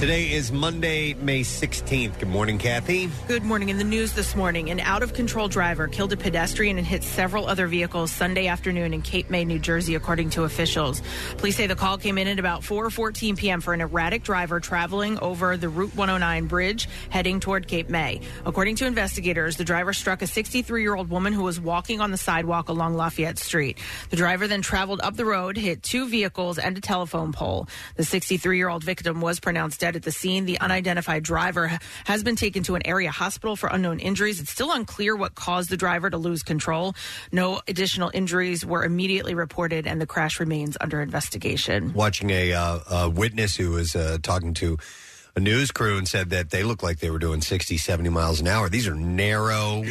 Today is Monday, May 16th. Good morning, Kathy. Good morning. In the news this morning, an out of control driver killed a pedestrian and hit several other vehicles Sunday afternoon in Cape May, New Jersey, according to officials. Police say the call came in at about 4:14 p.m. for an erratic driver traveling over the Route 109 bridge heading toward Cape May. According to investigators, the driver struck a 63-year-old woman who was walking on the sidewalk along Lafayette Street. The driver then traveled up the road, hit two vehicles and a telephone pole. The 63-year-old victim was pronounced dead at the scene. The unidentified driver ha- has been taken to an area hospital for unknown injuries. It's still unclear what caused the driver to lose control. No additional injuries were immediately reported, and the crash remains under investigation. Watching a, uh, a witness who was uh, talking to a news crew and said that they looked like they were doing 60, 70 miles an hour. These are narrow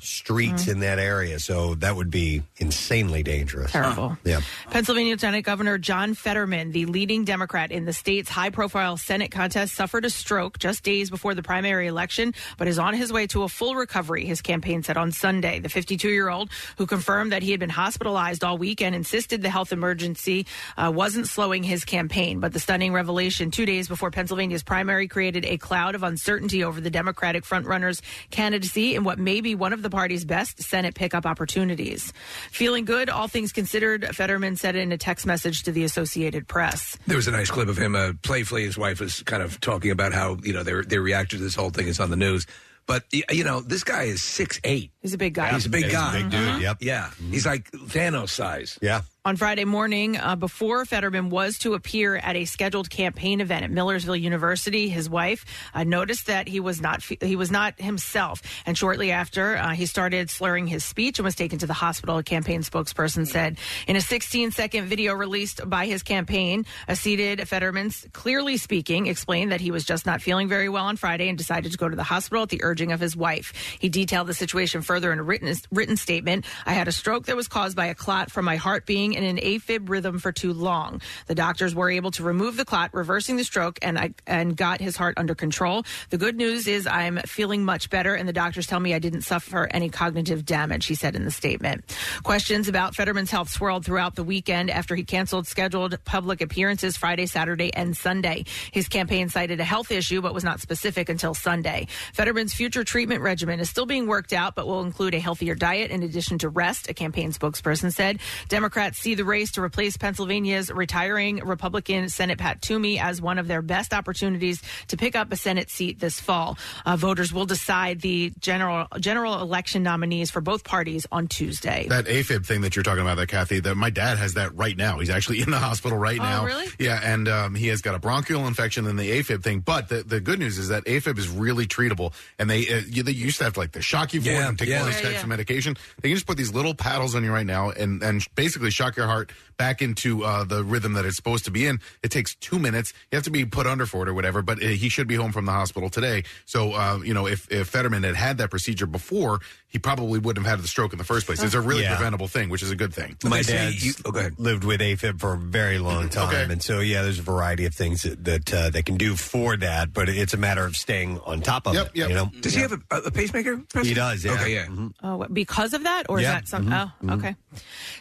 streets in that area, so that would be insanely dangerous. Terrible. Yeah. Pennsylvania Lieutenant Governor John Fetterman, the leading Democrat in the state's high profile Senate contest, suffered a stroke just days before the primary election, but is on his way to a full recovery, his campaign said on Sunday. The 52 year old, who confirmed that he had been hospitalized all week and insisted the health emergency uh, wasn't slowing his campaign, but the stunning revelation two days before Pennsylvania's primary created a cloud of uncertainty over the Democratic frontrunner's candidacy and what may be one of the party's best Senate pickup opportunities. Feeling good, all things considered, Fetterman said in a text message to the Associated Press. There was a nice clip of him uh, playfully. His wife was kind of talking about how you know their their reaction to this whole thing is on the news. But y- you know, this guy is six eight. He's a big guy. He's a big guy. Uh-huh. Mhm. Yeah, he's like Thanos size. Mm-hmm. Yeah. on Friday morning uh, before Fetterman was to appear at a scheduled campaign event at Millersville University. His wife uh, noticed that he was not fe- he was not himself, and shortly after uh, he started slurring his speech and was taken to the hospital. A campaign spokesperson said in a 16 second video released by his campaign, a seated Fetterman s- clearly speaking explained that he was just not feeling very well on Friday and decided to go to the hospital at the urging of his wife. He detailed the situation further in a written written statement. I had a stroke that was caused by a clot from my heart being in an AFib rhythm for too long. The doctors were able to remove the clot, reversing the stroke, and I and got his heart under control. The good news is I'm feeling much better, and the doctors tell me I didn't suffer any cognitive damage. He said in the statement. Questions about Fetterman's health swirled throughout the weekend after he canceled scheduled public appearances Friday, Saturday, and Sunday. His campaign cited a health issue, but was not specific until Sunday. Fetterman's future treatment regimen is still being worked out, but will include a healthier diet in addition to rest, a campaign spokesperson said. Democrats see the race to replace Pennsylvania's retiring Republican Senate Pat Toomey as one of their best opportunities to pick up a Senate seat this fall. Uh, voters will decide the general general election nominees for both parties on Tuesday. That AFib thing that you're talking about, that Kathy, that my dad has that right now. He's actually in the hospital right Oh, now. really? Yeah, and um, he has got a bronchial infection and the AFib thing. But the, the good news is that AFib is really treatable, and they uh, you, they used to have like the shock you for Yeah, and take yeah. all these Yeah, types yeah. of medication. They can just put these little paddles on you right now and and basically shock your heart back into uh, the rhythm that it's supposed to be in. It takes two minutes. You have to be put under for it or whatever. But uh, he should be home from the hospital today. So uh, you know, if, if Fetterman had had that procedure before, he probably wouldn't have had the stroke in the first place. It's a really Yeah. preventable thing, which is a good thing. My dad's lived with AFib for a very long time, and so yeah, there's a variety of things that, that uh, they can do for that, but it's a matter of staying on top of it. You know, Does he have a, a Uh, pacemaker? He does. Yeah. Mm-hmm. Okay. Yeah. Oh, what- because of that, or is Yeah. that mm-hmm, some? Mhm. Oh, okay.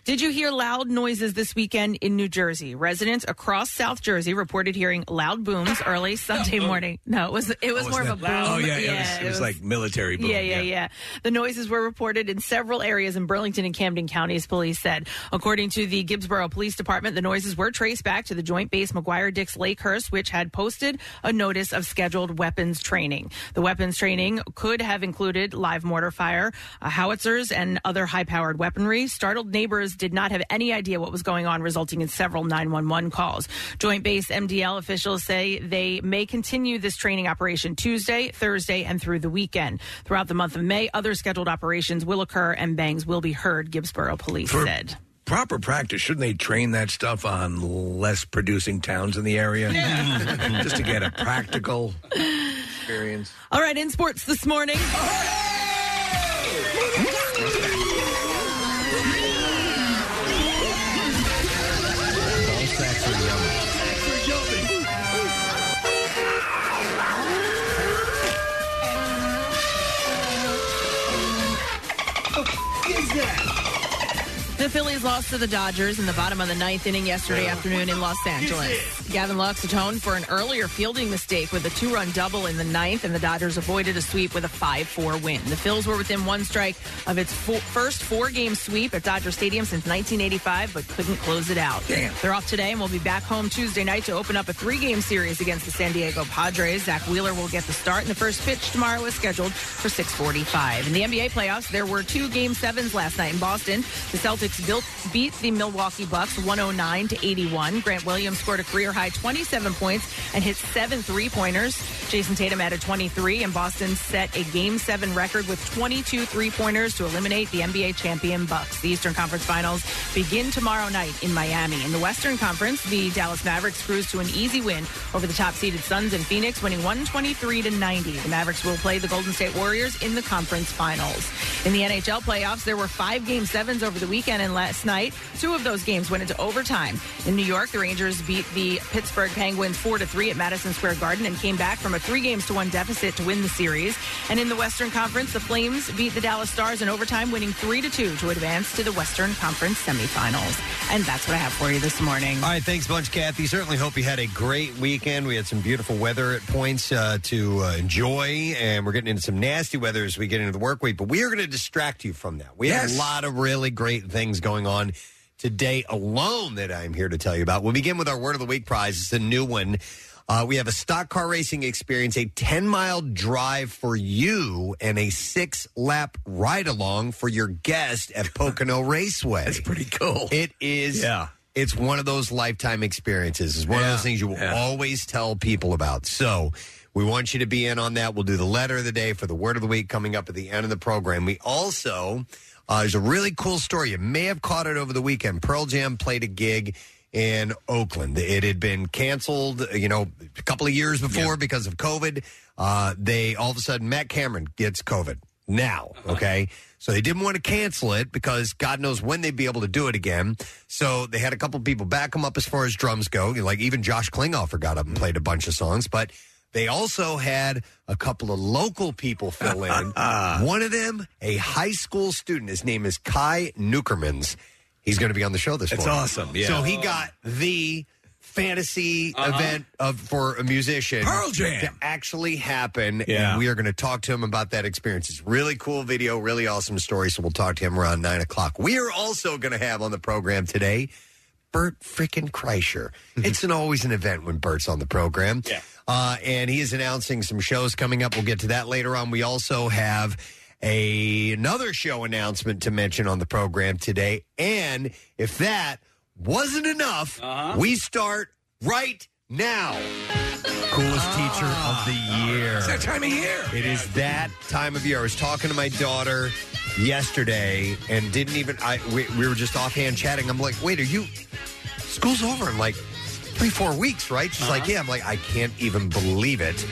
Did you hear loud noises this weekend in New Jersey? Residents across South Jersey reported hearing loud booms early Sunday morning. No, it was it was Oh, more of a wasn't boom. it? Oh yeah, it was, it was like military. Boom. Yeah, yeah, yeah, The noises were reported in several areas in Burlington and Camden counties, police said. According to the Gibbsboro Police Department, the noises were traced back to the Joint Base McGuire Dix Lakehurst, which had posted a notice of scheduled weapons training. The weapons training could have included live mortar fire, uh, howitzers, and other high powered weaponry. Startled neighbors did not have any idea what was going on, resulting in several 911 calls. Joint Base MDL officials say they may continue this training operation Tuesday, Thursday, and through the weekend. Throughout the month of May, other scheduled operations will occur and bangs will be heard, Gibbsboro police For- said. Proper practice. Shouldn't they train that stuff on less producing towns in the area, just to get a practical experience? All right, in sports this morning. Phillies lost to the Dodgers in the bottom of the ninth inning yesterday afternoon in Los Angeles. Gavin Lux atoned for an earlier fielding mistake with a two-run double in the ninth, and the Dodgers avoided a sweep with a 5-4 win. The Phils were within one strike of its fo- first four-game sweep at Dodger Stadium since 1985, but couldn't close it out. Damn. They're off today and will be back home Tuesday night to open up a three-game series against the San Diego Padres. Zach Wheeler will get the start, and the first pitch tomorrow is scheduled for 6:45. In the NBA playoffs, there were two Game Sevens last night in Boston. The Celtics built, beat the Milwaukee Bucks 109 to 81. Grant Williams scored a career-high 27 points and hit seven three-pointers. Jason Tatum added 23, and Boston set a Game Seven record with 22 three-pointers to eliminate the NBA champion Bucks. The Eastern Conference Finals begin tomorrow night in Miami. In the Western Conference, the Dallas Mavericks cruise to an easy win over the top-seeded Suns in Phoenix, winning 123 to 90. The Mavericks will play the Golden State Warriors in the conference finals. In the NHL playoffs, there were five game sevens over the weekend and last night. Two of those games went into overtime. In New York, the Rangers beat the Pittsburgh Penguins 4 to 3 at Madison Square Garden and came back from a three games to one deficit to win the series. And in the Western Conference, the Flames beat the Dallas Stars in overtime, winning 3 to 2 to advance to the Western Conference semifinals. And that's what I have for you this morning. All right, thanks bunch, Kathy. Certainly hope you had a great weekend. We had some beautiful weather at points uh, to uh, enjoy, and we're getting into some nasty weather as we get into the work week. But we are going to distract you from that. We have a lot of really great things going on today alone that I'm here to tell you about. We'll begin with our word of the week prize. It's a new one. Uh, we have a stock car racing experience, a 10 mile drive for you, and a six lap ride along for your guest at Pocono Raceway. That's pretty cool. It is. Yeah. It's one of those lifetime experiences. It's one of those Yeah. things you will Yeah. always tell people about. So we want you to be in on that. We'll do the letter of the day for the word of the week coming up at the end of the program. We also, uh, there's a really cool story. You may have caught it over the weekend. Pearl Jam played a gig in Oakland. It had been canceled, you know, a couple of years before because of COVID. Uh, they all of a sudden, Matt Cameron gets COVID now, okay? So they didn't want to cancel it because God knows when they'd be able to do it again. So they had a couple people back him up as far as drums go. Like even Josh Klinghoffer got up and played a bunch of songs, but they also had a couple of local people fill in. One of them, a high school student. His name is Kai Nukermans. He's going to be on the show this That's morning. awesome, yeah. So he got the fantasy Uh-huh. event of for a musician Pearl Jam. to actually happen. Yeah. And we are going to talk to him about that experience. It's really cool video, really awesome story. So we'll talk to him around nine o'clock. We are also going to have on the program today Bert freaking Kreischer. It's an always an event when Bert's on the program. Yeah. Uh, and he is announcing some shows coming up. We'll get to that later on. We also have a, another show announcement to mention on the program today. And if that wasn't enough, Uh-huh. we start right now. Coolest teacher of the year. It's Ah. that time of year. It is that time of year. I was talking to my daughter yesterday and didn't even. I we, we were just offhand chatting. I'm like, wait, are you? School's over in like three, four weeks, right? She's like, yeah. I'm like, I can't even believe it,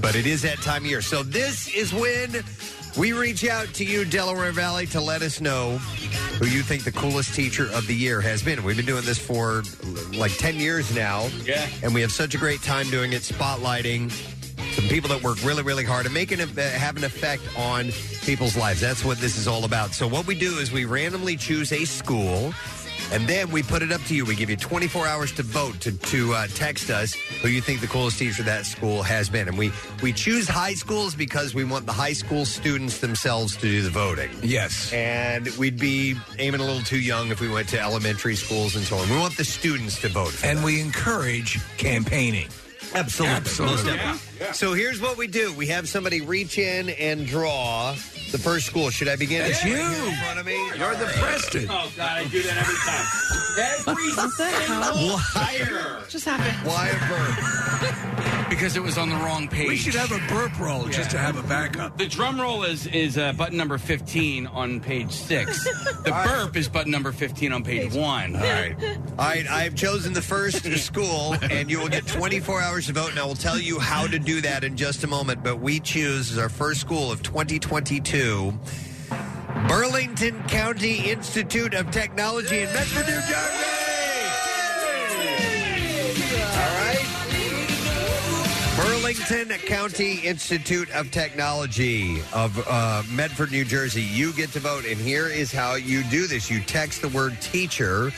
but it is that time of year. So this is when. We reach out to you, Delaware Valley, to let us know who you think the coolest teacher of the year has been. We've been doing this for like 10 years now. Yeah. And we have such a great time doing it, spotlighting some people that work really, really hard and make an, uh, have an effect on people's lives. That's what this is all about. So, what we do is we randomly choose a school and then we put it up to you. We give you 24 hours to vote to, to uh, text us who you think the coolest teacher that school has been. And we, we choose high schools because we want the high school students themselves to do the voting. Yes. And we'd be aiming a little too young if we went to elementary schools and so on. We want the students to vote. For And that. we encourage campaigning. Absolutely. Absolutely. Most definitely. So here's what we do. We have somebody reach in and draw the first school. Should I begin? That's Right you. here in front of me? You're the Preston. Oh God, I do that every time. Every single Liar. Just happened. Why a burp? Because it was on the wrong page. We should have a burp roll just to have a backup. The drum roll is is uh, button number fifteen on page six. The burp is button number fifteen on page one. All right. All right. I have chosen the first school, and you will get 24 hours to vote. And I will tell you how to do that in just a moment. But we choose as our first school of 2022 Burlington County Institute of Technology in Medford, New Jersey. Burlington Hamilton County Institute of Technology of uh, Medford, New Jersey. You get to vote, and here is how you do this you text the word teacher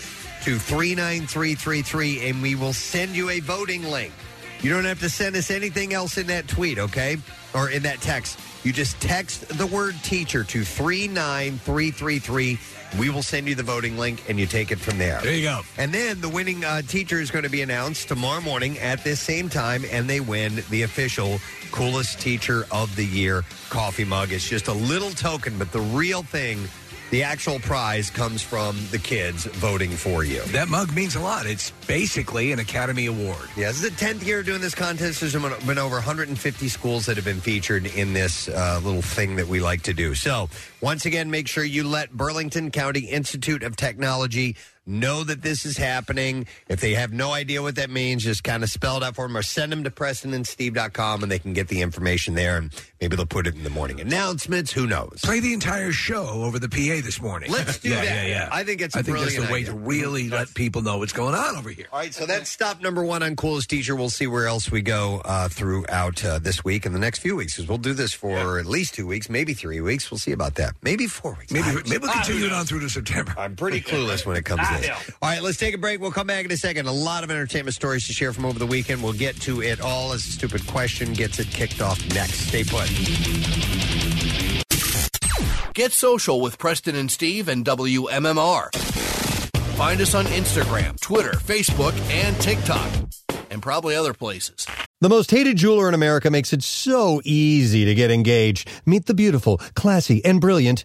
to 39333, and we will send you a voting link. You don't have to send us anything else in that tweet, okay? Or in that text. You just text the word teacher to 39333. We will send you the voting link and you take it from there. There you go. And then the winning uh, teacher is going to be announced tomorrow morning at this same time, and they win the official coolest teacher of the year coffee mug. It's just a little token, but the real thing, the actual prize, comes from the kids voting for you. That mug means a lot. It's basically an Academy Award. Yeah, this is the tenth year doing this contest. There's been been over 150 schools that have been featured in this uh, little thing that we like to do. So, once again, make sure you let Burlington County Institute of Technology know that this is happening. If they have no idea what that means, just kind of spell it out for them or send them to PrestonandSteve.com and they can get the information there. And maybe they'll put it in the morning announcements. Who knows? Play the entire show over the PA this morning. Let's do yeah, that. Yeah, yeah. I think it's a I think that's the brilliant way idea. to really let people know what's going on over here. All right, so that's stop number one on Coolest Teacher. We'll see where else we go uh, throughout uh, this week and the next few weeks because we'll do this for at least two weeks, maybe three weeks. We'll see about that. Maybe four weeks. Maybe I- maybe we'll continue it on through to September. Ah, I'm pretty clueless when it comes to this. All right, let's take a break. We'll come back in a second. A lot of entertainment stories to share from over the weekend. We'll get to it all as a stupid question gets it kicked off next. Stay put. Get social with Preston and Steve and WMMR. Find us on Instagram, Twitter, Facebook, and TikTok, and probably other places. The most hated jeweler in America makes it so easy to get engaged. Meet the beautiful, classy, and brilliant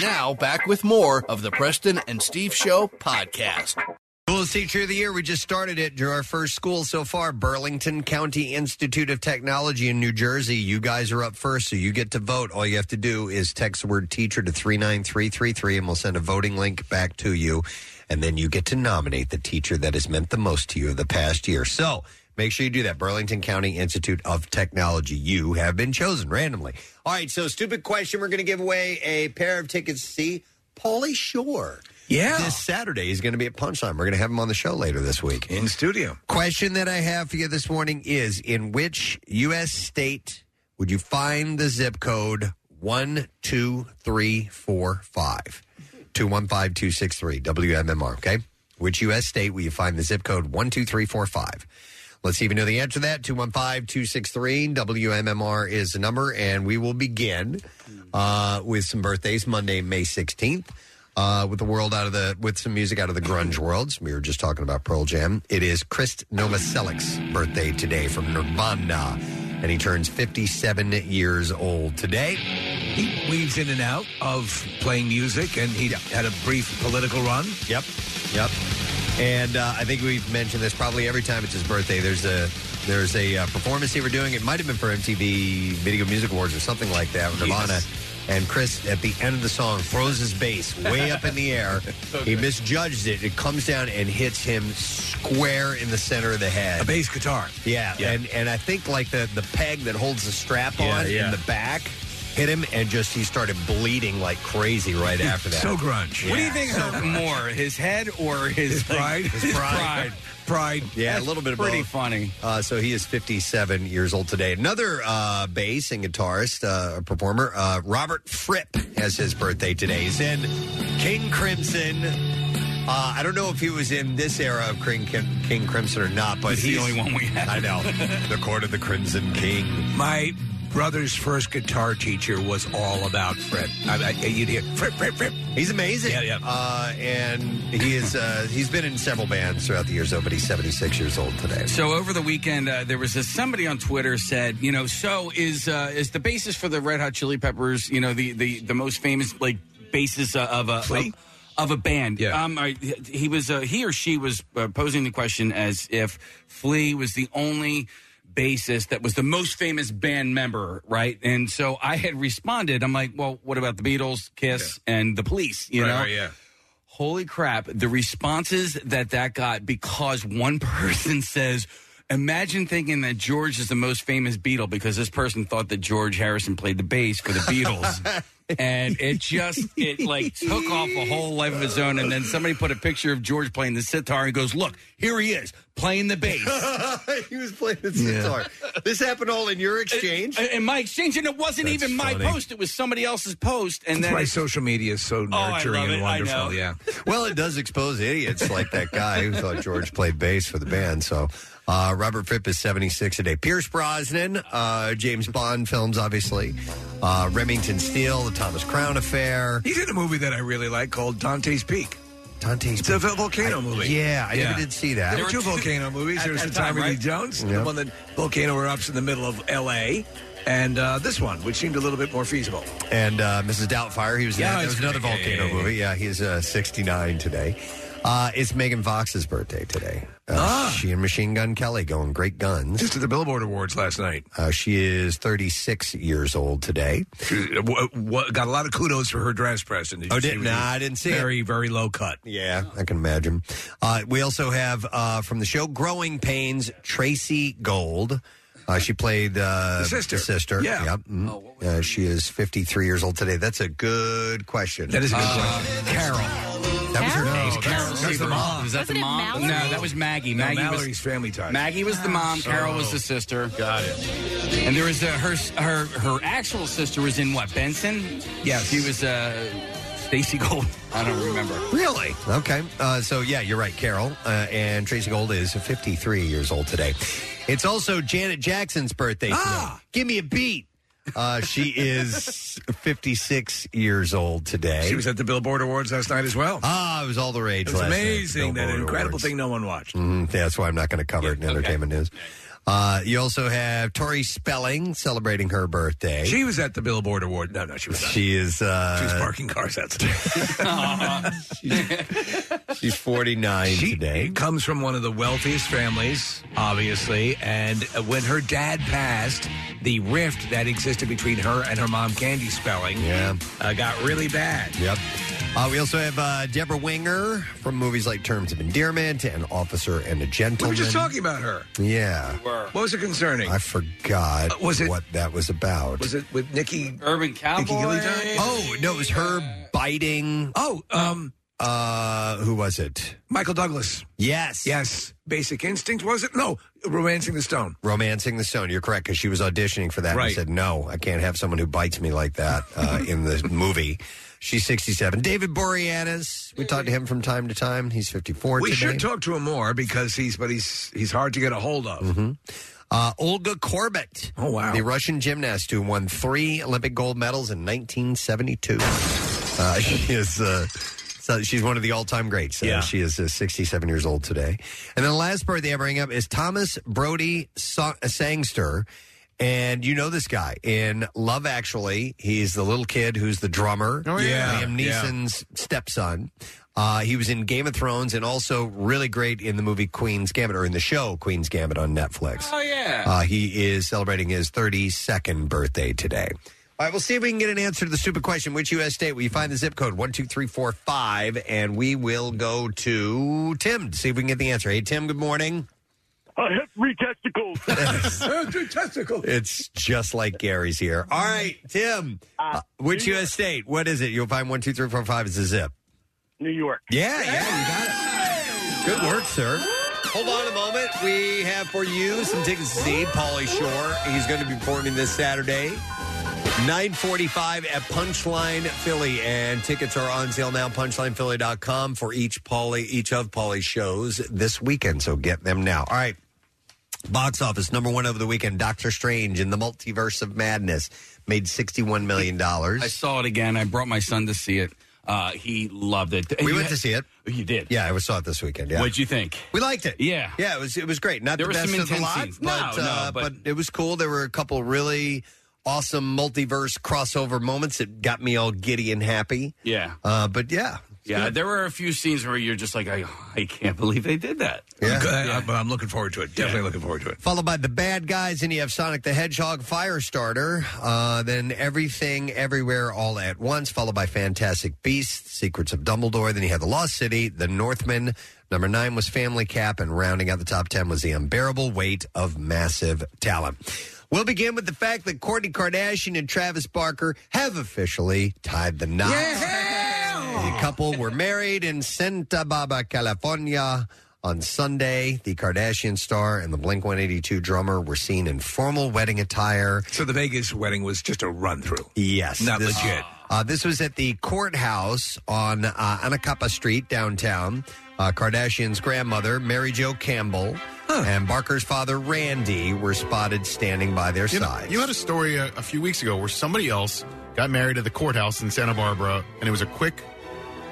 Now, back with more of the Preston and Steve Show podcast. Coolest Teacher of the Year. We just started it. You're our first school so far, Burlington County Institute of Technology in New Jersey. You guys are up first, so you get to vote. All you have to do is text the word teacher to 39333, and we'll send a voting link back to you. And then you get to nominate the teacher that has meant the most to you of the past year. So make sure you do that. Burlington County Institute of Technology. You have been chosen randomly. All right, so stupid question. We're going to give away a pair of tickets to see Paulie Shore. Yeah. This Saturday, he's going to be at Punchline. We're going to have him on the show later this week. In studio. Question that I have for you this morning is In which U.S. state would you find the zip code 12345? 215 263 WMMR, okay? Which U.S. state will you find the zip code 12345? Let's see if you know the answer to that. 215 263 WMMR is the number, and we will begin uh, with some birthdays Monday, May 16th. Uh, with the world out of the with some music out of the grunge worlds, we were just talking about Pearl Jam. It is Chris Novoselic's birthday today from Nirvana, and he turns 57 years old today. He weaves in and out of playing music, and he had a brief political run. Yep, yep. And uh, I think we've mentioned this probably every time it's his birthday. There's a there's a uh, performance they were doing. It might have been for MTV Video Music Awards or something like that. with Nirvana. And Chris, at the end of the song, throws his bass way up in the air. he misjudged it. It comes down and hits him square in the center of the head. A bass guitar. Yeah, and and I think like the the peg that holds the strap Yeah, on yeah. in the back hit him, and just he started bleeding like crazy right after that. So grunge. What do you think hurt more, his head or his, His like, pride. His pride. Pride. Yeah, a little bit of Pretty both. funny. Uh, so he is 57 years old today. Another uh, bass and guitarist, uh, performer, uh, Robert Fripp, has his birthday today. He's in King Crimson. Uh, I don't know if he was in this era of King, King Crimson or not, but It's the he's only one we have. I know the court of the Crimson King. My brother's first guitar teacher was all about Fred. I, I, you'd hear Fred, Fred, Fred. He's amazing. Yeah, yeah. Uh, and he is. Uh, he's been in several bands throughout the years, though. But he's 76 years old today. So over the weekend, uh, there was a, somebody on Twitter said, you know, so is uh, is the basis for the Red Hot Chili Peppers, you know, the the, the most famous like basis uh, of a of, Flea? of a band. Yeah. Um, I, he was uh, he or she was uh, posing the question as if Flea was the only bassist that was the most famous band member, right? And so I had responded, I'm like, well, what about the Beatles, Kiss, and the Police? You Right, know, right, yeah. Holy crap! The responses that that got because one person says. Imagine thinking that George is the most famous Beatle because this person thought that George Harrison played the bass for the Beatles. and it just it like took off a whole life of its own and then somebody put a picture of George playing the sitar and goes, "Look, here he is playing the bass." he was playing the sitar. This happened all in your exchange. In in my exchange, and it wasn't That's even funny. my post; it was somebody else's post. And That's then why it- social media is so Oh, I Oh, nurturing love and it. I know. wonderful. Yeah. Well, it does expose idiots like that guy who thought George played bass for the band. So, uh, Robert Fripp is 76 today. Pierce Brosnan, uh, James Bond films, obviously. Uh, Remington Steele, The Thomas Crown Affair. He's in a movie that I really like called Dante's Peak. Dante's It's a vo- volcano movie. yeah, I never did see that. There There, were were two two- volcano movies. At There was that the time with time, E. right? Jones, Yeah. the one that volcano erupts in the middle of L.A., and uh, this one, which seemed a little bit more feasible. And uh, Mrs. Doubtfire, he was in Yeah, that. That it's was another great. Yeah, volcano yeah, yeah. movie. Yeah, he's uh, 69 today. Uh, it's Megan Fox's birthday today. Uh, She and Machine Gun Kelly going great guns. Ah. Just at the Billboard Awards last night. Uh, she is 36 years old today. She- uh, wha- wha- got a lot of kudos for her dress, Preston. Did you Oh, see did- what nah, he- I didn't see it. very, very low cut. Yeah, I can imagine. Uh, we also have uh, from the show Growing Pains, Tracy Gold. Uh, she played uh, The sister. sister. Yeah. Yep. Mm. uh, she is 53 years old today. That's a good question. Uh, That is a good question. Carol. That was her name. Carol. That's the mom. Is that the mom? Mallory? No, that was Maggie. No, Maggie Mallory's was family ties. Maggie was the mom. Carol was the sister. Got it. And there was uh, her her her actual sister was in what Benson? Yes. she was uh, Stacy Gold. I don't remember. Really? Okay. Uh, so, yeah, you're right, Carol. Uh, and Tracy Gold is 53 years old today. It's also Janet Jackson's birthday today. Ah! Give me a beat. Uh, she is 56 years old today. She was at the Billboard Awards last night as well. Ah, it was all the rage. It was last night, amazing. That Billboard incredible Awards. thing no one watched. Mm, that's why I'm not going to cover it in okay. entertainment news. Uh, you also have Tori Spelling celebrating her birthday. She was at the Billboard Award. No, no, she was not. She She is was uh, parking cars outside. she's 49 She today. comes from one of the wealthiest families, obviously. And uh, when her dad passed, the rift that existed between her and her mom, Candy Spelling, Yeah. uh, got really bad. Yep. Uh, we also have uh, Deborah Winger from movies like Terms of Endearment and Officer and a We Gentleman. were just talking about her. Yeah, What was it concerning? I forgot Uh, was it- what that was about. was it with Nikki? Urban Cowboy. Gillies? oh no, it was her biting. Oh, um, Uh, who was it? Michael Douglas. Yes. Yes. Basic Instinct, was it? No, Romancing the Stone. Romancing the Stone. You're correct because she was auditioning for that. Right. And said, "No, I can't have someone who bites me like that uh, in the movie." She's 67. David Boreanaz. We talk to him from time to time. He's 54 We today. should talk to him more because he's, but he's he's hard to get a hold of. uh, Olga Korbut. Oh, wow. the Russian gymnast who won three Olympic gold medals in 1972. Uh, she is. Uh, so she's one of the all-time greats. Uh, Yeah. She is uh, 67 years old today. And then the last birthday I bring up is Thomas Brody Sa- Sangster. And you know this guy in Love Actually. He's the little kid who's the drummer. Oh, yeah. Liam Yeah. Neeson's stepson. Uh, he was in Game of Thrones and also really great in the movie Queen's Gambit or in the show Queen's Gambit on Netflix. Oh yeah. Uh, he is celebrating his 32nd birthday today. All right, we'll see if we can get an answer to the stupid question. Which U.S. state will you find the zip code 12345? And we will go to Tim to see if we can get the answer. Hey, Tim, good morning. I have three testicles. It's just like Gary's here. All right, Tim, uh, which U.S. state? What is it? You'll find 12345 is the zip. New York. Yeah, yeah, you got it. Good work, sir. Hold on a moment. We have for you some tickets to see Pauly Shore. He's going to be performing this Saturday, 9:45 at Punchline Philly, and tickets are on sale now. PunchlinePhilly.com for each Pauly, each of Pauly's shows this weekend. So get them now. All right. Box office number one over the weekend. Doctor Strange in the Multiverse of Madness made sixty-one million I dollars. saw it again. I brought my son to see it. Uh, he loved it. We went to see it. You did. Yeah, I saw it this weekend. Yeah. What'd you think? We liked it. Yeah. yeah, it was it was great. Not the There were some best of the intense lot, scenes. but, No, no, uh, but but- it was cool. There were a couple really awesome multiverse crossover moments that got me all giddy and happy. Yeah. Uh, but yeah, Yeah, there were a few scenes where you're just like, I, I can't believe they did that. Yeah. Good, uh, but I'm looking forward to it. Definitely looking forward to it. Followed by the bad guys, and you have Sonic the Hedgehog Firestarter. Uh, then everything, everywhere, all at once. Followed by Fantastic Beasts, Secrets of Dumbledore. Then you had the Lost City, the Northmen. Number nine was Family Cap, and rounding out the top ten was the unbearable weight of massive talent. We'll begin with the fact that Kourtney Kardashian and Travis Barker have officially tied the knot. The couple were married in Santa Barbara, California. On Sunday, the Kardashian star and the Blink 182 drummer were seen in formal wedding attire. So the Vegas wedding was just a run through. Yes. Not this, legit. Ah. Uh, this was at the courthouse on uh, Anacapa Street downtown. Uh, Kardashian's grandmother, Mary Jo Campbell, and Barker's father, Randy, were spotted standing by their You, know, side. you had a story a, a few weeks ago where somebody else got married at the courthouse in Santa Barbara, and it was a quick.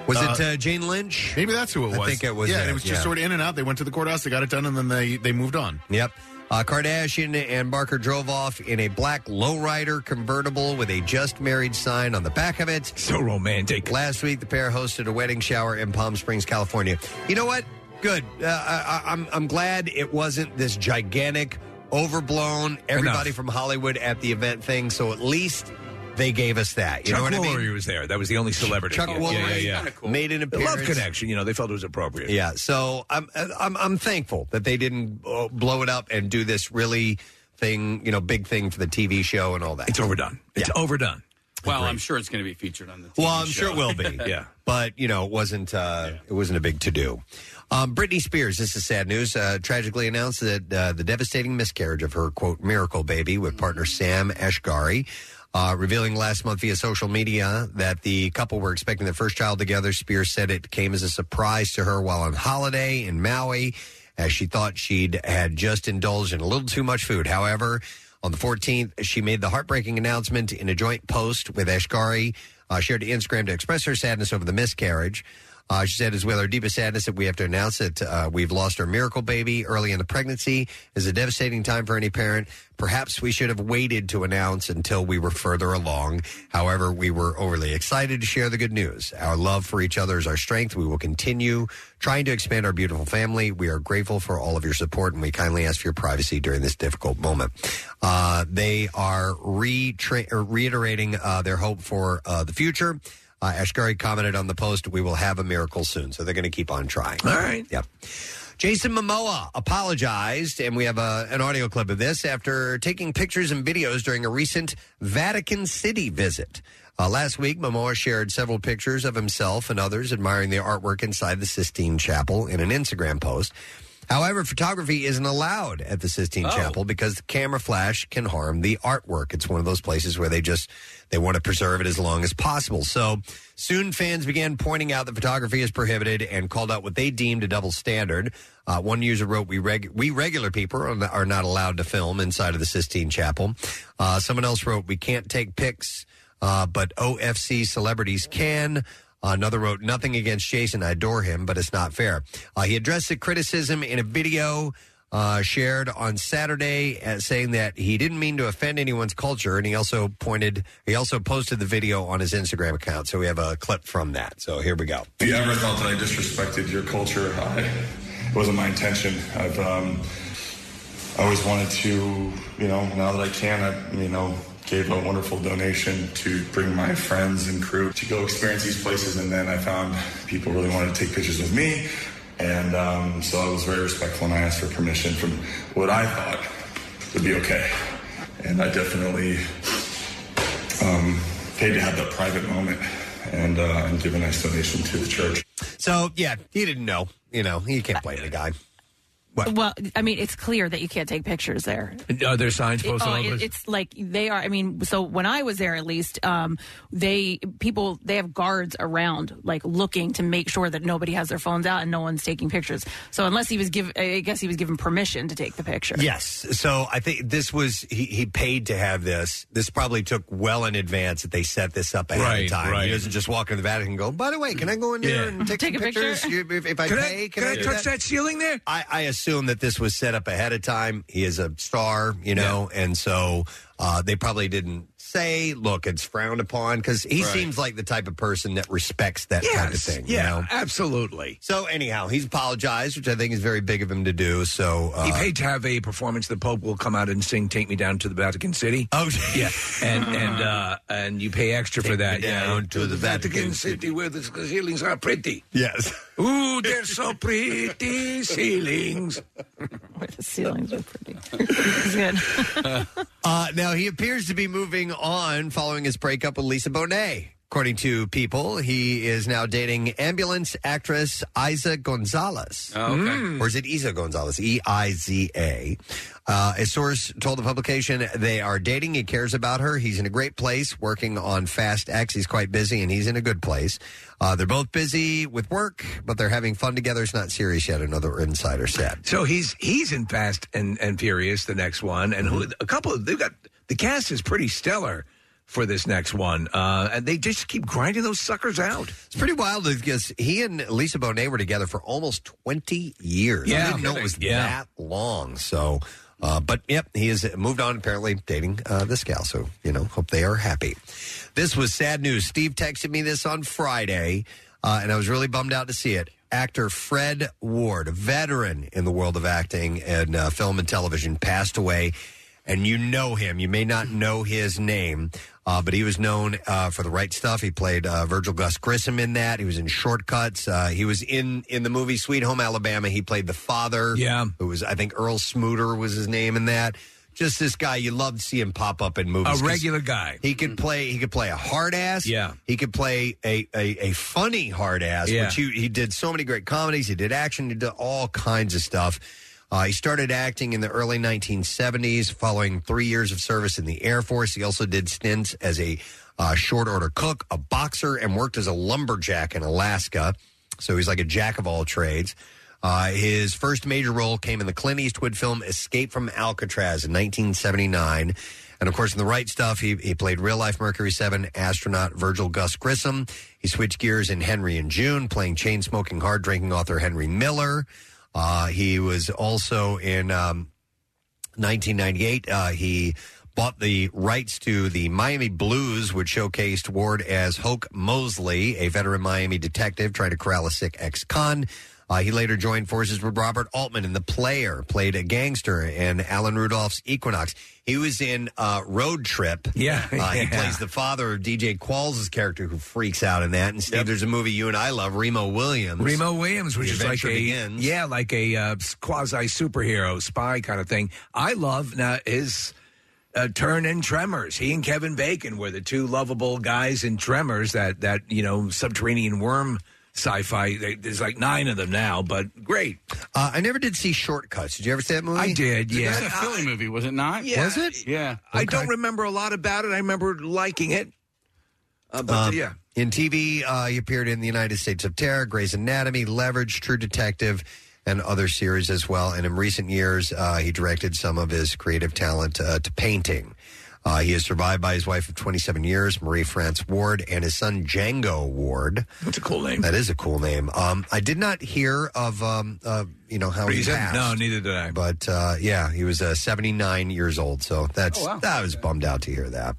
Was it, uh, Jane Lynch? Maybe that's who it I was. think it was Yeah, it, and it was yeah. just sort of in and out. They went to the courthouse, they got it done, and then they they moved on. Yep. Uh, Kardashian and Barker drove off in a black lowrider convertible with a just married sign on the back of it. So romantic. Last week, the pair hosted a wedding shower in Palm Springs, California. You know what? Good. Uh, I, I- I'm, I'm glad it wasn't this gigantic, overblown, everybody Enough. from Hollywood at the event thing. So at least they gave us that. You Chuck know what I Woolery mean? was there. That was the only celebrity. Chuck yeah, Woolery yeah, yeah, yeah. made an The appearance. Love connection. You know, they felt it was appropriate. Yeah, so I'm I'm I'm thankful that they didn't uh, blow it up and do this really thing, you know, big thing for the TV show and all that. It's overdone. It's overdone. Well, I'm sure it's going to be featured on the. TV Well, I'm show. sure it will be. Yeah. but you know, it wasn't uh, it wasn't a big to do. Um, Britney Spears, this is sad news. Uh, tragically announced that uh, the devastating miscarriage of her quote miracle baby with partner Sam Ashgari. Uh, revealing last month via social media that the couple were expecting their first child together, Spears said it came as a surprise to her while on holiday in Maui, as she thought she'd had just indulged in a little too much food. However, on the 14th, she made the heartbreaking announcement in a joint post with Ashgari, uh, shared to Instagram to express her sadness over the miscarriage. Uh, she said, "It's with our deepest sadness that we have to announce that uh, we've lost our miracle baby early in the pregnancy. Is a devastating time for any parent. Perhaps we should have waited to announce until we were further along. However, we were overly excited to share the good news. Our love for each other is our strength. We will continue trying to expand our beautiful family. We are grateful for all of your support, and we kindly ask for your privacy during this difficult moment." Uh, they are retra- or reiterating uh, their hope for uh, the future. Uh, Ashgari commented on the post, "We will have a miracle soon." So they're going to keep on trying. All right. Yep. Jason Momoa apologized, and we have a, an audio clip of this after taking pictures and videos during a recent Vatican City visit. Uh, last week, Momoa shared several pictures of himself and others admiring the artwork inside the Sistine Chapel in an Instagram post. However, photography isn't allowed at the Sistine Chapel because the camera flash can harm the artwork. It's one of those places where they just they want to preserve it as long as possible. So soon, fans began pointing out that photography is prohibited and called out what they deemed a double standard. Uh, one user wrote, "We reg- we regular people are, are not allowed to film inside of the Sistine Chapel." Uh, someone else wrote, "We can't take pics." uh, but OFC celebrities can. Another wrote, Nothing against Jason. I adore him, but it's not fair. Uh, he addressed the criticism in a video uh, shared on Saturday, uh, saying that he didn't mean to offend anyone's culture. And he also pointed, he also posted the video on his Instagram account. So we have a clip from that. So here we go. If you ever thought that I disrespected your culture, I, it wasn't my intention. I've um, I always wanted to, you know, now that I can, I, you know, gave a wonderful donation to bring my friends and crew to go experience these places. And then I found people really wanted to take pictures of me. And um, so I was very respectful and I asked for permission from what I thought would be okay. And I definitely um, paid to have that private moment and, uh, and give a nice donation to the church. So yeah, he didn't know. You know, he can't blame the guy. Well, I mean, it's clear that you can't take pictures there. Are there uh, signs It- posted oh, all over? it, it's like they are. I mean, so when I was there, at least, um, they people they have guards around, like looking to make sure that nobody has their phones out and no one's taking pictures. So unless he was give, I guess he was given permission to take the picture. Yes. So I think this was he, he paid to have this. This probably took well in advance that they set this up ahead Right, of time. right. He doesn't just walk into the Vatican and go, by the way, can I go in there Yeah. and take, Take some a picture? pictures? You- If, if I Can I- pay, can I do touch that ceiling there? I, I assume that this was set up ahead of time. He is a star, you know, and so Uh, they probably didn't say, look, it's frowned upon because he Right. seems like the type of person that respects that kind of Yes, thing. yeah, you know? absolutely. So, anyhow, he's apologized, which I think is very big of him to do. So, uh, he paid to have a performance. The Pope will come out and sing "Take Me Down to the Vatican City." Oh, yeah, and and uh, and you pay extra for that. down yeah, to the Vatican City where the ceilings are pretty. Yes. Ooh, they're so pretty ceilings. the ceilings are pretty. It's good. Uh, now, he appears to be moving on following his breakup with Lisa Bonet. According to People, he is now dating ambulance actress Isa Gonzalez. Oh, okay. Or is it Isa Gonzalez? E I Z A. Uh, a source told the publication they are dating. He cares about her. He's in a great place working on Fast X. He's quite busy and he's in a good place. Uh, they're both busy with work, but they're having fun together. It's not serious yet, another insider said. So Oh, he's he's in Fast and, and Furious, the next one, and Mm-hmm. who, a couple of they've got the cast is pretty stellar for this next one, uh, and they just keep grinding those suckers out. It's pretty wild because he and Lisa Bonet were together for almost 20 years. Yeah. I didn't know it was Yeah. that long. So, uh, but yep, he has moved on, apparently dating uh, this gal. So, you know, hope they are happy. This was sad news. Steve texted me this on Friday, uh, and I was really bummed out to see it. Actor Fred Ward, a veteran in the world of acting and uh, film and television, passed away and you know him. You may not know his name, uh, but he was known uh, for the right stuff. He played uh, Virgil Gus Grissom in that. He was in Shortcuts. Uh, he was in in the movie Sweet Home Alabama. He played the father. Yeah, who was I think Earl Smooter was his name in that. Just this guy you love to see him pop up in movies. A 'cause regular guy. He could play. He could play a hard ass. Mm-hmm. Yeah. He could play a a, a funny hard ass. Yeah. Which he, he did so many great comedies. He did action. He did all kinds of stuff. Uh, he started acting in the early 1970s, following three years of service in the Air Force. He also did stints as a uh, short order cook, a boxer, and worked as a lumberjack in Alaska. So he's like a jack of all trades. Uh, his first major role came in the Clint Eastwood film Escape from Alcatraz in 1979. And of course, in the right stuff, he, he played real life Mercury 7 astronaut Virgil Gus Grissom. He switched gears in Henry and June, playing chain smoking, hard drinking author Henry Miller. Uh, he was also in um, 1998. Uh, he bought the rights to the Miami Blues, which showcased Ward as Hoke Mosley, a veteran Miami detective trying to corral a sick ex-con. Uh, he later joined forces with Robert Altman in The Player, played a gangster in Alan Rudolph's Equinox. He was in uh, Road Trip. Yeah, Uh, He yeah. plays the father of DJ Qualls' character, who freaks out in that. And Steve, there's a movie you and I love, Remo Williams. Remo Williams, which The is like Adventure a Begins. yeah, like a uh, quasi superhero spy kind of thing. I love now his uh, turn in Tremors. He and Kevin Bacon were the two lovable guys in Tremors. That that you know subterranean worm sci-fi. They, there's like nine of them now, but great. Uh, I never did see Shortcuts. Did you ever see that movie? I did. Yeah, That's a Philly movie, was it not? Yeah. Was it? Yeah. I don't remember a lot about it. I remember liking it. Uh, but Um, yeah, In TV, uh, he appeared in The United States of Terror, Grey's Anatomy, Leverage, True Detective, and other series as well. And in recent years, uh, he directed some of his creative talent uh, to painting. Uh, he is survived by his wife of 27 years, Marie France Ward, and his son Django Ward. that's a cool name. That is a cool name. Um, I did not hear of um, uh, you know how Reason? he passed. No, neither did I. But uh, yeah, he was uh, 79 years old. So Oh, that's I was bummed out to hear that.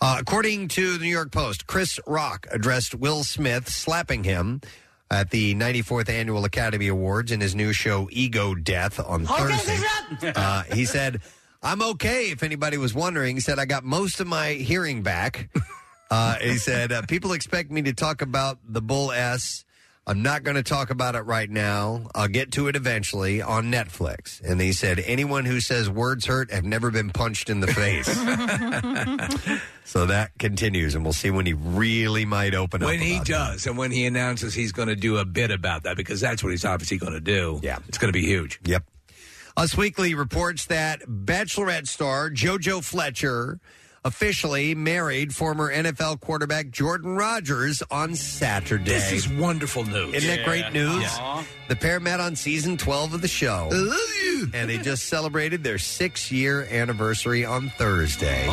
Uh, according to the New York Post, Chris Rock addressed Will Smith slapping him at the 94th Annual Academy Awards in his new show Ego Death on Thursday. Uh, he said, I'm okay if anybody was wondering. He said, I got most of my hearing back. Uh, he said, uh, People expect me to talk about the Bull S. I'm not going to talk about it right now. I'll get to it eventually on Netflix. And he said, Anyone who says words hurt have never been punched in the face. so that continues, and we'll see when he really might open up. When he about does, and when he announces he's going to do a bit about that, because that's what he's obviously going to do. Yeah, it's going to be huge. Yep. Us Weekly reports that Bachelorette star JoJo Fletcher officially married former NFL quarterback Jordan Rogers on Saturday. This is wonderful news. Isn't that great news? The pair met on season 12 of the show. And they just celebrated their six year anniversary on Thursday.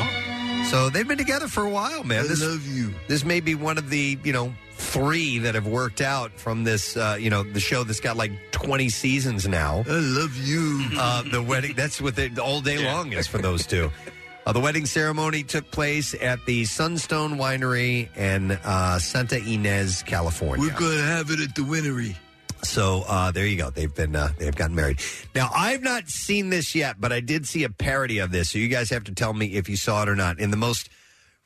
So they've been together for a while, man. This, love you. This may be one of the, you know, three that have worked out from this, uh, you know, the show that's got like 20 seasons now. I love you. Uh, the wedding, that's what they, all day long is for those two. Uh, the wedding ceremony took place at the Sunstone Winery in uh, Santa Ynez, California. We're going to have it at the winery. So uh, there you go. They've been uh, they've gotten married. Now I've not seen this yet, but I did see a parody of this. So you guys have to tell me if you saw it or not. In the most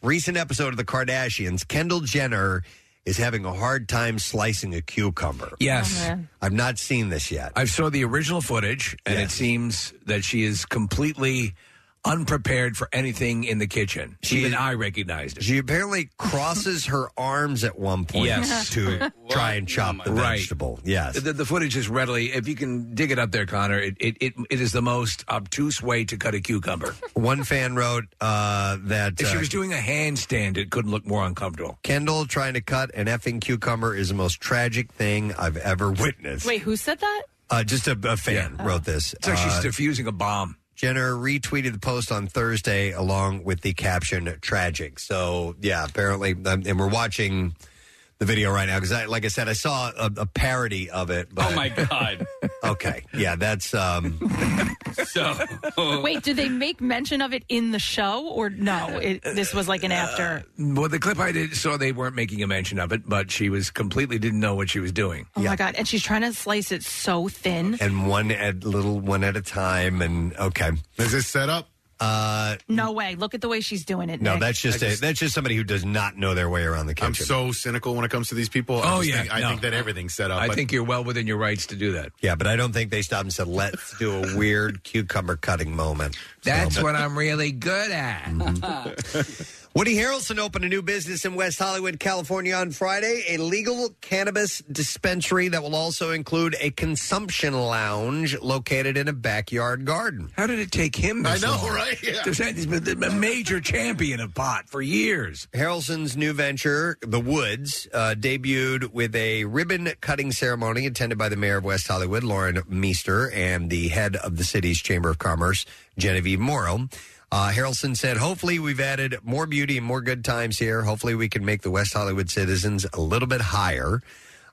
recent episode of the Kardashians, Kendall Jenner is having a hard time slicing a cucumber. Yes. Oh, I've not seen this yet. I saw the original footage, and it seems that she is completely unprepared for anything in the kitchen. Even I recognized it. She apparently crosses her arms at one point Yes. to try and chop the Right. vegetable. Yes. The, the footage is readily, if you can dig it up there, Connor, it, it, it, it is the most obtuse way to cut a cucumber. One fan wrote uh, that If she uh, was doing a handstand, it couldn't look more uncomfortable. Kendall trying to cut an effing cucumber is the most tragic thing I've ever witnessed. Wait, who said that? Uh, just a, a fan wrote this. It's like she's Uh, diffusing a bomb. Jenner retweeted the post on Thursday along with the caption "tragic." So yeah, apparently, um, and we're watching the video right now because, I, like I said, I saw a, a parody of it. But, Oh my god! okay, yeah, that's um. so Oh. Wait, do they make mention of it in the show or no? It, this was Uh, like an after. Well, the clip I did saw, they weren't making a mention of it, but she was completely didn't know what she was doing. Oh my god! And she's trying to slice it so thin. and one at little one at a time. And okay, is this set up? Uh, No way! Look at the way she's doing it. no, Nick. that's just, a, that's just somebody who does not know their way around the kitchen. I'm so cynical when it comes to these people. I Oh, just yeah, think, I no. think that everything's set up. I but think you're well within your rights to do that. Yeah, but I don't think they stopped and said, "Let's do a weird cucumber cutting moment." That's So- what I'm really good at. Woody Harrelson opened a new business in West Hollywood, California on Friday, a legal cannabis dispensary that will also include a consumption lounge located in a backyard garden. How did it take him I this know, long? right? Yeah. There's- He's been a major champion of pot for years. Harrelson's new venture, The Woods, uh, debuted with a ribbon cutting ceremony attended by the mayor of West Hollywood, Lauren Meester, and the head of the city's Chamber of Commerce, Genevieve Morrow. Uh, Harrelson said, Hopefully, we've added more beauty and more good times here. Hopefully, we can make the West Hollywood citizens a little bit higher.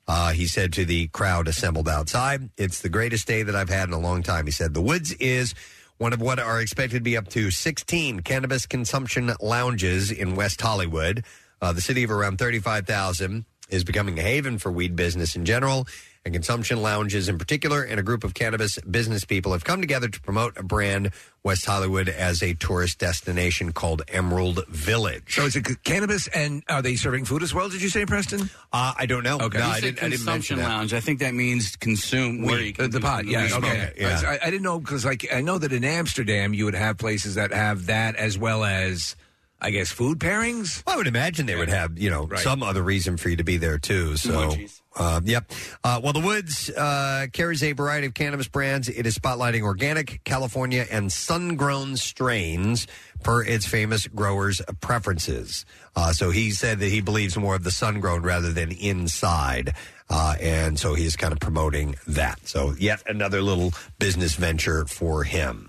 Uh, he said to the crowd assembled outside, It's the greatest day that I've had in a long time. He said, The Woods is one of what are expected to be up to 16 cannabis consumption lounges in West Hollywood. Uh, the city of around 35,000 is becoming a haven for weed business in general and consumption lounges in particular. And a group of cannabis business people have come together to promote a brand, West Hollywood, as a tourist destination called Emerald Village. So is it c- cannabis, and are they serving food as well? Did you say, Preston? Uh, I don't know. Okay, No, You I said didn't- I didn't mention consumption that. lounge. I think that means consume where you the, can the pot. consume Yeah, weed. okay. Yeah. I, I didn't know because, like, I know that in Amsterdam you would have places that have that as well as, I guess, food pairings. I would imagine they would have, you know, some other reason for you to be there too. So, uh, yep. Uh, well, the Woods uh, carries a variety of cannabis brands. It is spotlighting organic California and sun-grown strains per its famous growers' preferences. Uh, so he said that he believes more of the sun-grown rather than inside, uh, and so he's kind of promoting that. So, yet another little business venture for him.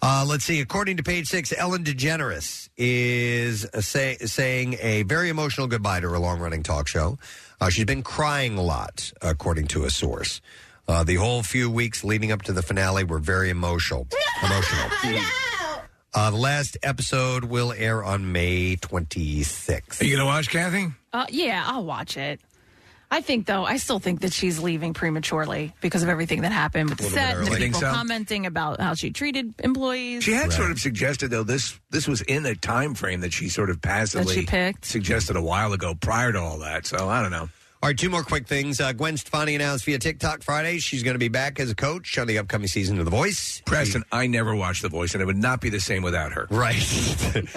Uh, let's see. According to page six, Ellen DeGeneres is uh, say, saying a very emotional goodbye to her long running talk show. Uh, she's been crying a lot, according to a source. Uh, the whole few weeks leading up to the finale were very emotional. Emotional. Uh, the last episode will air on May 26th. Are you going to watch, Kathy? Uh, yeah, I'll watch it. I think though, I still think that she's leaving prematurely because of everything that happened with the Little bit set and the early. You think people so? commenting about how she treated employees. She had sort of suggested though this this was in a time frame that she sort of passively picked. suggested a while ago prior to all that. So I don't know. All right, two more quick things. Uh, Gwen Stefani announced via TikTok Friday she's going to be back as a coach on the upcoming season of The Voice. Preston, I never watched The Voice, and it would not be the same without her. Right.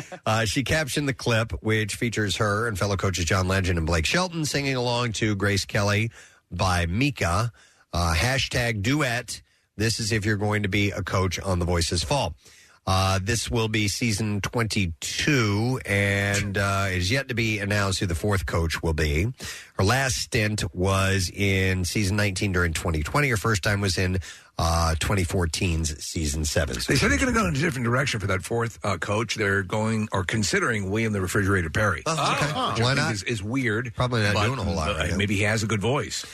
uh, she captioned the clip, which features her and fellow coaches John Legend and Blake Shelton singing along to Grace Kelly by Mika. Uh, hashtag duet. This is if you're going to be a coach on The Voice this fall. Uh, this will be season 22 and uh, it is yet to be announced who the fourth coach will be. Her last stint was in season 19 during 2020. Her first time was in uh, 2014's season 7. So They said they're going to go in a different direction for that fourth uh, coach. They're going or considering William the Refrigerator Perry. Uh, Oh, okay. Which I Why not? think "Ah, Is, is weird. Probably not but, doing a whole lot uh, right now. maybe he has a good voice.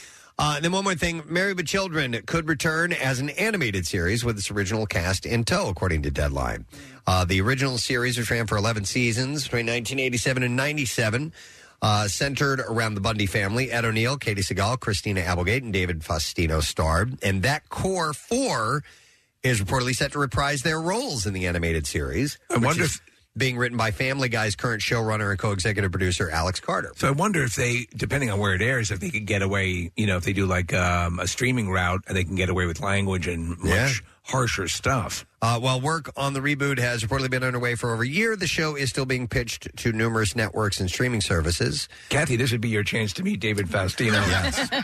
Uh, and then one more thing Married with Children could return as an animated series with its original cast in tow, according to Deadline. Uh, the original series, which ran for 11 seasons between 1987 and 97, uh, centered around the Bundy family. Ed O'Neill, Katie Segal, Christina Applegate, and David Faustino starred. And that core four is reportedly set to reprise their roles in the animated series. I which wonder is if- Being written by Family Guy's current showrunner and co executive producer, Alex Carter. So I wonder if they, depending on where it airs, if they could get away, you know, if they do like um, a streaming route and they can get away with language and much harsher stuff. Uh, while work on the reboot has reportedly been underway for over a year, the show is still being pitched to numerous networks and streaming services. Kathy, this would be your chance to meet David Faustino.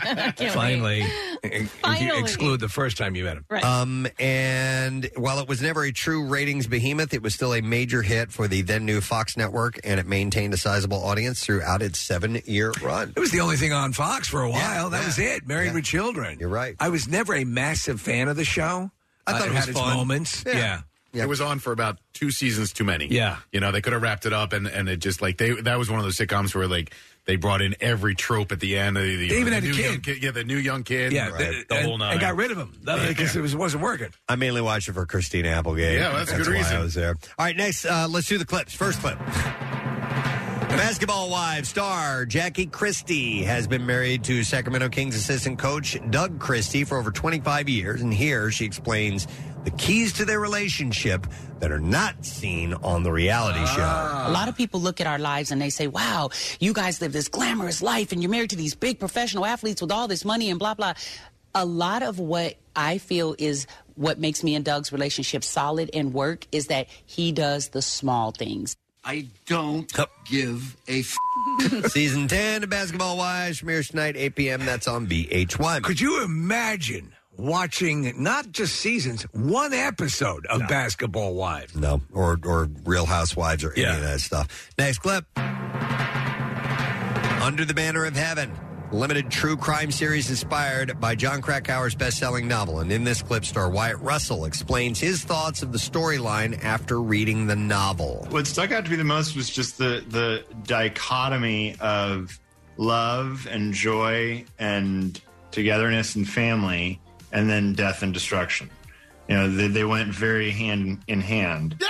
Finally, if you Finally. exclude the first time you met him. Um, and while it was never a true ratings behemoth, it was still a major hit for the then new Fox network, and it maintained a sizable audience throughout its seven year run. It was the only thing on Fox for a while. that was it. Married with Children. You're right. I was never a massive fan of the show. I Uh, thought it was had its fun. moments. Yeah. yeah. It was on for about two seasons too many. Yeah. You know, they could have wrapped it up and, and it just like they that was one of those sitcoms where like they brought in every trope at the end. The, the- They even the had a new kid. young Yeah, the new young kid. Yeah, Right. th- the and- whole nine. and got rid of him because it was, wasn't working. I mainly watched it for Christina Applegate. Yeah, well, that's a good why reason. I was there. All right, next, uh, let's do the clips. First clip. Basketball Wives star Jackie Christie has been married to Sacramento Kings assistant coach Doug Christie for over 25 years, and here she explains the keys to their relationship that are not seen on the reality Ah. A lot of people look at our lives and they say, wow, you guys live this glamorous life and you're married to these big professional athletes with all this money and blah, blah. A lot of what I feel is what makes me and Doug's relationship solid and work is that he does the small things. I don't give a f- Season 10 of Basketball Wives premieres tonight, 8 p.m. That's on VH1. Could you imagine watching not just seasons, one episode of Basketball Wives? No, or or Real Housewives or any of that stuff. Next clip. Under the Banner of Heaven, limited true crime series inspired by John Krakauer's best-selling novel, and in this clip, star Wyatt Russell explains his thoughts of the storyline after reading the novel. What stuck out to me the most was just the the dichotomy of love and joy and togetherness and family, and then death and destruction. You know, they, they went very hand in hand.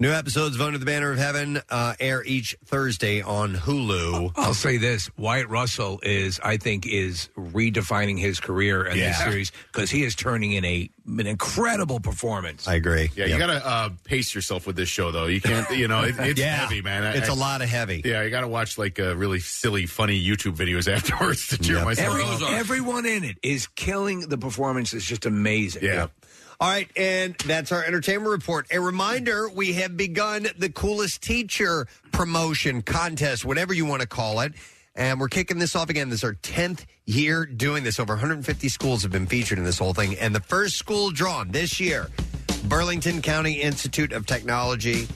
New episodes of Under the Banner of Heaven uh, air each Thursday on Hulu. I'll say this: Wyatt Russell is, I think, is redefining his career in this Yeah. series because he is turning in a an incredible performance. I agree. Yeah, you gotta uh, pace yourself with this show, though. You can't, you know, it, it's Yeah. heavy, man. It's a lot of heavy. Yeah, you gotta watch like uh, really silly, funny YouTube videos afterwards to cheer myself Every- up. everyone in it is killing the performance. It's just amazing. Yeah. All right, and that's our entertainment report. A reminder we have begun the coolest teacher promotion contest, whatever you want to call it. And we're kicking this off again. This is our 10th year doing this. Over 150 schools have been featured in this whole thing. And the first school drawn this year, Burlington County Institute of Technology.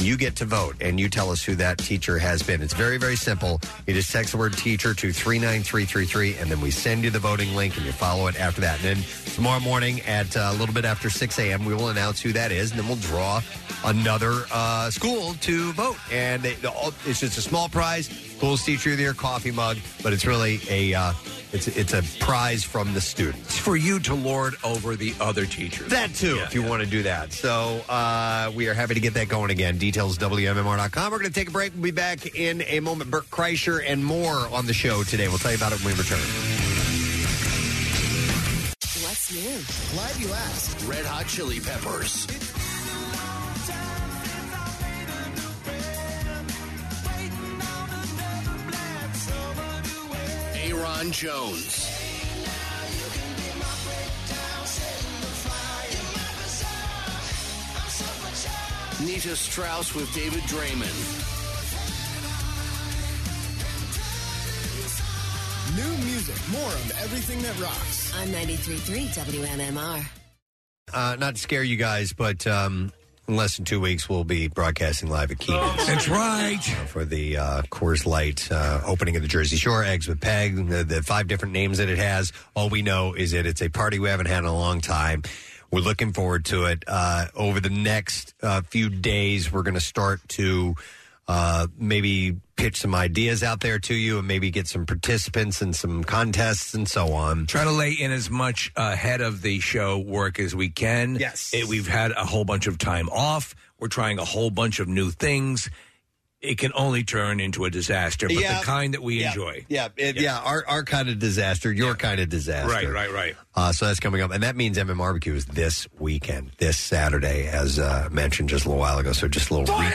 You get to vote and you tell us who that teacher has been. It's very, very simple. You just text the word teacher to 39333 and then we send you the voting link and you follow it after that. And then tomorrow morning at uh, a little bit after 6 a.m., we will announce who that is and then we'll draw another uh, school to vote. And they, the- all- it's just a small prize, coolest teacher of the year coffee mug, but it's really a, uh, it's, it's a prize from the students. It's for you to lord over the other teachers. That too, if you want to do that. So uh, we are happy to get that going again. Details WMMR.com. We're going to take a break. We'll be back in a moment. Bert Kreischer and more on the show today. We'll tell you about it when we return. What's new? Glad you asked. Red Hot Chili Peppers. Aaron Jones. Nita Strauss with David Draymond. New music, more of everything that rocks. On 93.3 WMMR. Uh, not to scare you guys, but um, in less than two weeks, we'll be broadcasting live at Keenan's. That's right. For the uh, Coors Light uh, opening of the Jersey Shore, Eggs with Peg, the, the five different names that it has. All we know is that it's a party we haven't had in a long time. We're looking forward to it. Uh, over the next uh, few days, we're going to start to uh, maybe pitch some ideas out there to you and maybe get some participants and some contests and so on. Try to lay in as much ahead of the show work as we can. Yes. we've had a whole bunch of time off. We're trying a whole bunch of new things. It can only turn into a disaster, but Yeah. the kind that we Yeah. enjoy. Yeah, it- yeah, Our, our kind of disaster, your kind of disaster. Right, right, right. Uh, so that's coming up, and that means MM Barbecue is this weekend, this Saturday, as uh, mentioned just a little while ago. So just a little re-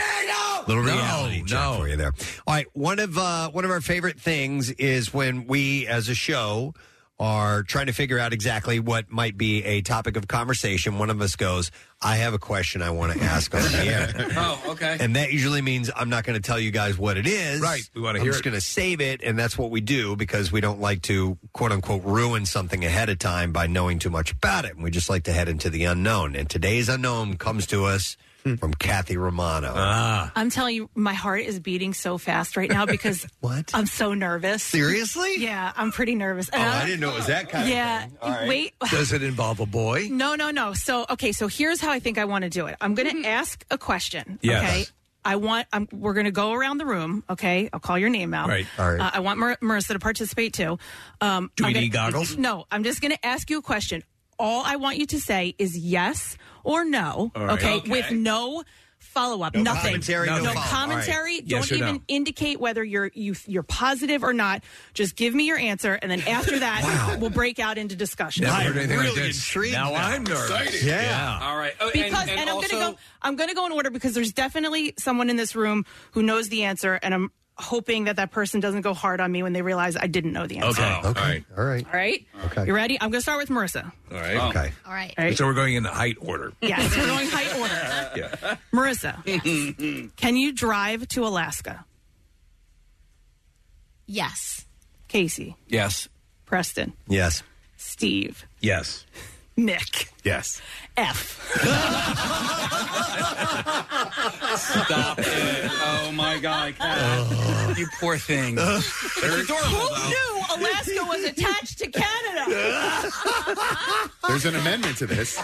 little No, reality check for you there. All right, one of uh, one of our favorite things is when we, as a show, are trying to figure out exactly what might be a topic of conversation. One of us goes, "I have a question I want to ask on the air." oh, okay. And that usually means I'm not going to tell you guys what it is. Right. We wanna I'm hear just it. going to save it, and that's what we do because we don't like to quote unquote ruin something ahead of time by knowing too much about it. And we just like to head into the unknown. And today's unknown comes to us Hmm. from Kathy Romano. Ah. I'm telling you, my heart is beating so fast right now because what? I'm so nervous. Seriously? Yeah, I'm pretty nervous. Oh, And I I'm- didn't know it was that kind Uh-huh. yeah, of thing. All right. Wait. Does it involve a boy? No, no, no. So, okay, so here's how I think I want to do it. I'm going to ask a question. Yes. Okay. I want, I'm, we're going to go around the room. Okay. I'll call your name out. Right. All right. Uh, I want Mar- Marissa to participate too. Um, Do we I'm gonna- need goggles? No, I'm just going to ask you a question. All I want you to say is yes or no. All right. Okay. Okay. With no follow up. No Nothing. commentary, no No follow-up. commentary. All right. Don't Yes or no? even indicate whether you're you, you're positive or not. Just give me your answer, and then after that, we'll break out into discussion. Never heard anything like this. Now, I'm nervous. All right. Oh, Because and, and, and I'm also, gonna go. I'm gonna go in order because there's definitely someone in this room who knows the answer, and I'm hoping that that person doesn't go hard on me when they realize I didn't know the answer. Okay. okay. All right. Oh, All right. Okay. You ready? I'm gonna start with Marissa. All right. Okay. All right. All right. So we're going in the height order. Yes, we're going height order. Marissa, can you drive to Alaska? Yes. Casey, yes. Preston, Yes. Steve, Yes. Nick, Yes. F. Stop it. Oh, my God. Kat. you poor thing. It's adorable, though. Who knew Alaska was attached to Canada? There's an amendment to this.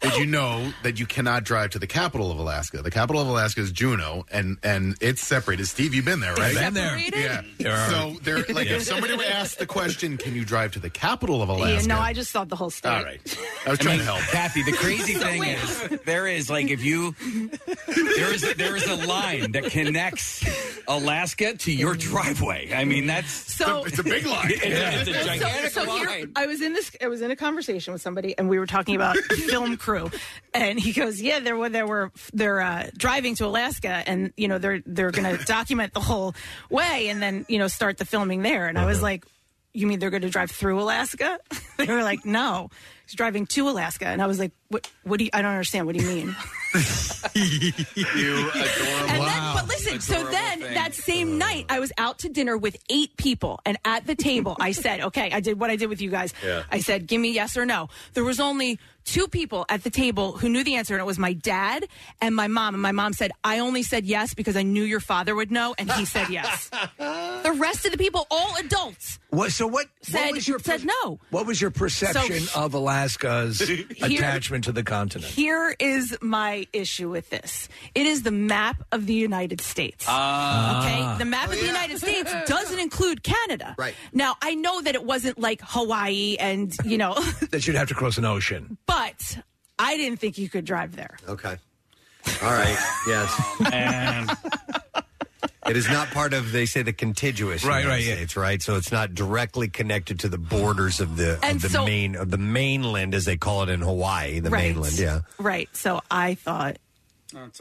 Did you know that you cannot drive to the capital of Alaska? The capital of Alaska is Juneau, and and it's separated. Steve, you've been there, right? It's Been there. separated? Yeah. Yeah. So there, like, Yeah. if somebody were asked the question, "Can you drive to the capital of Alaska?" Yeah, no, I just thought the whole state. All right. I was trying mean, to help. Kathy, the crazy So thing weird. is, there is like if you there is there is a line that connects Alaska to your driveway. I mean, that's So it's a big line. It's a gigantic so, so line. here, I was in this. I was in a conversation with somebody, and we were talking about film crew. And he goes, "Yeah, there were there were they're uh, driving to Alaska, and you know they're they're going to document the whole way, and then you know start the filming there." And I Uh-huh. was like, "You mean they're going to drive through Alaska?" they were like, "No, he's driving to Alaska." And I was like, "What? What do you? I don't understand. What do you mean?" You adorable. And then, but listen, so then that same night, I was out to dinner with eight people, and at the table, I said, okay, I did what I did with you guys. Yeah. I said, give me yes or no. There was only two people at the table who knew the answer, and it was my dad and my mom. And my mom said, I only said yes because I knew your father would know, and he said yes. the rest of the people, all adults, What? So what? said, what was your said no. What was your perception of Alaska's attachment to the continent? Here is my issue with this. It is the map of the United States. Ah. okay, the Oh, map of the United States doesn't include Canada. Right. Now, I know that it wasn't like Hawaii and, you know, That you'd have to cross an ocean. but I didn't think you could drive there. Okay. All right. Yes. it is not part of. They say the contiguous Right, United right, yeah. States, right? So it's not directly connected to the borders of the And of the so- main of the mainland, as they call it in Hawaii, the Right. mainland. Yeah. Right. So I thought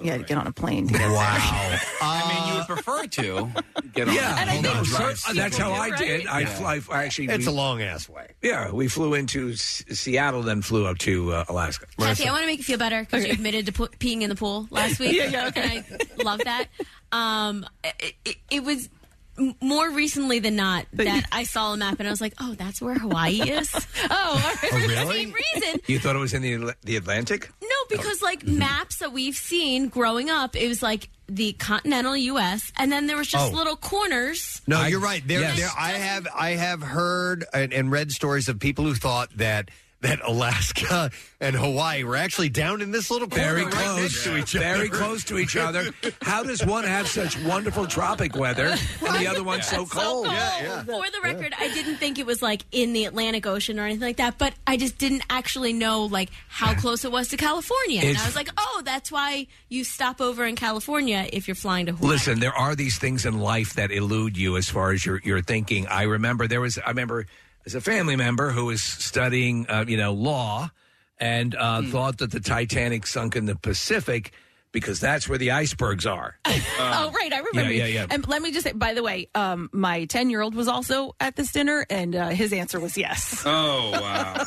you had to get on a plane. to get there. Wow. I mean, you would prefer to get on. Yeah, that hold plane. on. So, that's how I did. I, Yeah. fly, I actually. It's we- a long ass way. Yeah, we flew into S- Seattle, then flew up to uh, Alaska. Kathy, I want to make you feel better because you admitted to pu- peeing in the pool last week. Yeah, yeah, okay. And I love that. Um, it, it, it was m- more recently than not that I saw a map and I was like, oh, that's where Hawaii is. oh, for the same reason. You thought it was in the Atl- the Atlantic? No, because Oh. like maps that we've seen growing up, it was like the continental U.S. and then there was just Oh. little corners. No, you're right. There, yes. there. I have, I have heard and, and read stories of people who thought that that Alaska and Hawaii were actually down in this little corner Very right next close. to each other. Very close to each other. How does one have such wonderful tropic weather and the other one's so cold? For the record, I didn't think it was like in the Atlantic Ocean or anything like that, but I just didn't actually know like how close it was to California. and It's- I was like, oh, that's why you stop over in California if you're flying to Hawaii. Listen, there are these things in life that elude you as far as your your thinking. I remember there was I remember as a family member who was studying uh, you know law and uh, thought that the Titanic sunk in the Pacific because that's where the icebergs are. oh right, I remember. yeah, you. yeah. And let me just say, by the way, um, my ten-year-old was also at this dinner, and uh, his answer was yes. Oh wow!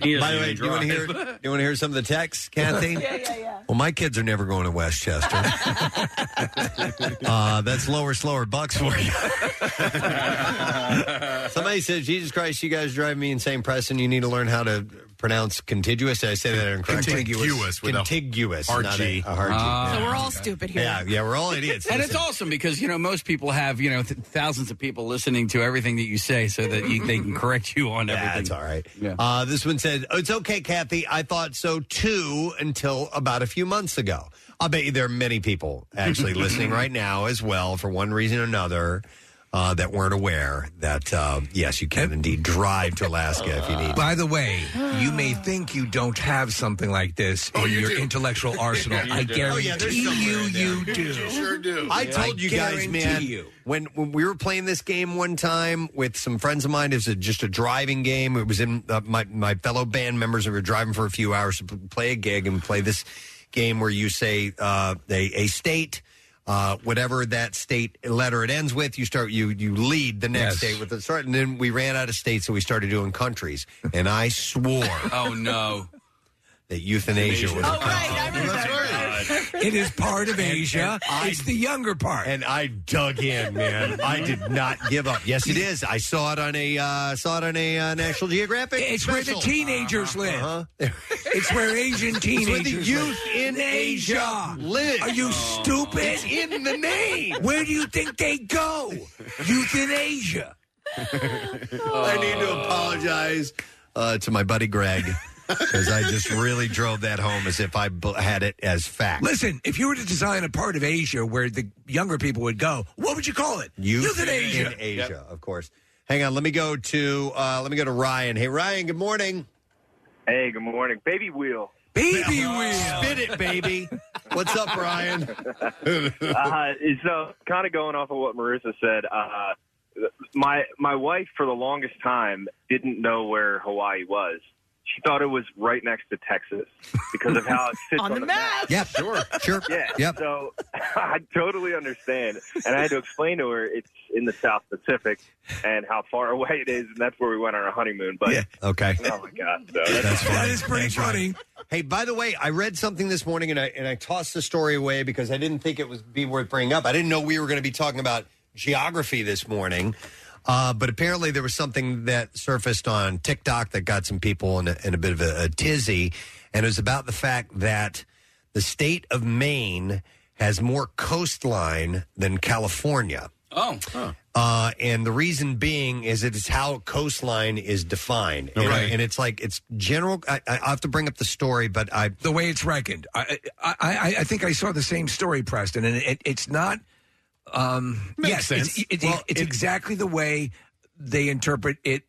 By the way, do you want to hear? Do you want to hear some of the texts, Kathy? Yeah, yeah, yeah. Well, my kids are never going to Westchester. uh, that's lower, slower bucks for you. Somebody says, "Jesus Christ, you guys drive me insane, Preston. You need to learn how to pronounce contiguous." Did I say that incorrectly? Contiguous with a contiguous, not a, RG. a hard G. Ah. Yeah. So we're all stupid here. Yeah, yeah, we're all idiots. and Listen. it's awesome because you know most people have you know th- thousands of people listening to everything that you say, so that you, they can correct you on everything. That's all right. Uh, this one said, oh, "It's okay, Kathy. I thought so too until about a few months ago." I bet you there are many people actually listening right now as well, for one reason or another, uh, that weren't aware that uh, yes, you can indeed drive to Alaska if you need. By the way, you may think you don't have something like this in your intellectual arsenal. Yeah, you I do. guarantee Oh, yeah, there's you, somewhere in there. you do. sure do. I told you guys, man, when when we were playing this game one time with some friends of mine, it was a, just a driving game. It was in uh, my my fellow band members. We were driving for a few hours to p- play a gig and play this game where you say uh, a, a state. Uh, whatever that state letter it ends with, you start you you lead the next Yes. state with the start, and then we ran out of states, so we started doing countries, and I swore Oh no! that euthanasia was. Oh, It is part of Asia. it's the younger part. And I dug in, man. I did not give up. Yes, it is. I saw it on a uh, saw it on a uh, National Geographic. It's where the special. teenagers live. Uh-huh. It's where Asian It's teenagers where the youth live. in Asia live. Are you stupid? It's in the name. Where do you think they go? Youth in Asia. I need to apologize uh, to my buddy Greg because I just really drove that home as if I bl- had it as fact. Listen, if you were to design a part of Asia where the younger people would go, what would you call it? Youth, in Asia. in Asia, of course. Hang on, let me go to uh, let me go to Ryan. Hey, Ryan. Good morning. Hey, good morning, baby wheel. Baby wheel. Spit it, baby. What's up, Ryan? uh, so, kind of going off of what Marissa said, uh, my my wife for the longest time didn't know where Hawaii was. She thought it was right next to Texas because of how it sits on, the, map. Yep, sure, sure. Yeah. Yep. So I totally understand, and I had to explain to her it's in the South Pacific and how far away it is, and that's where we went on our honeymoon. But Okay. oh my god, so that's, That is pretty funny. Hey, by the way, I read something this morning and I and I tossed the story away because I didn't think it was be worth bringing up. I didn't know we were going to be talking about geography this morning. Uh, but apparently, there was something that surfaced on TikTok that got some people in a, in a bit of a, a tizzy, and it was about the fact that the state of Maine has more coastline than California. Oh, Uh, and the reason being is it is how coastline is defined, and, Right. and it's like it's general. I, I I'll have to bring up the story, but I The way it's reckoned. I, I, I, I think I saw the same story, Preston, and it, it's not. Um, Makes yes, sense. It's, it's, Well, it's it- exactly the way they interpret it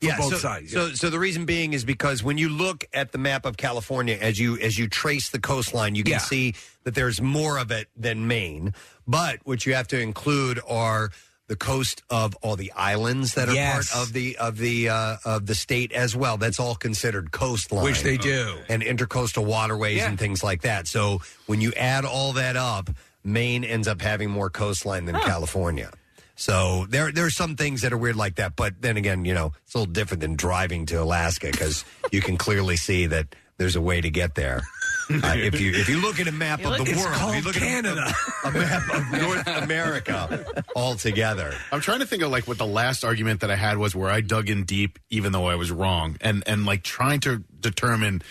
for both so, sides. So, so the reason being is because when you look at the map of California as you as you trace the coastline, you can Yeah. see that there's more of it than Maine. But what you have to include are the coast of all the islands that are Yes. part of the of the uh, of the state as well. That's all considered coastline, Which they do. and intercoastal waterways and things like that. So when you add all that up, Maine ends up having more coastline than California. So there there are some things that are weird like that, but then again, you know, it's a little different than driving to Alaska because you can clearly see that there's a way to get there. Uh, if you if you look at a map of the it's world, if you called look Canada. at a, a map of North America altogether. I'm trying to think of like what the last argument that I had was where I dug in deep, even though I was wrong, and and like trying to determine,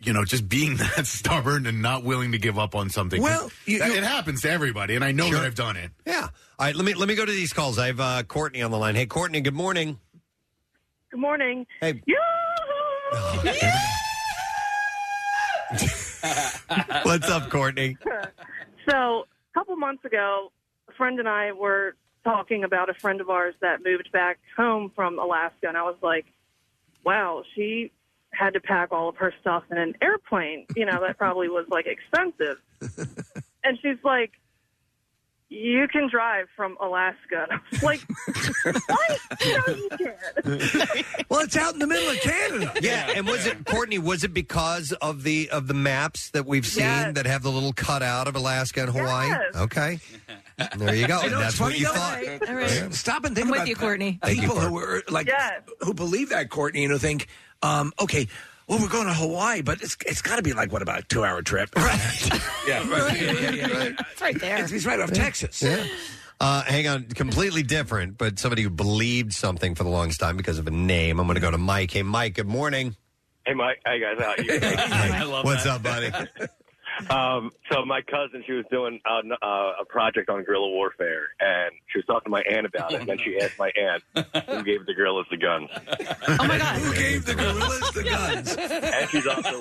you know, just being that stubborn and not willing to give up on something. Well, you- That- you- it happens to everybody, and I know Sure. that I've done it. Yeah. All right, let me let me go to these calls. I have uh, Courtney on the line. Hey Courtney, good morning. Good morning. Hey. Yoo-hoo! Oh. What's up, Courtney? So a couple months ago, a friend and I were talking about a friend of ours that moved back home from Alaska, and I was like, "Wow, she had to pack all of her stuff in an airplane. You know, that probably was like expensive." and she's like, "You can drive from Alaska." And I was like, well, it's out in the middle of Canada. Yeah, and was it Courtney? Was it because of the of the maps that we've seen Yes. that have the little cutout of Alaska and Hawaii? Yes. Okay, there you go. You know, That's it's what funny, you though. thought. All right. Stop and think I'm with about you, Courtney. Thank you, People who Courtney. are like who believe that Courtney and who think, um, okay, well, we're going to Hawaii, but it's it's got to be like what about a two hour trip? Right. yeah. Right. Yeah, yeah, yeah, right. It's right there. It's- it's right off Texas. Yeah. Uh, hang on, completely different, but somebody who believed something for the longest time because of a name. I'm going to go to Mike. Hey, Mike. Good morning. Hey, Mike. Hey, guys. How are you? I love What's up, buddy? um, so my cousin, she was doing uh, n- uh, a project on guerrilla warfare, and she was talking to my aunt about it. And then she asked my aunt who gave the gorillas the guns. Oh my God. Who gave the gorillas the guns? And she's also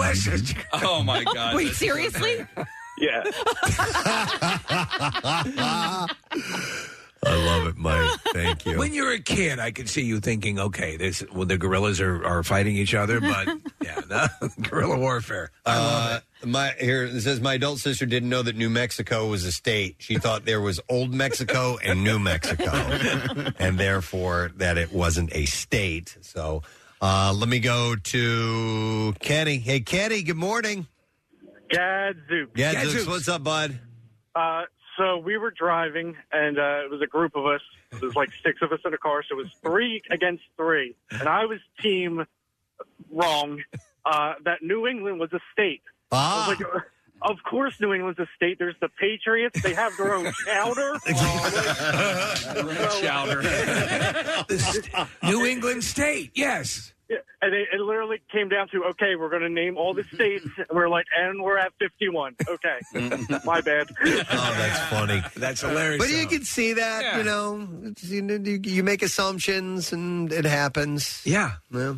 West Oh my God! Wait, that's- seriously? Yeah. I love it, Mike. Thank you. When you're a kid, I could see you thinking, okay, this well, the gorillas are, are fighting each other, but yeah, no, guerrilla warfare. Uh, my here it says my adult sister didn't know that New Mexico was a state. She thought there was Old Mexico and New Mexico, and therefore that it wasn't a state. So uh, let me go to Kenny. Hey, Kenny. Good morning. Gadzooks. Gadzooks. What's up, bud? Uh, so we were driving, and uh, it was a group of us. It was like six of us in a car, so it was three against three. And I was team wrong uh, that New England was a state. Ah. I was like, of course, New England's a state. There's the Patriots. They have their own chowder. chowder. New England State, yes. Yeah, and it, it literally came down to okay, we're going to name all the states. And we're like, and we're at 51. Okay, my bad. Oh, That's funny. That's hilarious. But you can see that, you know, it's- you, know, you- you make assumptions and it happens. Yeah. Uh,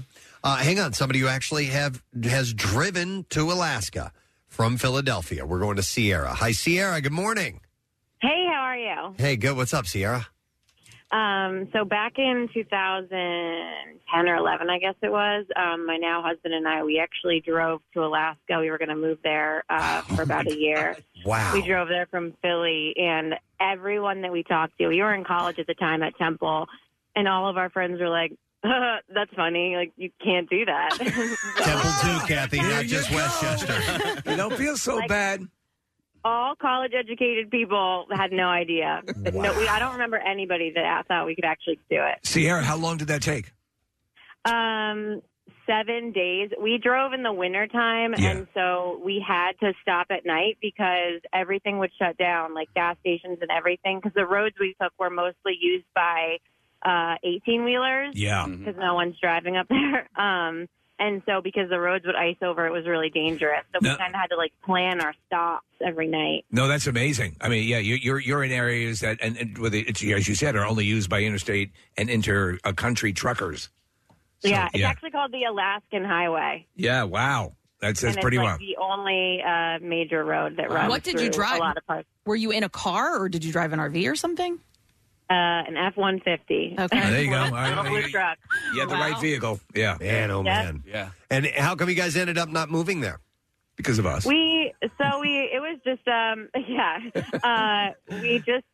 hang on, somebody who actually have has driven to Alaska from Philadelphia. We're going to Sierra. Hi, Sierra. Good morning. Hey, how are you? Hey, good. What's up, Sierra? Um, so back in 2010 or 11, I guess it was, um, my now husband and I, we actually drove to Alaska. We were going to move there uh, Oh for about a year. Wow. We drove there from Philly, and everyone that we talked to, we were in college at the time at Temple, and all of our friends were like, that's funny. Like, you can't do that. Temple too, Kathy, not just Westchester. You don't feel so bad. all college educated people had no idea. No, we, I don't remember anybody that thought we could actually do it. Sierra, how long did that take? Um, seven days. We drove in the wintertime, Yeah. and so we had to stop at night because everything would shut down, like gas stations and everything, because the roads we took were mostly used by uh, 18 wheelers. Yeah. Mm-hmm. Because no one's driving up there. Um, and so because the roads would ice over, it was really dangerous. So No. we kind of had to like plan our stops every night. No, that's amazing. I mean, yeah, you, you're you're in areas that and, and with it, it's, as you said are only used by interstate and inter uh, country truckers. yeah, it's yeah. actually called the Alaskan Highway. Yeah, wow, that's and that's it's pretty like wild. the only uh, major road that runs. What did you through drive? A lot of parts. Were you in a car or did you drive an RV or something? Uh, an F one fifty. Okay. there you go. All right. Blue truck. You had the right vehicle. Yeah. Man, oh Yeah. man. Yeah. And how come you guys ended up not moving there? Because of us. We so we it was just um yeah uh, we just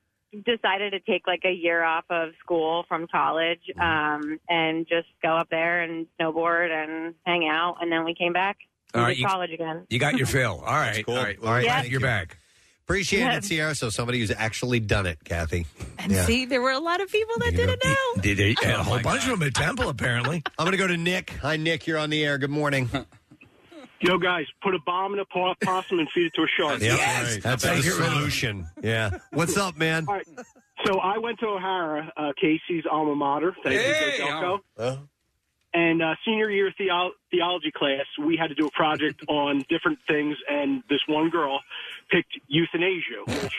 decided to take like a year off of school from college um, and just go up there and snowboard and hang out and then we came back All We right, did you- college again. You got your fill. All right. All right. All right, Yeah. thank You're you. back. Appreciate it, Sierra. So somebody who's actually done it, Kathy. And see, there were a lot of people that didn't know. Did they, a whole Oh, my bunch of them at Temple, apparently. I'm going to go to Nick. Hi, Nick. You're on the air. Good morning. Yo, guys, put a bomb in a po- possum and feed it to a shark. Yeah, That's the solution. Yeah. What's up, man? All right. So I went to O'Hara, uh, Casey's alma mater. Thank Hey, you, Coach Elko. Uh, And uh, senior year theo- theology class, we had to do a project on different things, and this one girl picked euthanasia, which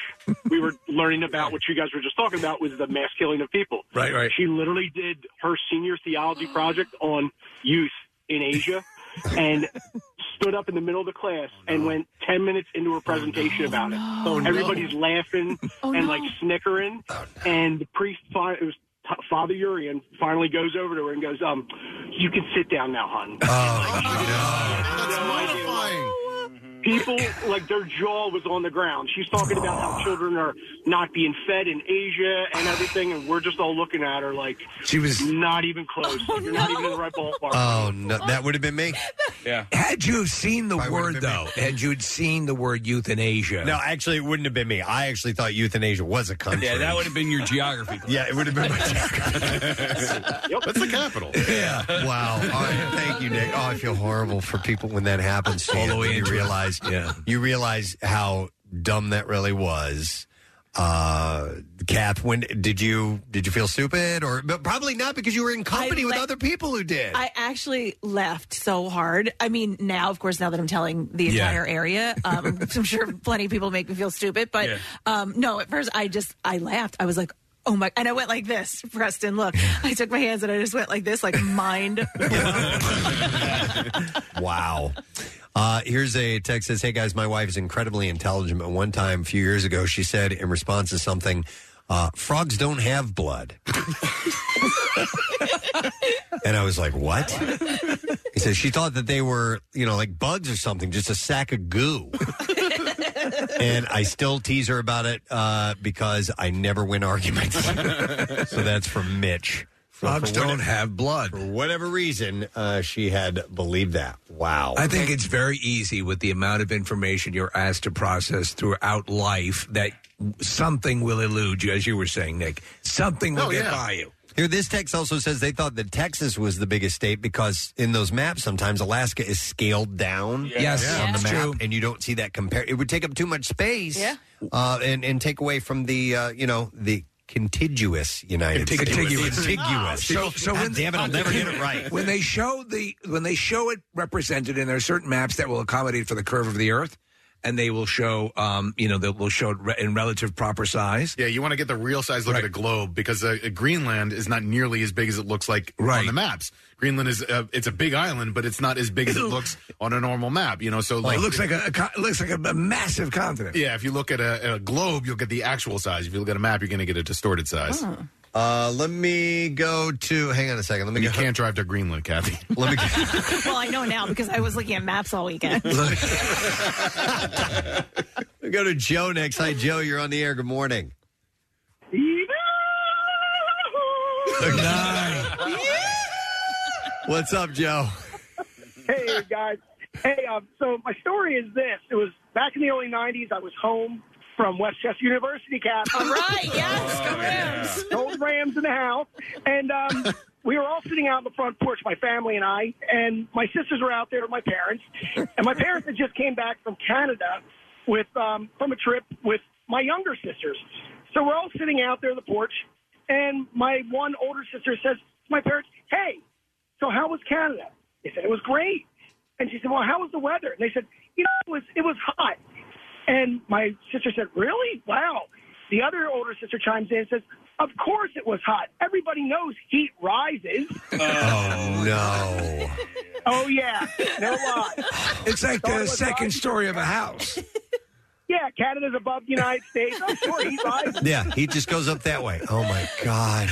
we were learning about, what you guys were just talking about, was the mass killing of people. Right, right. She literally did her senior theology project on youth in Asia and stood up in the middle of the class and went 10 minutes into her presentation about it. Oh, no. Oh, Everybody's laughing and like snickering. And the priest, fi- it was t- Father Urian, finally goes over to her and goes, um, You can sit down now, hon. Oh, People, like, their jaw was on the ground. She's talking about how children are not being fed in Asia and everything, and we're just all looking at her like, She was- not even close. You're not even in the right ballpark. Oh no, that would have been me. Yeah. Had you seen the word though, had you seen the word euthanasia, No, actually, it wouldn't have been me. I actually thought euthanasia was a country. Yeah, that would have been your geography. Yeah, it would have been. That's the capital. Yeah. Wow. All right. Thank you, Nick. Oh, I feel horrible for people when that happens. to All you. the way you into it. realize. Yeah. You realize how dumb that really was. Uh, Kath, when did you did you feel stupid or but probably not because you were in company with other people who did. I actually laughed so hard. I mean, now, of course, now that I'm telling the Yeah. entire area, um, I'm sure plenty of people make me feel stupid. But Yeah. um, no, at first I just I laughed. I was like. Oh my! And I went like this, Preston. Look, I took my hands and I just went like this, like mind. Wow. Uh, here's a text says, "Hey guys, my wife is incredibly intelligent. But one time, a few years ago, she said in response to something, uh, frogs don't have blood." and I was like, "What?" He says she thought that they were, you know, like bugs or something, just a sack of goo. and I still tease her about it uh, because I never win arguments. so that's from Mitch. So Frogs for what- don't have blood. For whatever reason, uh, she had believed that. Wow. I think it's very easy with the amount of information you're asked to process throughout life that something will elude you, as you were saying, Nick. Something Oh, will get by you. Here, this text also says they thought that Texas was the biggest state because in those maps, sometimes Alaska is scaled down. Yeah. Yes, on the it's map, true. and you don't see that compare. It would take up too much space, Yeah. uh, and and take away from the uh, you know the contiguous United Contiguous. States. Contiguous. So, so God when, damn it, I'll never get it right. When they show the when they show it represented, and there are certain maps that will accommodate for the curve of the Earth, and they will show, um, you know, they will show it re- in relative proper size. Yeah, you want to get the real size look at a globe because uh, Greenland is not nearly as big as it looks like on the maps. Greenland is uh, it's a big island, but it's not as big as it looks on a normal map. You know, so Oh, it looks like a, a con- it looks like a, a massive continent. yeah. If you look at a, a globe, you'll get the actual size. If you look at a map, you're going to get a distorted size. Uh, let me go to. Hang on a second. Let me. You can't drive to Greenland, Kathy. Let me. well, I know now because I was looking at maps all weekend. We go to Joe next. Hi, Joe. You're on the air. Good morning. What's up, Joe? hey guys. Hey, um, so my story is this: it was back in the early '90s. I was home from Westchester University, Cap. All right, yes, go Rams. Old Rams in the house, and um, we were all sitting out on the front porch, my family and I, and my sisters were out there with my parents, and my parents had just came back from Canada with um, from a trip with my younger sisters. So we're all sitting out there on the porch, and my one older sister says to my parents, "Hey, so how was Canada? They said it was great. And she said, well, how was the weather? And they said, you know, it was it was hot. And my sister said, really? Wow. The other older sister chimes in and says, of course it was hot. Everybody knows heat rises. Uh. Oh no. oh yeah, no lie. It's like So it the was second hot. story of a house. Yeah, Canada's above the United States. I'm sure heat rises. Yeah, he just goes up that way. Oh my god,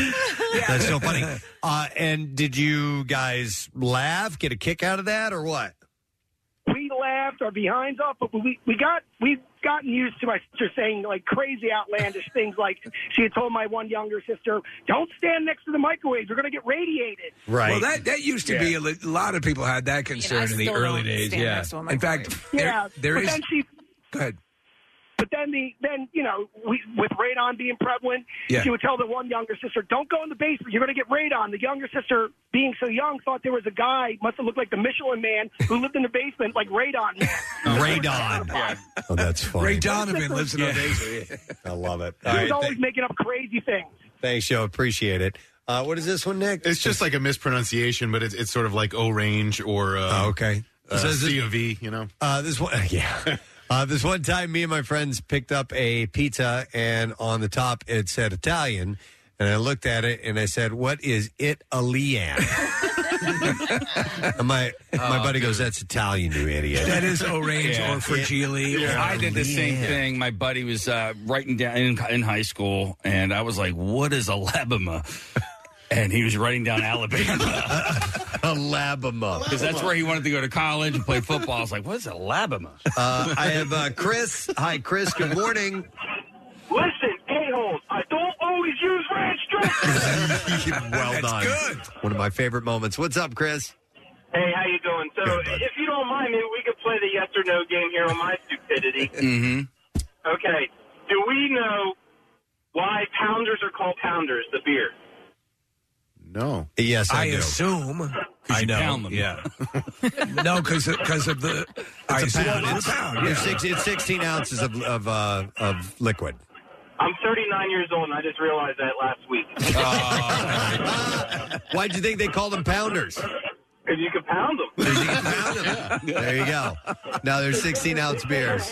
that's so funny. Uh, and did you guys laugh, get a kick out of that, or what? we laughed our behinds off, but we we got we've gotten used to my sister saying like crazy outlandish things. Like she had told my one younger sister, "Don't stand next to the microwave; you're going to get radiated." Well, that that used to be a li- lot of people had that concern in the still early don't days. stand Yeah. next to a In fact, yeah. there but is. then she, Go ahead. but then the then you know we, with radon being prevalent, Yeah. she would tell the one younger sister, "Don't go in the basement; you're going to get radon." The younger sister, being so young, thought there was a guy must have looked like the Michelin Man who lived in the basement, like radon man. Radon. Oh, that's funny. Ray Donovan lives in our I love it. He All was right, always th- making up crazy things. thanks, Joe. Appreciate it. Uh, what is this one, Nick? It's just like a mispronunciation, but it's, it's sort of like O range or uh, Oh, okay. Uh, So is it- C of E. You know, Uh, this one, yeah. Uh, this one time, me and my friends picked up a pizza, and on the top it said Italian. And I looked at it and I said, "What is it, Alian?" and my my buddy goes, "That's Italian, you idiot." That is orange or fragile. Yeah. I did the same Yeah. thing. My buddy was uh, writing down in, in high school, and I was like, "What is Alabama?" And he was writing down Alabama. Alabama. Because that's where he wanted to go to college and play football. I was like, what is Alabama? Uh, I have uh, Chris. Hi, Chris. Good morning. Listen, a-holes, I don't always use ranch well done. One of my favorite moments. What's up, Chris? Hey, how you doing? So, Good, bud. if you don't mind, maybe we could play the yes or no game here on my stupidity. Mm-hmm. Okay, do we know why pounders are called pounders? The beer. No. Yes, I, I do. assume. I know. Yeah. no, because because of the. It's a pound. assume- It's, it's six- it's 16 ounces of of, uh, of liquid. I'm 39 years old, and I just realized that last week. Why'd you think they call them pounders? Because you can pound them. There you go. Now there's 16 ounce beers.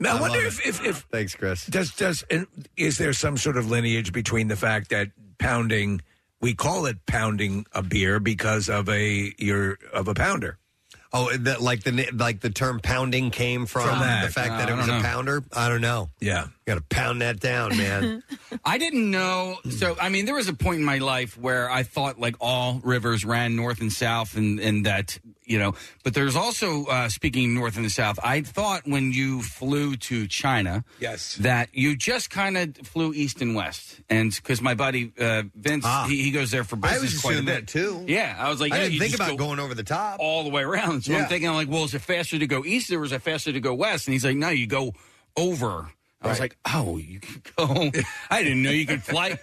Now, I I wonder love if, if, if Thanks, Chris. does does and is there some sort of lineage between the fact that pounding we call it pounding a beer because of a you're of a pounder. Oh, that like the na- like the term pounding came from, From that. the fact Uh, that I it was don't a know. pounder. I don't know. Yeah, got to pound that down, man. I didn't know. So, I mean, there was a point in my life where I thought like all rivers ran north and south, and and that you know. But there's also uh, speaking north and south. I thought when you flew to China, Yes. that you just kind of flew east and west, and because my buddy uh, Vince, he, he goes there for Ah. I business. was quite a assuming that bit. too. Yeah, I was like, I yeah, didn't you think just about go going over the top all the way around. So Yeah. I'm thinking, I'm like, well, is it faster to go east or is it faster to go west? And he's like, no, you go over. I was like, oh, you can go. I didn't know you could fly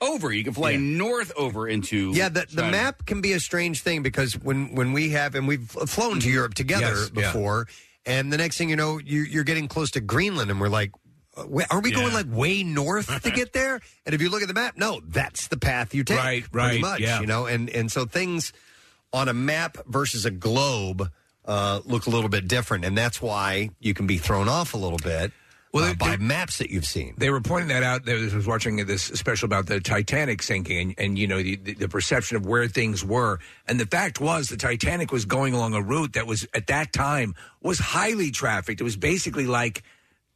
over. You can fly north over into. Yeah, the, the China. map can be a strange thing because when when we have and we've flown to Europe together Yes, yeah. before, and the next thing you know, you, you're getting close to Greenland, and we're like. uh, wh- Are we going Yeah. like way north to get there? And if you look at the map, no, that's the path you take. Right, pretty right, much, yeah. You know, and and so things on a map versus a globe uh, look a little bit different, and that's why you can be thrown off a little bit uh, by maps that you've seen. They were pointing that out. There was I was watching this special about the Titanic sinking, and, and you know the, the, the perception of where things were. And the fact was, the Titanic was going along a route that was at that time was highly trafficked. It was basically like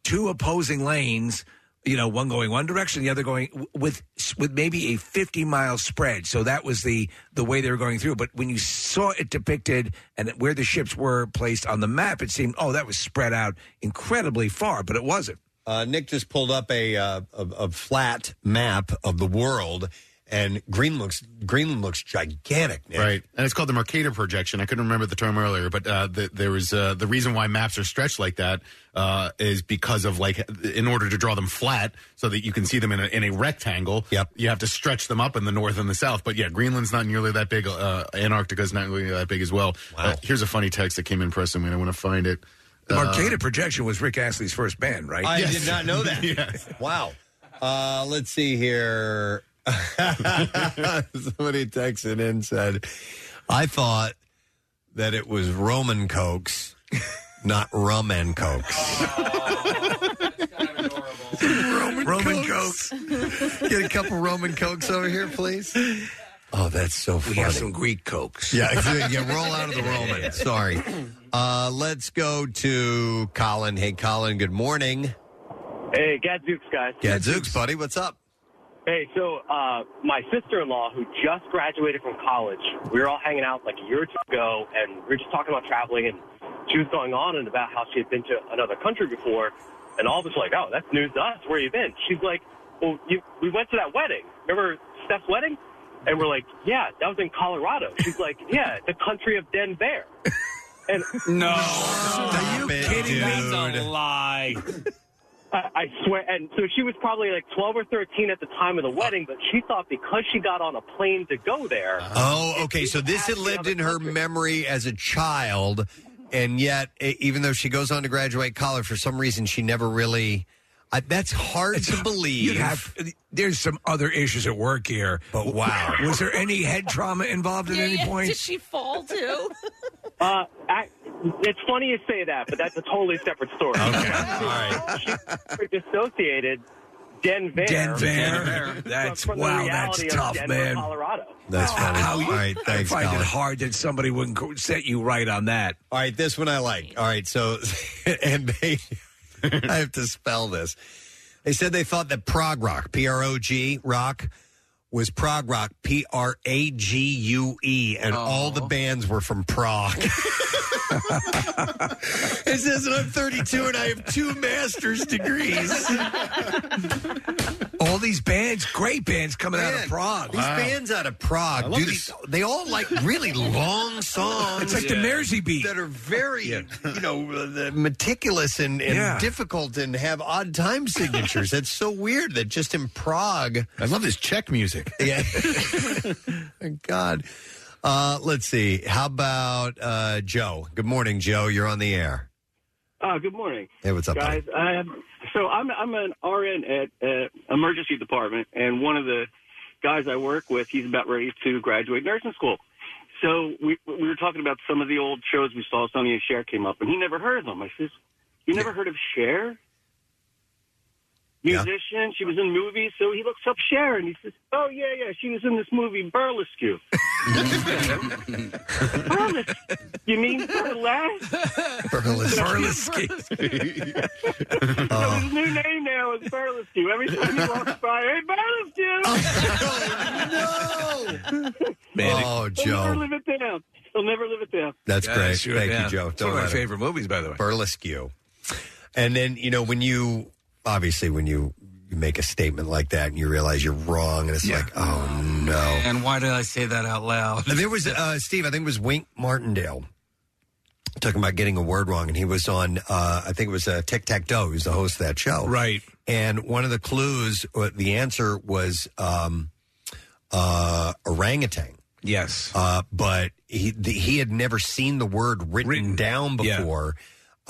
two opposing lanes, you know, one going one direction, the other going with with maybe a fifty mile spread. So that was the the way they were going through. But when you saw it depicted and where the ships were placed on the map, it seemed oh that was spread out incredibly far, but it wasn't. Uh, Nick just pulled up a, uh, a a flat map of the world, and Green looks Greenland looks gigantic. Nick. Right, and it's called the Mercator projection. I couldn't remember the term earlier, but uh, the, there was uh, the reason why maps are stretched like that uh, is because of like in order to draw them flat so that you can see them in a, in a rectangle. Yep. you have to stretch them up in the north and the south. But yeah, Greenland's not nearly that big. Uh, Antarctica's not nearly that big as well. Wow. here's a funny text that came in press. I mean, I want to find it. The Uh, Mercator Projection was Rick Astley's first band, right? I did not know that. Wow. Uh, let's see here. Somebody texted in said, "I thought that it was Roman cokes, not rum and cokes." Oh, Roman, cokes. Get a couple Roman cokes over here, please. Oh, that's so funny. We have some Greek cokes. Yeah, exa- yeah, roll out of the Roman. Sorry. Uh, let's go to Colin. Hey, Colin, good morning. Hey, Gadzooks, guys. Gadzooks, buddy, what's up? Hey, so uh, my sister-in-law, who just graduated from college, we were all hanging out like a year or two ago, and we were just talking about traveling, and she was going on and about how she had been to another country before, and all of us were like, oh, that's news to us. Where you been? She's like, well, you, we went to that wedding. Remember Steph's wedding? And we're like, yeah, that was in Colorado. She's like, yeah, the country of Den Bear. And no, are you kidding me? That's a lie. I, I swear. And so she was probably like 12 or 13 at the time of the wedding, but she thought because she got on a plane to go there. Oh, okay. So this had lived in her memory as a child, and yet, e- even though she goes on to graduate college, for some reason, she never really. I, that's hard to believe. You have there's some other issues at work here. But wow, was there any head trauma involved at any point? she fall too? Uh, I, It's funny you say that, but that's a totally separate story. Okay, all right. dissociated Den Vare. Den Vare. from- That's- from the wow, that's reality of tough, Denver, man. Colorado. That's funny. How you- All right, thanks, I find Colin. it hard that somebody wouldn't co- set you right on that. All right, this one I like. All right, so and they, I have to spell this. They said they thought that prog rock, P R O G rock, was prog rock, P R A G U E, and Oh. all the bands were from Prague. it says that I'm 32 and I have two master's degrees. All these bands, great bands coming out Man, of Prague. These bands out of Prague, do these, they all like really long songs. It's like the Mersey beat. that are very, you know, uh, the- meticulous and, and Yeah. difficult and have odd time signatures. That's so weird that just in Prague. I love this Czech music. Yeah. My God. Uh, let's see. How about uh, Joe? Good morning, Joe. You're on the air. Uh, good morning. Hey, what's up, guys? Um, so I'm I'm an RN at uh, emergency department, and one of the guys I work with, he's about ready to graduate nursing school. So we we were talking about some of the old shows we saw. Sonny and Cher came up, and he never heard of them. I says, "You never heard of Cher? Musician. She was in movies." So he looks up Cher, and he says, "Oh yeah, yeah, she was in this movie Burlesque." Burlesque? You mean burlesque? So Oh. his new name now is Burlesque. Every time he walks by, hey, Burlesque! no! oh, He'll never Joe. live it down. He'll never live it down. That's Yeah, great. sure, Thank yeah. you, Joe. It's one of my favorite movies, by the way. Burlesque. And then, you know, when you, obviously, when you you make a statement like that and you realize you're wrong, and it's like, oh, no. And why did I say that out loud? There was uh, Steve. I think it was Wink Martindale talking about getting a word wrong, and he was on. Uh, I think it was uh, Tic Tac Toe. He was the host of that show, Right. And one of the clues, uh, the answer was um, uh, orangutan. Yes, uh, but he the, he had never seen the word written, down before.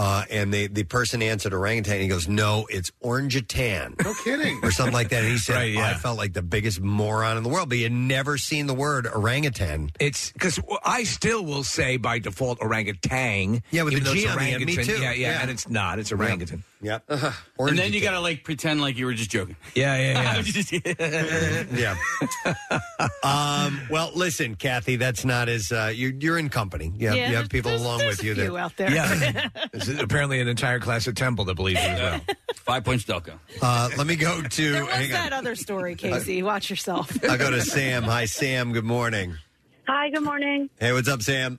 Uh, and the, the person answered orangutan. And he goes, "No, it's orangutan." No kidding. or something like that. And he said, Right, yeah. "I felt like the biggest moron in the world, but he had never seen the word orangutan." It's because I still will say by default orangutan. Yeah, with even the though it's G on the end, me orangutan. too. Yeah, yeah, Yeah. and it's not. It's orangutan. Yep. and then you got to like pretend like you were just joking. Yeah, yeah, yeah. yeah. um, well, listen, Kathy, that's not as uh, you're, you're in company. You have, Yeah, you there's- have people there's- along there's with a you few that out there. Yeah. There's apparently an entire class at Temple that believes it as well. Five Punch Delco. Uh, let me go to. There was hang on. that other story, Casey. Watch yourself. I go to Sam. Hi, Sam. Good morning. Hi, good morning. Hey, what's up, Sam?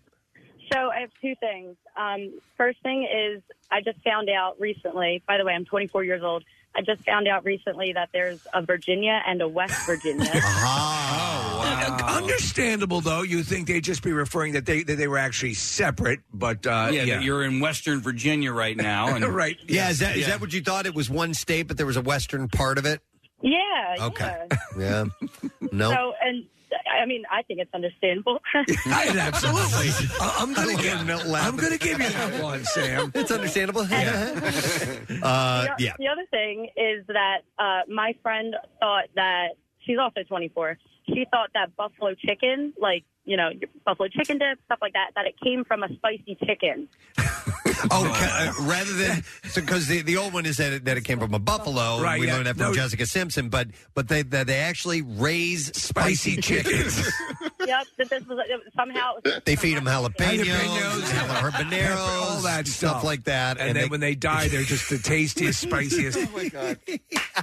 So I have two things. Um, first thing is I just found out recently. By the way, I'm 24 years old. I just found out recently that there's a Virginia and a West Virginia. Uh-huh. Oh, Understandable, though. You think they'd just be referring that they that they were actually separate, but uh, yeah, that you're in Western Virginia right now, and right. Yeah, is that is Yeah. that what you thought? It was one state, but there was a western part of it. Uh, yeah. Okay. Yeah. Yeah. No. So and I mean I think it's understandable. absolutely. I'm gonna give, I'm gonna give you that one, Sam. It's understandable. The Uh, o- yeah. The other thing is that uh, my friend thought that she's also 24. She thought that buffalo chicken, like you know, your buffalo chicken dip, stuff like that, that it came from a spicy chicken. Okay. uh, rather than because the, the old one is that it, that it came from a buffalo. Right, and we yeah. learned that from No. Jessica Simpson, but but they they, they actually raise spicy chickens. yep, that this was it was- somehow. It was, they feed them jalapenos, Jalapenos, jala- habaneros, all that stuff, stuff. like that. And, then when they die, they're just the tastiest, spiciest.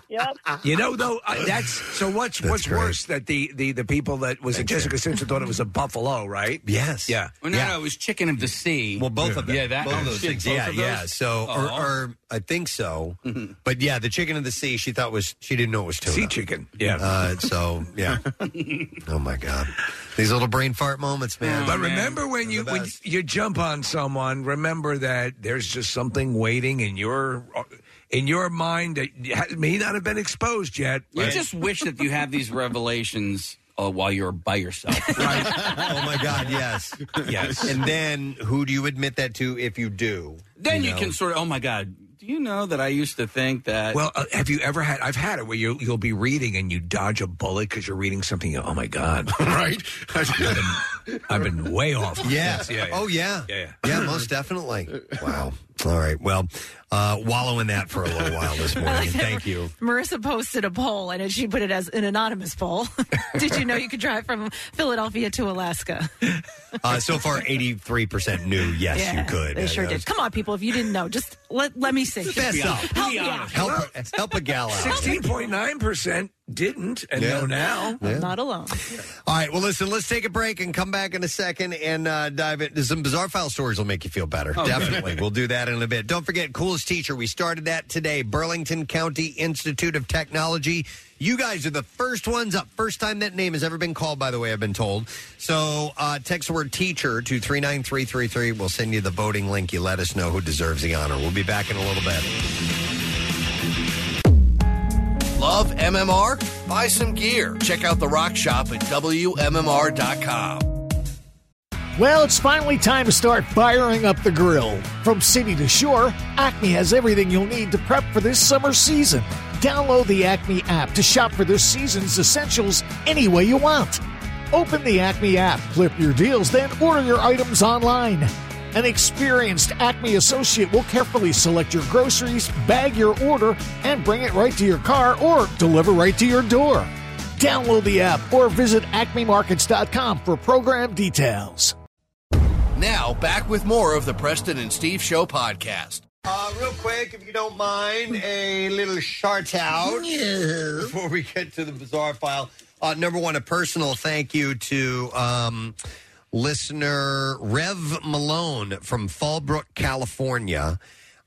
yep. Oh, You know, though, I, that's so. What's what's great. worse that the the the people that was it Jessica Simpson thought it was a buffalo, right? Yes. Yeah. Well, no, no, it was Chicken of the Sea. Well, both of them. Yeah, that both of those shit, things. both yeah, of yeah. those? So, or, Oh. or I think so. But yeah, the chicken of the sea. She thought was she didn't know it was tuna. Sea chicken. Yeah. Uh, so yeah. oh my God, these little brain fart moments, man. but remember when you when you jump on someone, remember that there's just something waiting in your in your mind that ha- may not have been exposed yet. You but- just wish that you have these revelations uh, while you're by yourself. oh my God, yes, Yes. And then who do you admit that to if you do? Then you, know? can sort of, oh my God, do Do you know that I used to think that? Well, uh, have you ever had? I've had it where you you'll be reading and you dodge a bullet because you're reading something. you go, Oh my god! right? I've been, I've been way off. on Yeah. this. yeah. Oh, yeah. Yeah. Yeah, most definitely. Wow. All right. Well, uh, wallow in that for a little while this morning. like that Thank you. Marissa posted a poll, and she put it as an anonymous poll. Did you know you could drive from Philadelphia to Alaska? Uh, so far, 83% knew yes, Yeah, you could. They Uh, sure did. Come on, people. If you didn't know, just let let me sing. Fess up. Help me out. Help, help a gal out. Sixteen point nine percent didn't and Yeah. know now. Yeah. Not alone. All right. Well, listen, let's take a break and come back in a second and uh, dive into some bizarre file stories will make you feel better. Oh, Definitely. good. We'll do that in a bit. Don't forget, coolest teacher. We started that today, Burlington County Institute of Technology. You guys are the first ones up. First time that name has ever been called, by the way, I've been told. So uh, text the word teacher to 39333. We'll send you the voting link. You let us know who deserves the honor. We'll be back in a little bit. Love MMR? Buy some gear. Check out the rock shop at WMMR.com. Well, it's finally time to start firing up the grill. From city to shore, Acme has everything you'll need to prep for this summer season. Download the Acme app to shop for this season's essentials any way you want. Open the Acme app, clip your deals, then order your items online. An experienced Acme associate will carefully select your groceries, bag your order, and bring it right to your car or deliver right to your door. Download the app or visit acmemarkets.com for program details. Now, back with more of the Preston and Steve Show podcast. Uh, real quick, if you don't mind, a little shout out before we get to the bizarre file. Uh, number one, a personal thank you to um, listener Rev Malone from Fallbrook, California.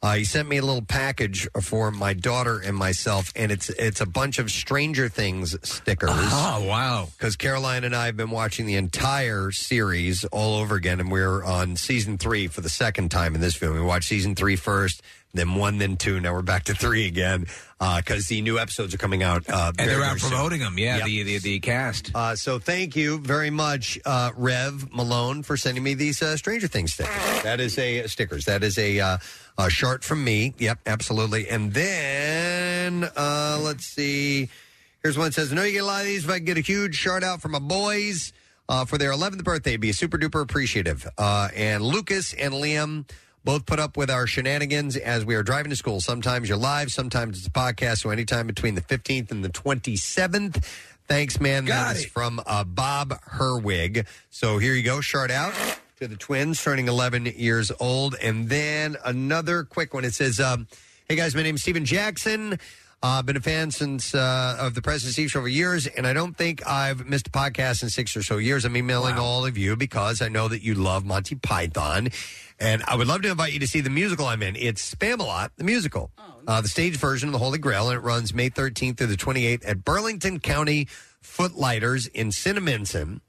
Uh, he sent me a little package for my daughter and myself, and it's it's a bunch of Stranger Things stickers. Oh wow! Because Caroline and I have been watching the entire series all over again, and we're on season three for the second time in this film. We watched season three first, then one, then two. Now we're back to three again because the new episodes are coming out. Uh, And very, they're out very soon. promoting them. Yeah, Yep. the, the the cast. Uh, so thank you very much, uh, Rev Malone, for sending me these uh, Stranger Things stickers. That is a uh, stickers. That is a, uh, a shart from me. Yep, absolutely. And then uh, let's see. Here's one that says, "I know you get a lot of these. If I can get a huge shart out for my boys uh, for their 11th birthday, it'd be super duper appreciative." Uh, and Lucas and Liam. Both put up with our shenanigans as we are driving to school. Sometimes you're live, sometimes it's a podcast. So anytime between the 15th and the 27th, Thanks, man. that is from uh, Bob Herwig. So here you go. Shout out to the twins turning 11 years old. And then another quick one. It says, um, Hey guys, my name's Steven Jackson. I've uh, been a fan since uh, of the President Steve Show for years, and I don't think I've missed a podcast in six or so years. I'm emailing all of you because I know that you love Monty Python, and I would love to invite you to see the musical I'm in. It's Spamalot, the musical, uh, the stage version of the Holy Grail, and it runs May 13th through the 28th at Burlington County Footlighters in Cinnaminson.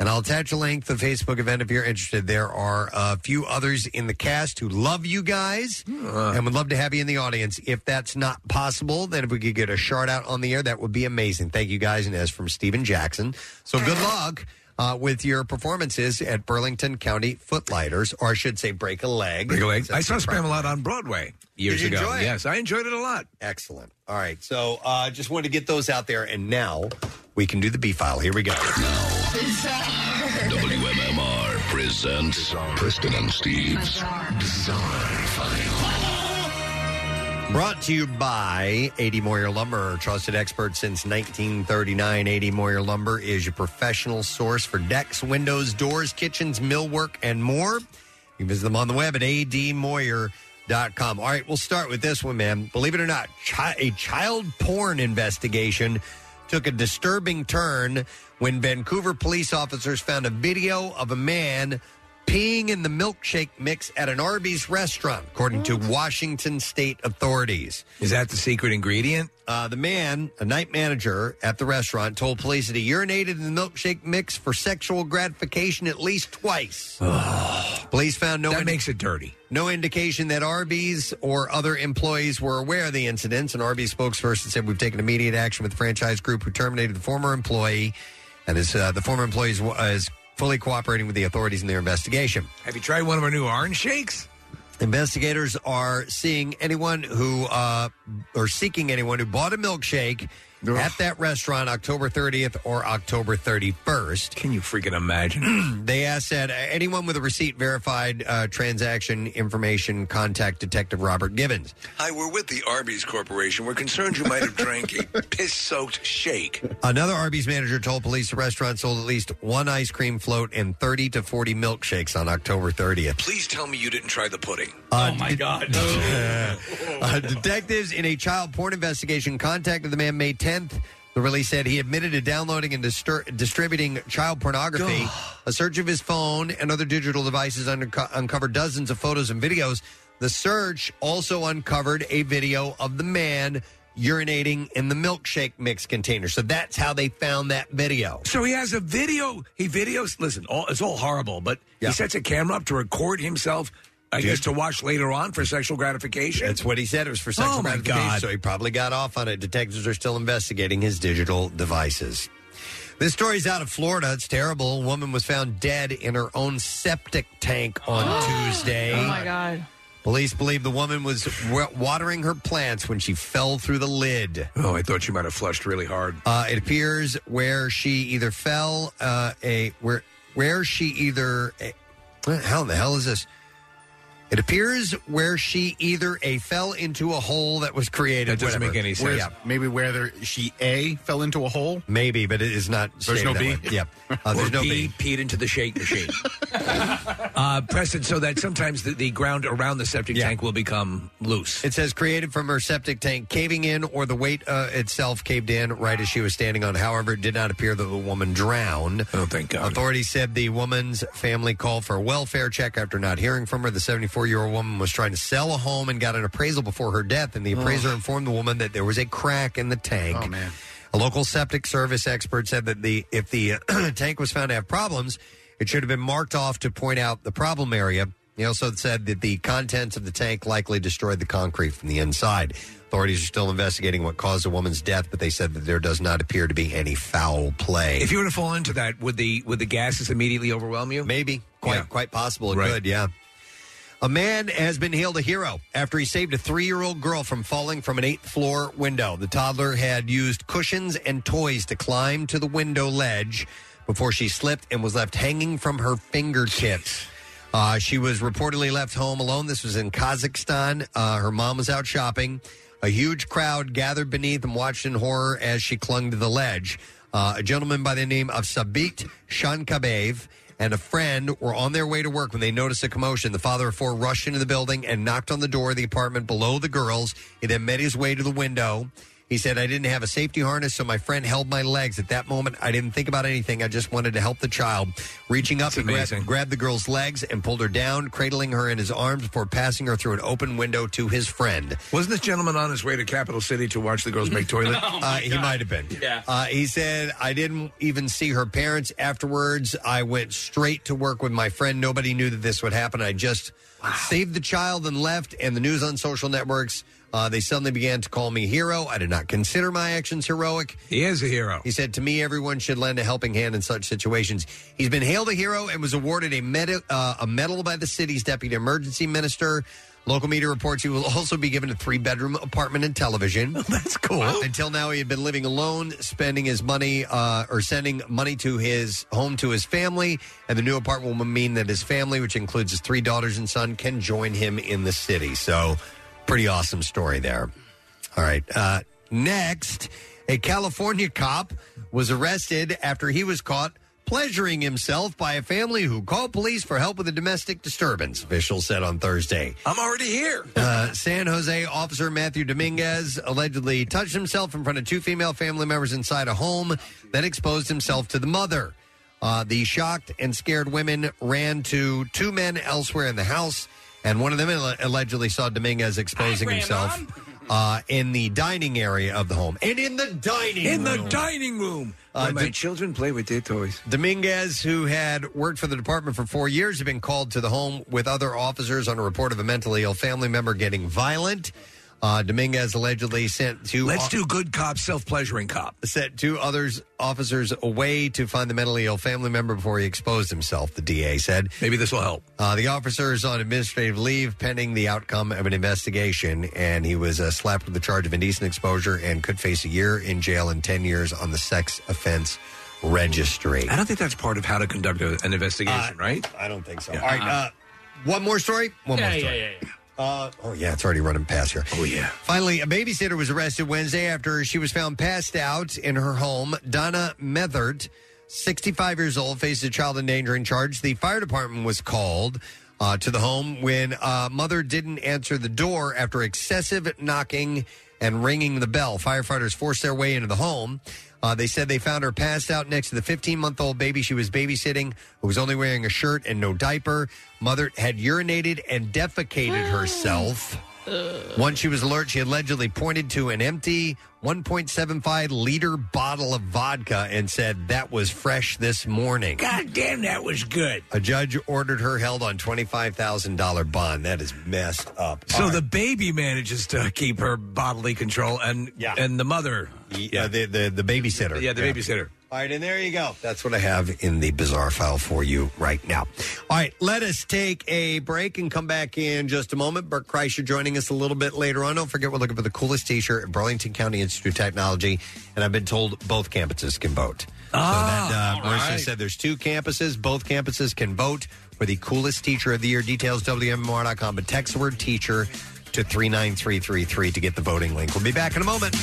And I'll attach a link to the Facebook event if you're interested. There are a few others in the cast who love you guys Uh. and would love to have you in the audience. If that's not possible, then if we could get a shout out on the air, that would be amazing. Thank you guys. And that's from Stephen Jackson. So good luck. Uh, with your performances at Burlington County Footlighters, or I should say, break a leg. Break a leg. That's I saw the proper- Spamalot on Broadway years Did you ago. enjoy it? Yes, I enjoyed it a lot. Excellent. All right. So uh, just wanted to get those out there. And now we can do the B file. Here we go. WMMR presents Preston and Steve's Bizarre File. Brought to you by 80 Moyer Lumber, a trusted expert since 1939. 80 Moyer Lumber is your professional source for decks, windows, doors, kitchens, millwork, and more. You can visit them on the web at admoyer.com. All right, we'll start with this one, man. Believe it or not, chi- a child porn investigation took a disturbing turn when Vancouver police officers found a video of a man peeing in the milkshake mix at an Arby's restaurant, according to Washington state authorities. Is that the secret ingredient? Uh, the man, a night manager at the restaurant, told police that he urinated in the milkshake mix for sexual gratification at least twice. police found no that makes it dirty. no indication that Arby's or other employees were aware of the incidents. An Arby's spokesperson said, "We've taken immediate action with the franchise group who terminated the former employee, and is uh, the former employee is, uh, is fully cooperating with the authorities in their investigation." Have you tried one of our new orange shakes? Investigators are seeing anyone who uh, or seeking anyone who bought a milkshake at that restaurant October 30th or October 31st. Can you freaking imagine? they asked that uh, anyone with a receipt verified uh, transaction information contact Detective Robert Gibbons. Hi, we're with the Arby's Corporation. We're concerned you might have drank a piss soaked shake. Another Arby's manager told police the restaurant sold at least one ice cream float and 30 to 40 milkshakes on October 30th. Please tell me you didn't try the pudding. oh my God! uh, detectives in a child porn investigation contacted the man May 10th. The release said he admitted to downloading and distur- distributing child pornography. A search of his phone and other digital devices underco- uncovered dozens of photos and videos. The search also uncovered a video of the man urinating in the milkshake mix container. So that's how they found that video. So he has a video. He videos. Listen, all, it's all horrible, but Yeah. he sets a camera up to record himself. I Dude. guess to watch later on for sexual gratification. That's what he said. It was for sexual oh my gratification, God. so he probably got off on it. Detectives are still investigating his digital devices. This story's out of Florida. It's terrible. A woman was found dead in her own septic tank on Tuesday. Oh my God. Police believe the woman was wa- watering her plants when she fell through the lid. Oh, I thought she might have flushed really hard. Uh, it appears where she either fell, uh, a where where she either a, what- how in the hell is this? It appears where she either a fell into a hole that was created. whatever. Where- Whereas Maybe whether she A fell into a hole? Maybe, but it is not. There's stated no that B? way. Yep. Uh, there's Or no pee, B. peed into the shake machine. uh, press it so that sometimes the, the ground around the septic tank will become loose. It says created from her septic tank caving in or the weight uh, itself caved in right as she was standing on. it. However, it did not appear that the woman drowned. Oh, thank God. Authorities said the woman's family called for a welfare check after not hearing from her. The 74 year old woman was trying to sell a home and got an appraisal before her death, and the appraiser Ugh. informed the woman that there was a crack in the tank. Oh, man. A local septic service expert said that the if the tank was found to have problems, it should have been marked off to point out the problem area. He also said that the contents of the tank likely destroyed the concrete from the inside. Authorities are still investigating what caused the woman's death, but they said that there does not appear to be any foul play. If you were to fall into that, would the would the gases immediately overwhelm you? Maybe, quite quite possible. It could, yeah. A man has been hailed a hero after he saved a three year old girl from falling from an eighth floor window. The toddler had used cushions and toys to climb to the window ledge before she slipped and was left hanging from her fingertips. Uh, she was reportedly left home alone. This was in Kazakhstan. Uh, her mom was out shopping. A huge crowd gathered beneath and watched in horror as she clung to the ledge. Uh, a gentleman by the name of Sabit Shankabev and a friend were on their way to work when they noticed a commotion. The father of four rushed into the building and knocked on the door of the apartment below the girls. He then made his way to the window. He said, I didn't have a safety harness, so my friend held my legs. At that moment, I didn't think about anything. I just wanted to help the child. Reaching up, he grabbed, grabbed the girl's legs and pulled her down, cradling her in his arms before passing her through an open window to his friend. Wasn't this gentleman on his way to Capital City to watch the girls make toilet? uh, he might have been. Oh, Yeah. Uh, he said, I didn't even see her parents afterwards. I went straight to work with my friend. Nobody knew that this would happen. I just saved the child and left. And the news on social networks, uh, they suddenly began to call me hero. I did not consider my actions heroic. He is a hero. He said, To me, everyone should lend a helping hand in such situations. He's been hailed a hero and was awarded a, med- uh, a medal by the city's deputy emergency minister. Local media reports he will also be given a three bedroom apartment and television. Uh, that's cool. Until now, he had been living alone, spending his money uh, or sending money to his home to his family. And the new apartment will mean that his family, which includes his three daughters and son, can join him in the city. So, pretty awesome story there. All right. Uh, next, a California cop was arrested after he was caught pleasuring himself by a family who called police for help with a domestic disturbance, officials said on Thursday. I'm already here. Uh, San Jose officer Matthew Dominguez allegedly touched himself in front of two female family members inside a home, then exposed himself to the mother. Uh, the shocked and scared women ran to two men elsewhere in the house, and one of them alle- allegedly saw Dominguez exposing himself uh, in the dining area of the home. And in the dining room. in the dining room. Uh, Where my did- children play with their toys. Dominguez, who had worked for the department for four years, had been called to the home with other officers on a report of a mentally ill family member getting violent. Uh, Dominguez allegedly sent two. Let's do good cop, self pleasuring cop. Sent two others officers away to find the mentally ill family member before he exposed himself. The DA said, "Maybe this will help." Uh, the officer is on administrative leave pending the outcome of an investigation, and he was uh, slapped with the charge of indecent exposure and could face a year in jail and ten years on the sex offense registry. I don't think that's part of how to conduct a, an investigation, right? Uh, Uh-huh. I don't think so. All right, uh, one more story. One more story. Uh, oh yeah, it's already running past here. Oh yeah. Finally, a babysitter was arrested Wednesday after she was found passed out in her home. Donna Methert, 65 years old, faces a child endangering charge. The fire department was called uh, to the home when uh, mother didn't answer the door after excessive knocking and ringing the bell. Firefighters forced their way into the home. Uh, they said they found her passed out next to the 15 month old baby she was babysitting, who was only wearing a shirt and no diaper. Mother had urinated and defecated herself. Once she was alert, she allegedly pointed to an empty 1.75 liter bottle of vodka and said that was fresh this morning. God damn, that was good. A judge ordered her held on $25,000 bond. That is messed up. So the baby manages to keep her bodily control, and and the mother, yeah, uh, the, the the babysitter, yeah, the babysitter. All right, and there you go. That's what I have in the bizarre file for you right now. All right, let us take a break and come back in just a moment. Bert Kreischer joining us a little bit later on. Don't forget, we're looking for the coolest t shirt at Burlington County Institute of Technology, and I've been told both campuses can vote. Ah, so that, uh, Marissa said there's two campuses. Both campuses can vote for the coolest teacher of the year. Details, WMMR.com, but text the word teacher to 39333 to get the voting link. We'll be back in a moment.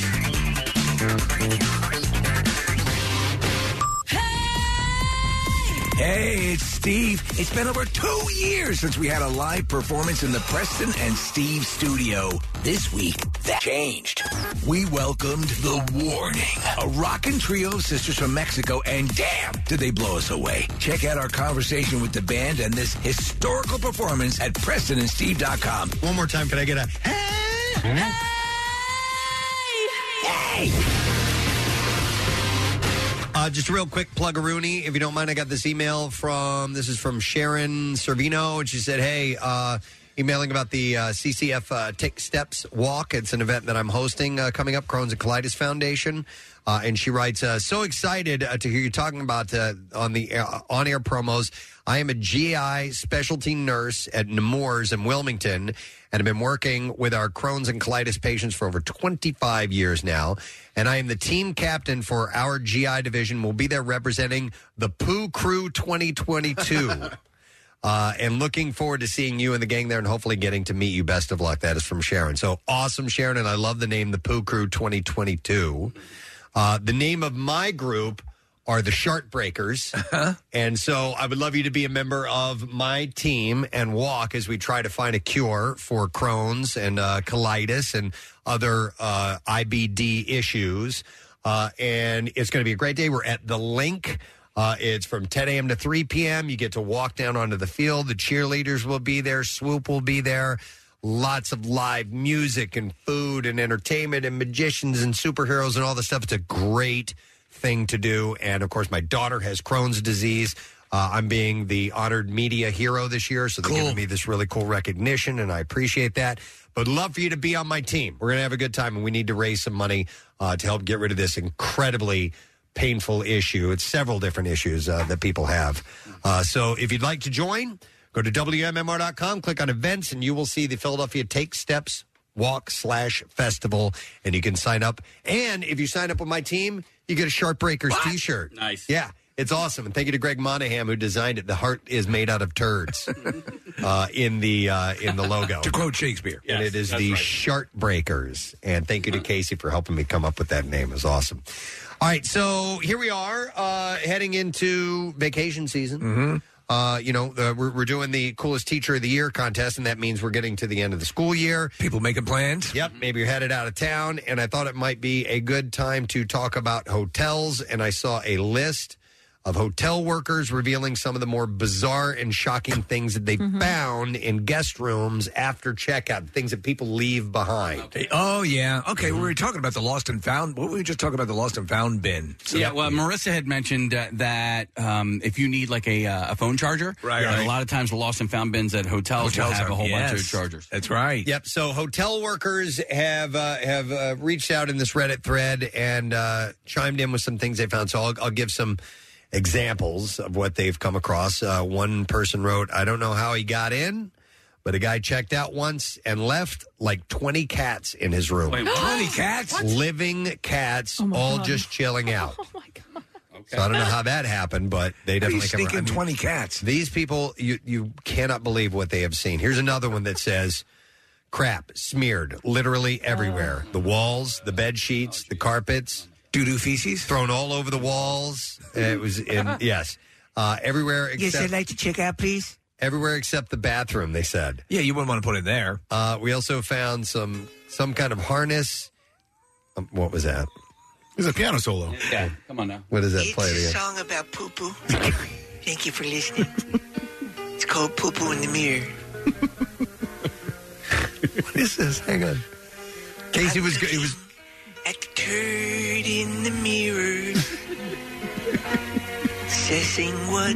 Hey, it's Steve. It's been over two years since we had a live performance in the Preston and Steve studio. This week, that changed. We welcomed The Warning, a rockin' trio of sisters from Mexico, and damn, did they blow us away. Check out our conversation with the band and this historical performance at PrestonandSteve.com. One more time, can I get a hey? Uh, just a real quick plug Rooney, if you don't mind, I got this email from this is from Sharon Servino, and she said, "Hey, uh, emailing about the uh, CCF uh, Take Steps Walk. It's an event that I'm hosting uh, coming up, Crohn's and Colitis Foundation." Uh, and she writes, uh, "So excited uh, to hear you talking about uh, on the uh, on-air promos. I am a GI specialty nurse at Nemours in Wilmington, and I've been working with our Crohn's and colitis patients for over 25 years now. And I am the team captain for our GI division. We'll be there representing the Poo Crew 2022." Uh, and looking forward to seeing you and the gang there and hopefully getting to meet you. Best of luck. That is from Sharon. So awesome, Sharon. And I love the name, the Poo Crew 2022. Uh, the name of my group are the Shart Breakers. And so I would love you to be a member of my team and walk as we try to find a cure for Crohn's and uh, colitis and other uh, IBD issues. Uh, and it's going to be a great day. We're at the link. Uh, it's from 10 a.m. to 3 p.m. You get to walk down onto the field. The cheerleaders will be there. Swoop will be there. Lots of live music and food and entertainment and magicians and superheroes and all this stuff. It's a great thing to do. And of course, my daughter has Crohn's disease. Uh, I'm being the honored media hero this year, so they're giving me this really cool recognition, and I appreciate that. But love for you to be on my team. We're going to have a good time, and we need to raise some money uh, to help get rid of this incredibly painful issue. It's several different issues uh, that people have. Uh, so if you'd like to join, go to WMMR.com, click on events, and you will see the Philadelphia Take Steps Walk slash Festival, and you can sign up. And if you sign up with my team, you get a Sharp Breakers t shirt. Nice. Yeah. It's awesome, and thank you to Greg Monahan who designed it. The heart is made out of turds uh, in the uh, in the logo. To quote Shakespeare, and it is the Shart Breakers. And thank you to Casey for helping me come up with that name. It was awesome. All right, so here we are uh, heading into vacation season. Uh, you know, uh, we're, we're doing the coolest teacher of the year contest, and that means we're getting to the end of the school year. People making plans. Yep, maybe you're headed out of town, and I thought it might be a good time to talk about hotels. And I saw a list of hotel workers revealing some of the more bizarre and shocking things that they found in guest rooms after checkout, things that people leave behind. Oh yeah. Okay, we were talking about the lost and found. What were we just talking about the lost and found bin? yeah, well, Marissa had mentioned uh, that um, if you need like a, uh, a phone charger, Right, and right. A lot of times the lost and found bins at hotels, will Hotels have are- a whole bunch yes. of chargers. That's right. Yep. So hotel workers have uh, have uh, reached out in this Reddit thread and uh, chimed in with some things they found. So I'll, I'll give some examples of what they've come across. Uh, one person wrote, "I don't know how he got in." But a guy checked out once and left like 20 cats in his room. Wait, what? 20 cats? What? Living cats, Oh my all God. Oh just chilling out. So I don't know how that happened, but they How do you definitely sneak in 20 cats. These people, you you cannot believe what they have seen. Here's another one that says, "Crap smeared literally everywhere: the walls, the bed sheets, the carpets, doo doo feces thrown all over the walls." it was in yes, uh, everywhere except. like to check out, please. Everywhere except the bathroom, they said. Yeah, you wouldn't want to put it there. Uh, we also found some some kind of harness. Um, what was that? It was a piano solo. Yeah, come on now. What does that play It's a again? song about poo poo. Thank you for listening. It's called Poo Poo in the Mirror. what is this? Hang on. Casey was good. It was Turd in the mirror. Assessing what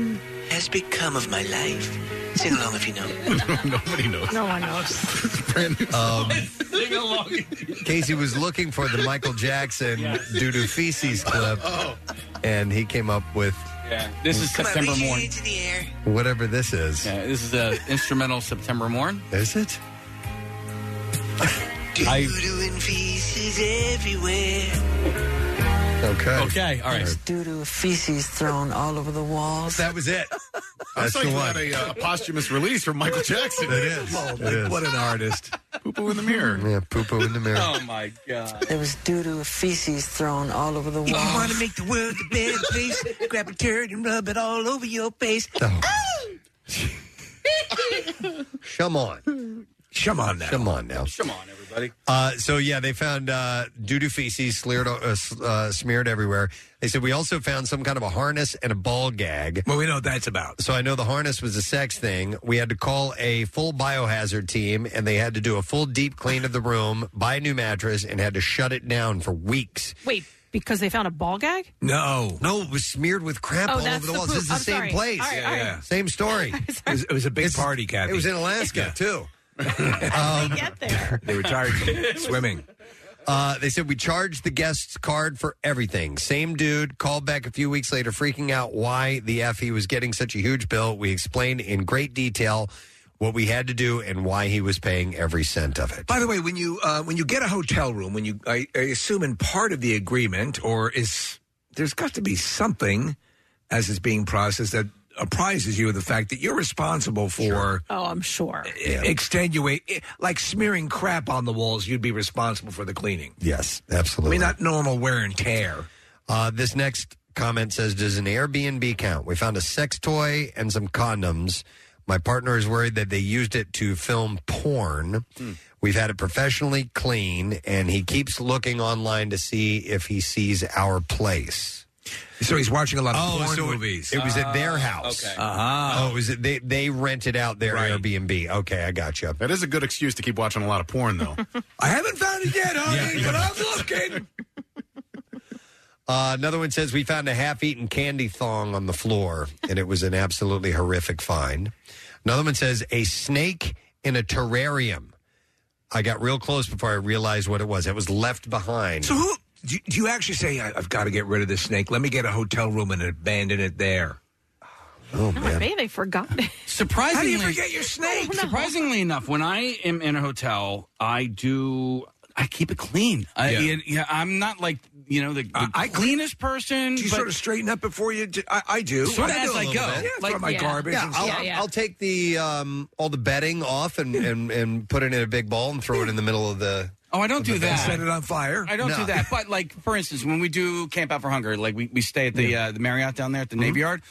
has become of my life. Sing along if you know. Nobody knows. No one knows. um, Sing along. Casey was looking for the Michael Jackson doo doo feces clip, Oh. and he came up with Yeah, this is Come on, September raise your morn. hands in the air. whatever this is. Yeah, this is a instrumental September morn. Is it? I Doo-doo and feces everywhere. Okay. Okay. All right. Doo-doo feces thrown all over the walls. That was it. That's like we had a, uh, posthumous release from Michael Jackson. It is. Oh, It is. What an artist. Poo poo in the mirror. Yeah, poo poo in the mirror. Oh my god. There was doo-doo feces thrown all over the If you want walls. to make the world a better place, grab a turd and rub it all over your face. Oh. Oh. Come on. Come on now. Come on now. Come on, everybody. Uh, so yeah, they found uh, doo doo feces smeared, uh, s- uh, smeared everywhere. They said we also found some kind of a harness and a ball gag. Well, we know what that's about. So I know the harness was a sex thing. We had to call a full biohazard team, and they had to do a full deep clean of the room, buy a new mattress, and had to shut it down for weeks. Wait, because they found a ball gag? No, no, it was smeared with crap Oh, all that's over the the walls. poop. This is the I'm same sorry. place. All right, Yeah, all right. yeah. Same story. it, was, a big party, Kathy. It was in Alaska too. Um, They retired from swimming. Uh, they said we charged the guest's card for everything. Same dude called back a few weeks later, freaking out why the f he was getting such a huge bill. We explained in great detail what we had to do and why he was paying every cent of it. By the way, when you uh, when you get a hotel room, when you I, I assume in part of the agreement or is there's got to be something as it's being processed that apprises you of the fact that you're responsible for Oh, I'm sure. extenuate eh, like smearing crap on the walls. You'd be responsible for the cleaning. Yes, I absolutely. mean, not normal wear and tear. Uh, this next comment says, "Does an Airbnb count? We found a sex toy and some condoms. My partner is worried that they used it to film porn. Hmm. We've had it professionally clean, and he keeps looking online to see if he sees our place." So he's watching a lot of Oh, porn so it- movies. Ah, It, was at Ah, their house. Uh-huh. Oh, it was at, they they rented out their Airbnb. Okay, I got you. That is a good excuse to keep watching a lot of porn, though. I haven't found it yet, honey, but I'm looking. Uh, another one says we found a half-eaten candy thong on the floor, and it was an absolutely horrific find. Another one says a snake in a terrarium. I got real close before I realized what it was. It was left behind. So who do, do you actually say I, I've got to get rid of this snake? Let me get a hotel room and abandon it there. Oh No, maybe they forgot it. Surprisingly, How do you forget your snake? Surprisingly enough, when I am in a hotel, I do I keep it clean. I, Yeah. yeah. I'm not like you know the, the cleanest person. Do you but- sort of straighten up before you? Do, I, I do. Sort of do as a I little go. bit. Yeah, Like- throw my Yeah. garbage. Yeah, and I'll, stuff. I'll take the um, all the bedding off and, and, and put it in a big bowl and throw it in the middle of the. Oh, I don't of do the that. bed. fire. I don't No. do that. But like for instance, when we do Camp Out for Hunger, like we, we stay at the uh, the Marriott down there at the Navy Yard,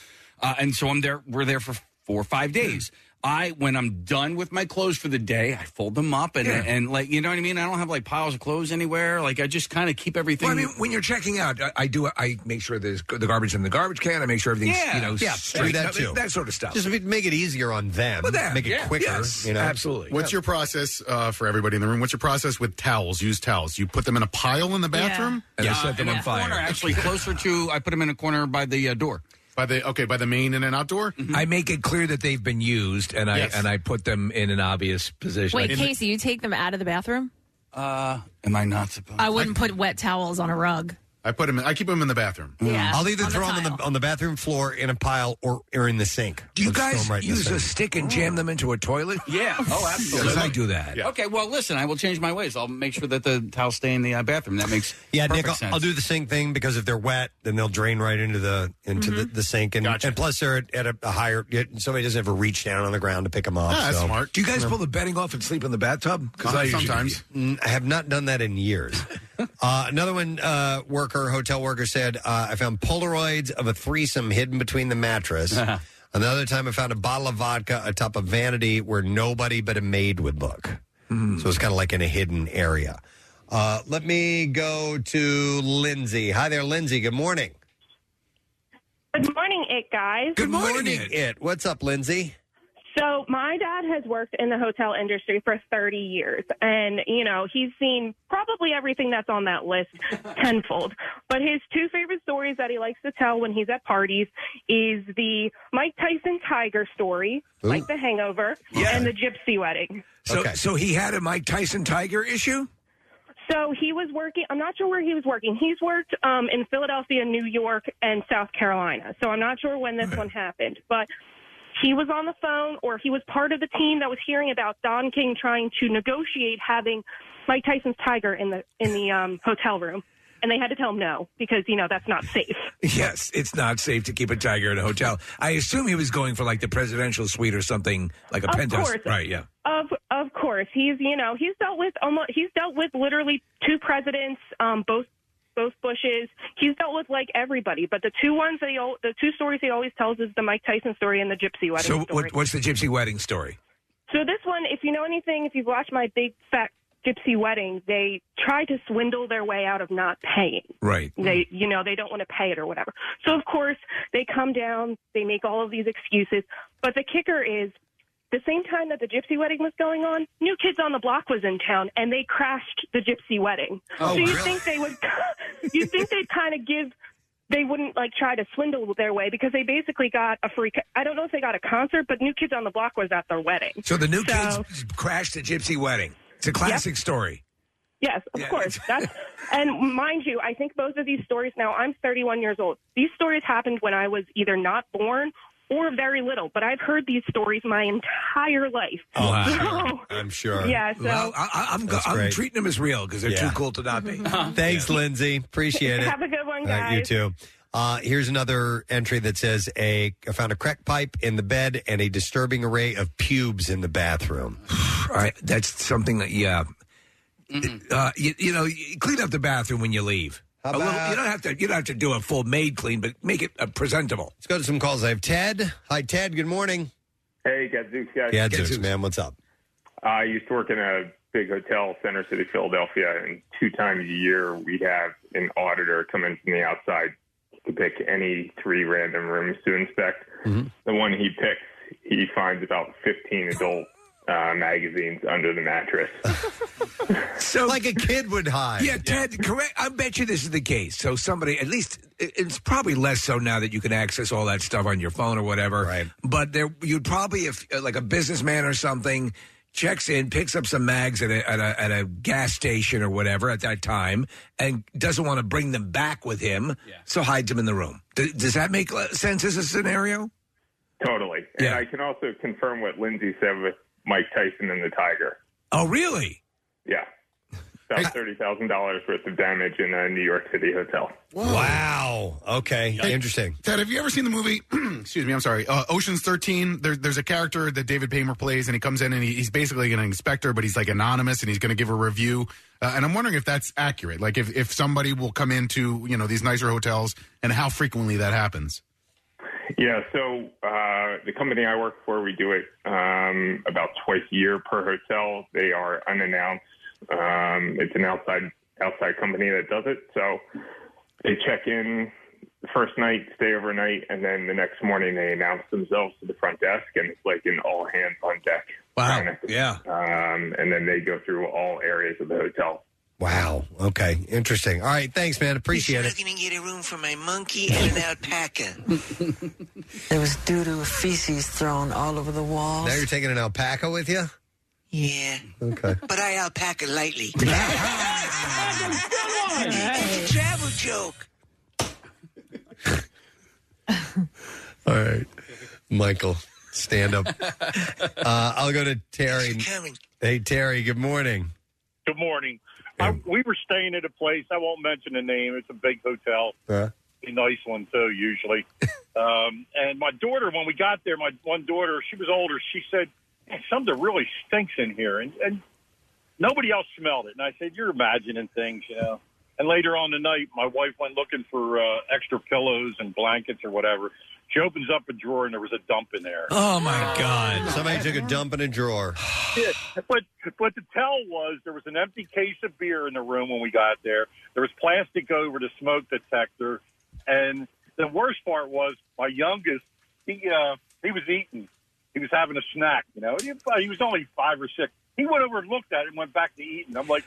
uh, and so I'm there. We're there for four or five days. I when I'm done with my clothes for the day, I fold them up and Yeah. and like you know what I mean. I don't have like piles of clothes anywhere. Like I just kind of keep everything. Well, I mean, when you're checking out, I, I do. I make sure there's the garbage in the garbage can. I make sure everything's Yeah, you know yeah, straight. do that too. That sort of stuff. Just make it easier on them. Well, that- make it yeah, quicker. yes, you know? What's your process uh, for everybody in the room? What's your process with towels? Use towels. You put them in a pile in the Yeah. bathroom And they set them in on a fire. corner, actually, closer to. I put them in a corner by the uh, door. By the oh, okay, by the main and an outdoor. I make it clear that they've been used, and I Yes. and I put them in an obvious position. Wait, Like- Casey, you take them out of the bathroom? Uh, am I not supposed? I wouldn't put wet towels on a rug. I put them. In, I keep them in the bathroom. Mm. Yeah, I'll either on the throw them on the, on the bathroom floor in a pile or, or in the sink. do you Let's throw guys 'em right in the use a sink. stick and jam them into a toilet? Yeah. Oh, absolutely. Because I do that. Okay. Well, listen. I will change my ways. I'll make sure that the towels stay in the uh, bathroom. That makes Yeah, perfect Nick, I'll, sense. I'll do the sink thing because if they're wet, then they'll drain right into the into the, the sink, and, and plus they're at, at a, a higher. yet Somebody doesn't ever reach down on the ground to pick them Ah, up. so. Do you guys Yeah. pull the bedding off and sleep in the bathtub? Uh, usually do. Mm, I have not done that in years. uh, another one, uh, worker, hotel worker said, uh, I found Polaroids of a threesome hidden between the mattress. Another time, I found a bottle of vodka atop a vanity where nobody but a maid would look. Mm-hmm. So it's kind of like in a hidden area. Uh, let me go to Lindsay. Hi there, Lindsay. Good morning. Good morning, it guys. Good morning, it. What's up, Lindsay? So my dad has worked in the hotel industry for 30 years and you know, he's seen probably everything that's on that list tenfold. But his two favorite stories that he likes to tell when he's at parties is the Mike Tyson tiger story, like the hangover, and the gypsy wedding. So, so he had a Mike Tyson Tiger issue. So he was working. I'm not sure where he was working. He's worked um, in Philadelphia, New York, and South Carolina. So I'm not sure when this one happened, but he was on the phone, or he was part of the team that was hearing about Don King trying to negotiate having Mike Tyson's tiger in the in the um, hotel room, and they had to tell him no because you know that's not safe. Yes, it's not safe to keep a tiger in a hotel. I assume he was going for like the presidential suite or something, like a Of penthouse. course. Right? Yeah. Of of course, he's you know he's dealt with almost he's dealt with literally two presidents, um, both both Bushes. He's dealt with like everybody, but the two ones that he al- the two stories he always tells is the Mike Tyson story and the Gypsy wedding So, story. what, what's the gypsy wedding story? So this one, if you know anything, if you've watched my big fat Gypsy wedding, they try to swindle their way out of not paying. Right. They, you know, they don't want to pay it or whatever. So, of course, they come down, they make all of these excuses. But the kicker is the same time that the gypsy wedding was going on, New Kids on the Block was in town and they crashed the gypsy wedding. Oh, so, you really? think they would, you think they'd kind of give. They wouldn't like try to swindle their way because they basically got a free. co- I don't know if they got a concert, but New Kids on the Block was at their wedding. So the new kids crashed the gypsy wedding. It's a classic story. Yes, of course. That's and mind you, I think both of these stories now I'm 31 years old. These stories happened when I was either not born or very little, but I've heard these stories my entire life. Oh, So- Oh, I'm sure. Yeah, so- well, I, I- I'm, go- That's I'm great. treating them as real because they're Yeah. too cool to not be. Thanks, Lindsay. Appreciate it. Have a good one, All right, you guys. too. Uh, here's another entry that says a I found a crack pipe in the bed and a disturbing array of pubes in the bathroom. All right, that's something that yeah. Uh, you, you know, you clean up the bathroom when you leave. A little- you don't have to. You don't have to do a full maid clean, but make it uh, presentable. Let's go to some calls. I have Ted. Hi, Ted. Good morning. Hey, Gadzooks guys. Yeah, Zeus, man, what's up? I used to work in a big hotel, Center City, Philadelphia, and two times a year we have an auditor come in from the outside to pick any three random rooms to inspect. Mm-hmm. The one he picks, he finds about 15 adult uh, magazines under the mattress. So, like a kid would hide. Yeah, Ted, correct. I bet you this is the case. So somebody, at least, it- it's probably less so now that you can access all that stuff on your phone or whatever. Right. But there, you'd probably, if uh, like a businessman or something, checks in, picks up some mags at a, at a at a gas station or whatever at that time, and doesn't want to bring them back with him, so hides them in the room. D- does that make uh, sense as a scenario? Totally. And I can also confirm what Lindsay said with Mike Tyson and the Tiger. Oh, really? Yeah. About $30,000 worth of damage in a New York City hotel. Wow. Okay. Interesting. Ted, have you ever seen the movie? excuse me, I'm sorry. Uh, Ocean's 13. There, there's a character that David Paymer plays, and he comes in and he, he's basically an inspector, but he's like anonymous, and he's going to give a review. Uh, and I'm wondering if that's accurate. Like if if somebody will come into you know these nicer hotels, and how frequently that happens. Yeah, so uh, the company I work for, we do it um, about twice a year per hotel. They are unannounced. Um, it's an outside outside company that does it. So they check in the first night, stay overnight, and then the next morning they announce themselves to the front desk, and it's like an all hands on deck. Wow. Yeah. Um, and then they go through all areas of the hotel. Wow. Okay. Interesting. All right. Thanks, man. Appreciate it. Just looking to get a room for my monkey and an alpaca. There was doo doo feces thrown all over the walls. Now you're taking an alpaca with you? Yeah, Okay. but I alpaca lightly. it's a travel joke. All right. Michael, stand up. uh, I'll go to Terry. Hey, Terry. Good morning. Good morning. I, we were staying at a place. I won't mention the name. It's a big hotel. Uh, It's a nice one too, usually. um, and my daughter, when we got there, my one daughter, she was older. She said, "Man, "Something really stinks in here," and, and nobody else smelled it. And I said, "You're imagining things, you know." And later on the night, my wife went looking for uh, extra pillows and blankets or whatever. She opens up a drawer and there was a dump in there. Oh, my God. Somebody took a dump in a drawer. Yeah, but but the tell was there was an empty case of beer in the room when we got there. There was plastic over the smoke detector, and the worst part was my youngest. He uh, he was eating. He was having a snack. You know, he, uh, he was only five or six. He went over and looked at it and went back to eating. I'm like,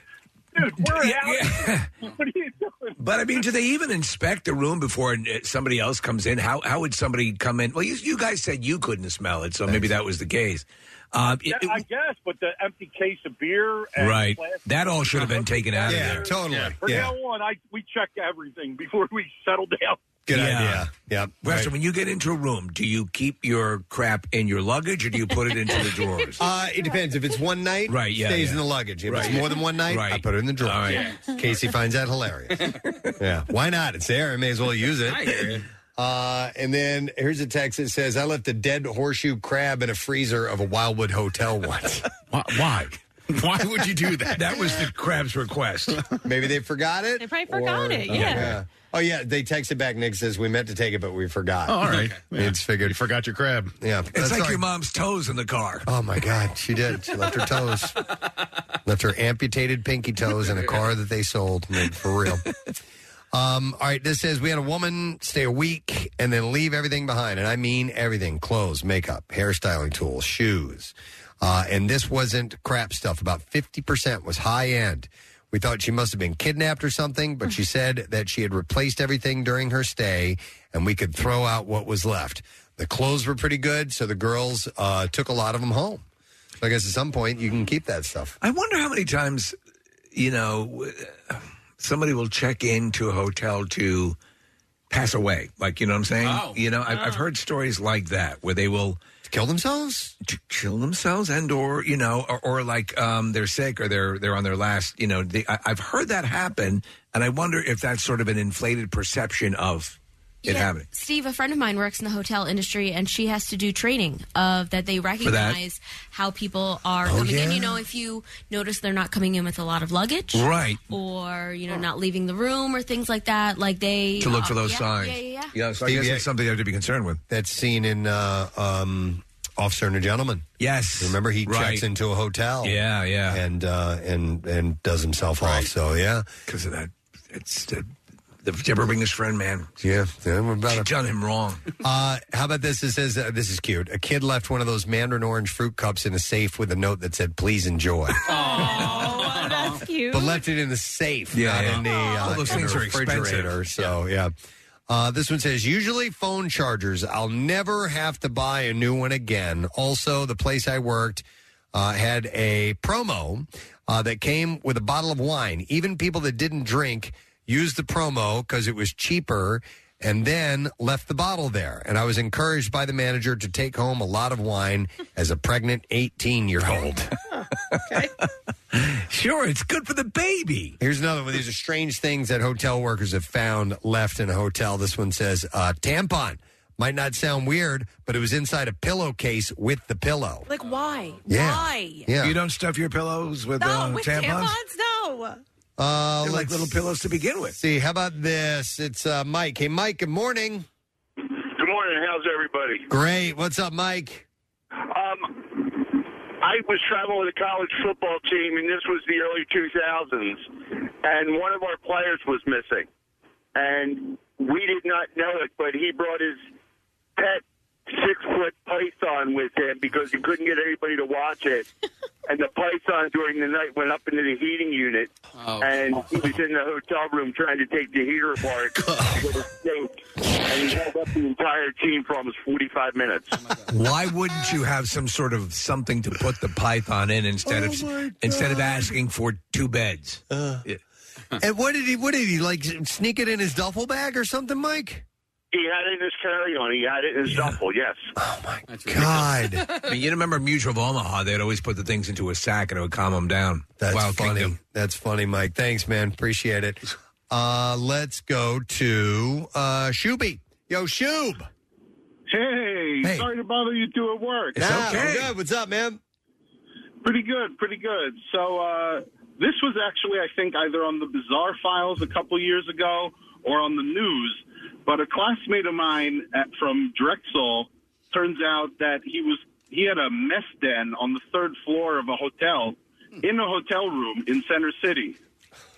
dude, we're out. What are you doing? But I mean, do they even inspect the room before uh, somebody else comes in? How how would somebody come in? Well, you, you guys said you couldn't smell it, so maybe that was the case. Uh, it- Yeah, I guess, but the empty case of beer, and right, plastic- that all should have been taken out of there. From now on, I we check everything before we settle down. Good idea. Yeah. Preston, when you get into a room, do you keep your crap in your luggage or do you put it into the drawers? Uh, it depends. If it's one night, Right, yeah, stays yeah. in the luggage. If Right. it's more than one night, I Right. put it in the drawer. All right. Casey finds that hilarious. yeah. Why not? It's there. I may as well use it. Uh, and then here's a text that says, I left a dead horseshoe crab in a freezer of a Wildwood hotel once. Why? Why would you do that? That was the crab's request. Maybe they forgot it. They probably forgot it, Oh, yeah. Oh, yeah. They texted back. Nick says, We meant to take it, but we forgot. Oh, all right. It's figured. You forgot your crab. Yeah. It's That's like all your right. mom's toes in the car. Oh my God, she did. She left her toes, left her amputated pinky toes in a car that they sold. Man, for real. Um, all right, this says we had a woman stay a week and then leave everything behind, and I mean everything: clothes, makeup, hairstyling tools, shoes. Uh, and this wasn't crap stuff. About fifty percent was high end. We thought she must have been kidnapped or something, but she said that she had replaced everything during her stay, and we could throw out what was left. The clothes were pretty good, so the girls uh, took a lot of them home. So I guess at some point you can keep that stuff. I wonder how many times, you know, w- somebody will check into a hotel to pass away. Like, you know what I'm saying? Oh. You know, I've, I've heard stories like that where they will kill themselves, to kill themselves, and or you know, or, or like um, they're sick or they're they're on their last. You know, they, I, I've heard that happen, and I wonder if that's sort of an inflated perception of it happening. Steve, a friend of mine works in the hotel industry, and she has to do training of that they recognize how people are Oh, coming in. yeah. You know, if you notice they're not coming in with a lot of luggage, Right. Or you know, not leaving the room or things like that. Like they To look for those yeah, signs. Yeah, yeah, yeah. so I guess that's something I have to be concerned with. That's seen in uh, um, Officer and a Gentleman. Yes, remember he Right. checks into a hotel. Yeah, yeah, Oh. and uh, and and does himself off. So yeah, because of that, it's the, the Deborah Binga's friend, man. Yeah, yeah we're about She done him wrong. Uh, how about this? It says uh, this is cute. A kid left one of those mandarin orange fruit cups in a safe with a note that said "Please enjoy," Oh, that's cute. but left it in the safe, Yeah, not yeah. in the Oh. All uh, those in the things are expensive. refrigerator. So yeah. Uh, this one says, usually phone chargers. I'll never have to buy a new one again. Also, the place I worked uh, had a promo uh, that came with a bottle of wine. Even people that didn't drink used the promo because it was cheaper and then left the bottle there. And I was encouraged by the manager to take home a lot of wine as a pregnant 18 year old. Sure, it's good for the baby. Here's another one. These are strange things that hotel workers have found left in a hotel. This one says uh, tampon. Might not sound weird, but it was inside a pillowcase with the pillow. Like, why? Yeah. Why? Yeah. You don't stuff your pillows with, no, uh, with tampons? tampons? No. Uh, They're like let's little pillows to begin with. See, how about this? It's uh, Mike. Hey, Mike. Good morning. Good morning. How's everybody? Great. What's up, Mike? Um, I was traveling with a college football team, and this was the early 2000s, and one of our players was missing. And we did not know it, but he brought his pet six foot python with him because he couldn't get anybody to watch it. And the python during the night went up into the heating unit, and he was in the hotel room trying to take the heater apart with a stake. And he held up the entire team for almost 45 minutes. Why wouldn't you have some sort of something to put the python in instead Oh, my Uh. of instead of asking for two beds? Yeah. and what did he? What did he like? Sneak it in his duffel bag or something, Mike? He had it in his carry on. He had it in his duffel, yes. God. I mean, you remember Mutual of Omaha? They'd always put the things into a sack and it would calm them down. That's Wild funny. Kingdom. That's funny, Mike. Thanks, man. Appreciate it. Uh, let's go to uh, Shooby. Yo, Shoob. Hey, sorry to bother you two at work. It's Nah, okay. we're good. What's up, man? Pretty good, pretty good. So uh, this was actually, I think, either on the Bizarre Files a couple years ago or on the news. But a classmate of mine at, from Drexel turns out that he was he had a mess den on the third floor of a hotel in a hotel room in Center City.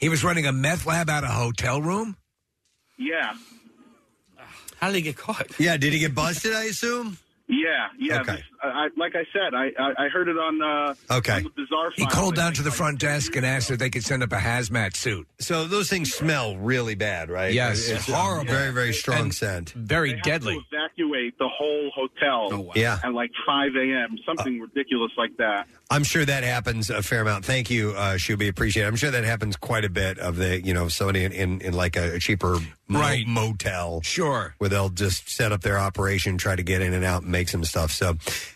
He was running a meth lab out of a hotel room. Yeah, How did he get caught? Yeah, did he get busted? I assume. yeah, yeah. Okay. This- I, I, like I said, I, I, I heard it on uh, Okay. on the Bizarre Files. He called down to the front desk and asked if they could send up a hazmat suit. So those things smell really bad, right? Yes, It's horrible. Very, very strong scent. Very deadly. evacuate the whole hotel Yeah. at like 5 a.m., something ridiculous like that. I'm sure that happens a fair amount. Thank you, uh, Shuby. Appreciate it. I'm sure that happens quite a bit of the, you know, somebody in, in, in like a cheaper mo- Right. motel. Sure. Where they'll just set up their operation, try to get in and out and make some stuff. So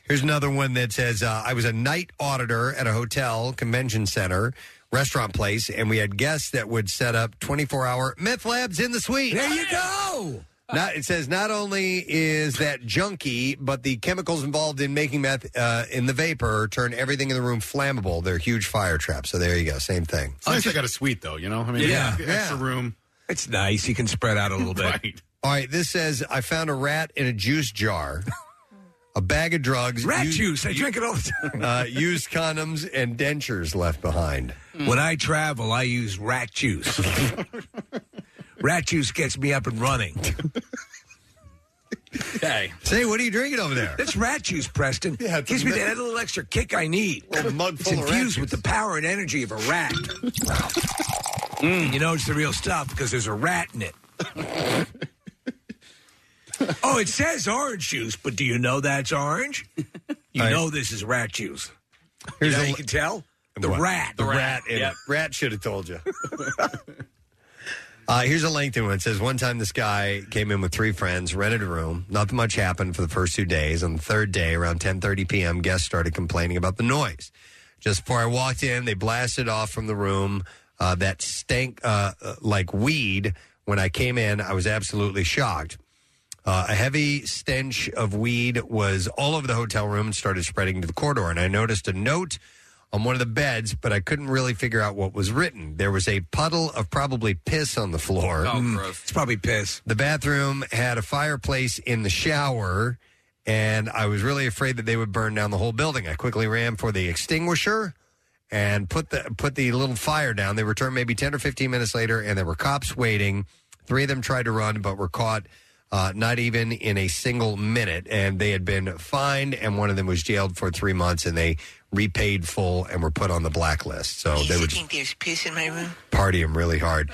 here's another one that says uh, I was a night auditor at a hotel, convention center, restaurant place, and we had guests that would set up 24 hour meth labs in the suite. There you go. Not, it says not only is that junky, but the chemicals involved in making meth uh, in the vapor turn everything in the room flammable. They're huge fire traps. So there you go. Same thing. It's nice I got a suite though, you know. I mean, Yeah. extra room. It's nice. You can spread out a little bit. Right. All right. This says I found a rat in a juice jar, a bag of drugs, Rat used- juice. I drink it all the time. uh, used condoms and dentures left behind. When I travel, I use rat juice. rat juice gets me up and running. Hey. Say, what are you drinking over there? That's rat juice, Preston. Yeah, Gives me that little extra kick I need. it's full of rat infused with the power and energy of a rat. Mm, You know it's the real stuff because there's a rat in it. oh, it says orange juice, but do you know that's orange? You I- know this is rat juice. Here's you know a- you can tell? The What? rat. The rat. in it. Rat should have told you. Uh, here's a lengthy one. It says one time this guy came in with three friends, rented a room. Not much happened for the first two days. On the third day, around 10:30 p.m., guests started complaining about the noise. Just before I walked in, they blasted off from the room uh, that stank uh, uh, like weed. When I came in, I was absolutely shocked. Uh, a heavy stench of weed was all over the hotel room and started spreading to the corridor. And I noticed a note on one of the beds, but I couldn't really figure out what was written. There was a puddle of probably piss on the floor. Oh, gross. It's probably piss. The bathroom had a fireplace in the shower, and I was really afraid that they would burn down the whole building. I quickly ran for the extinguisher and put the put the little fire down. They returned maybe ten or fifteen minutes later, and there were cops waiting. Three of them tried to run, but were caught. Uh, not even in a single minute, and they had been fined, and one of them was jailed for three months, and they repaid full and were put on the blacklist. So they you would think there's piss in my room? party him really hard.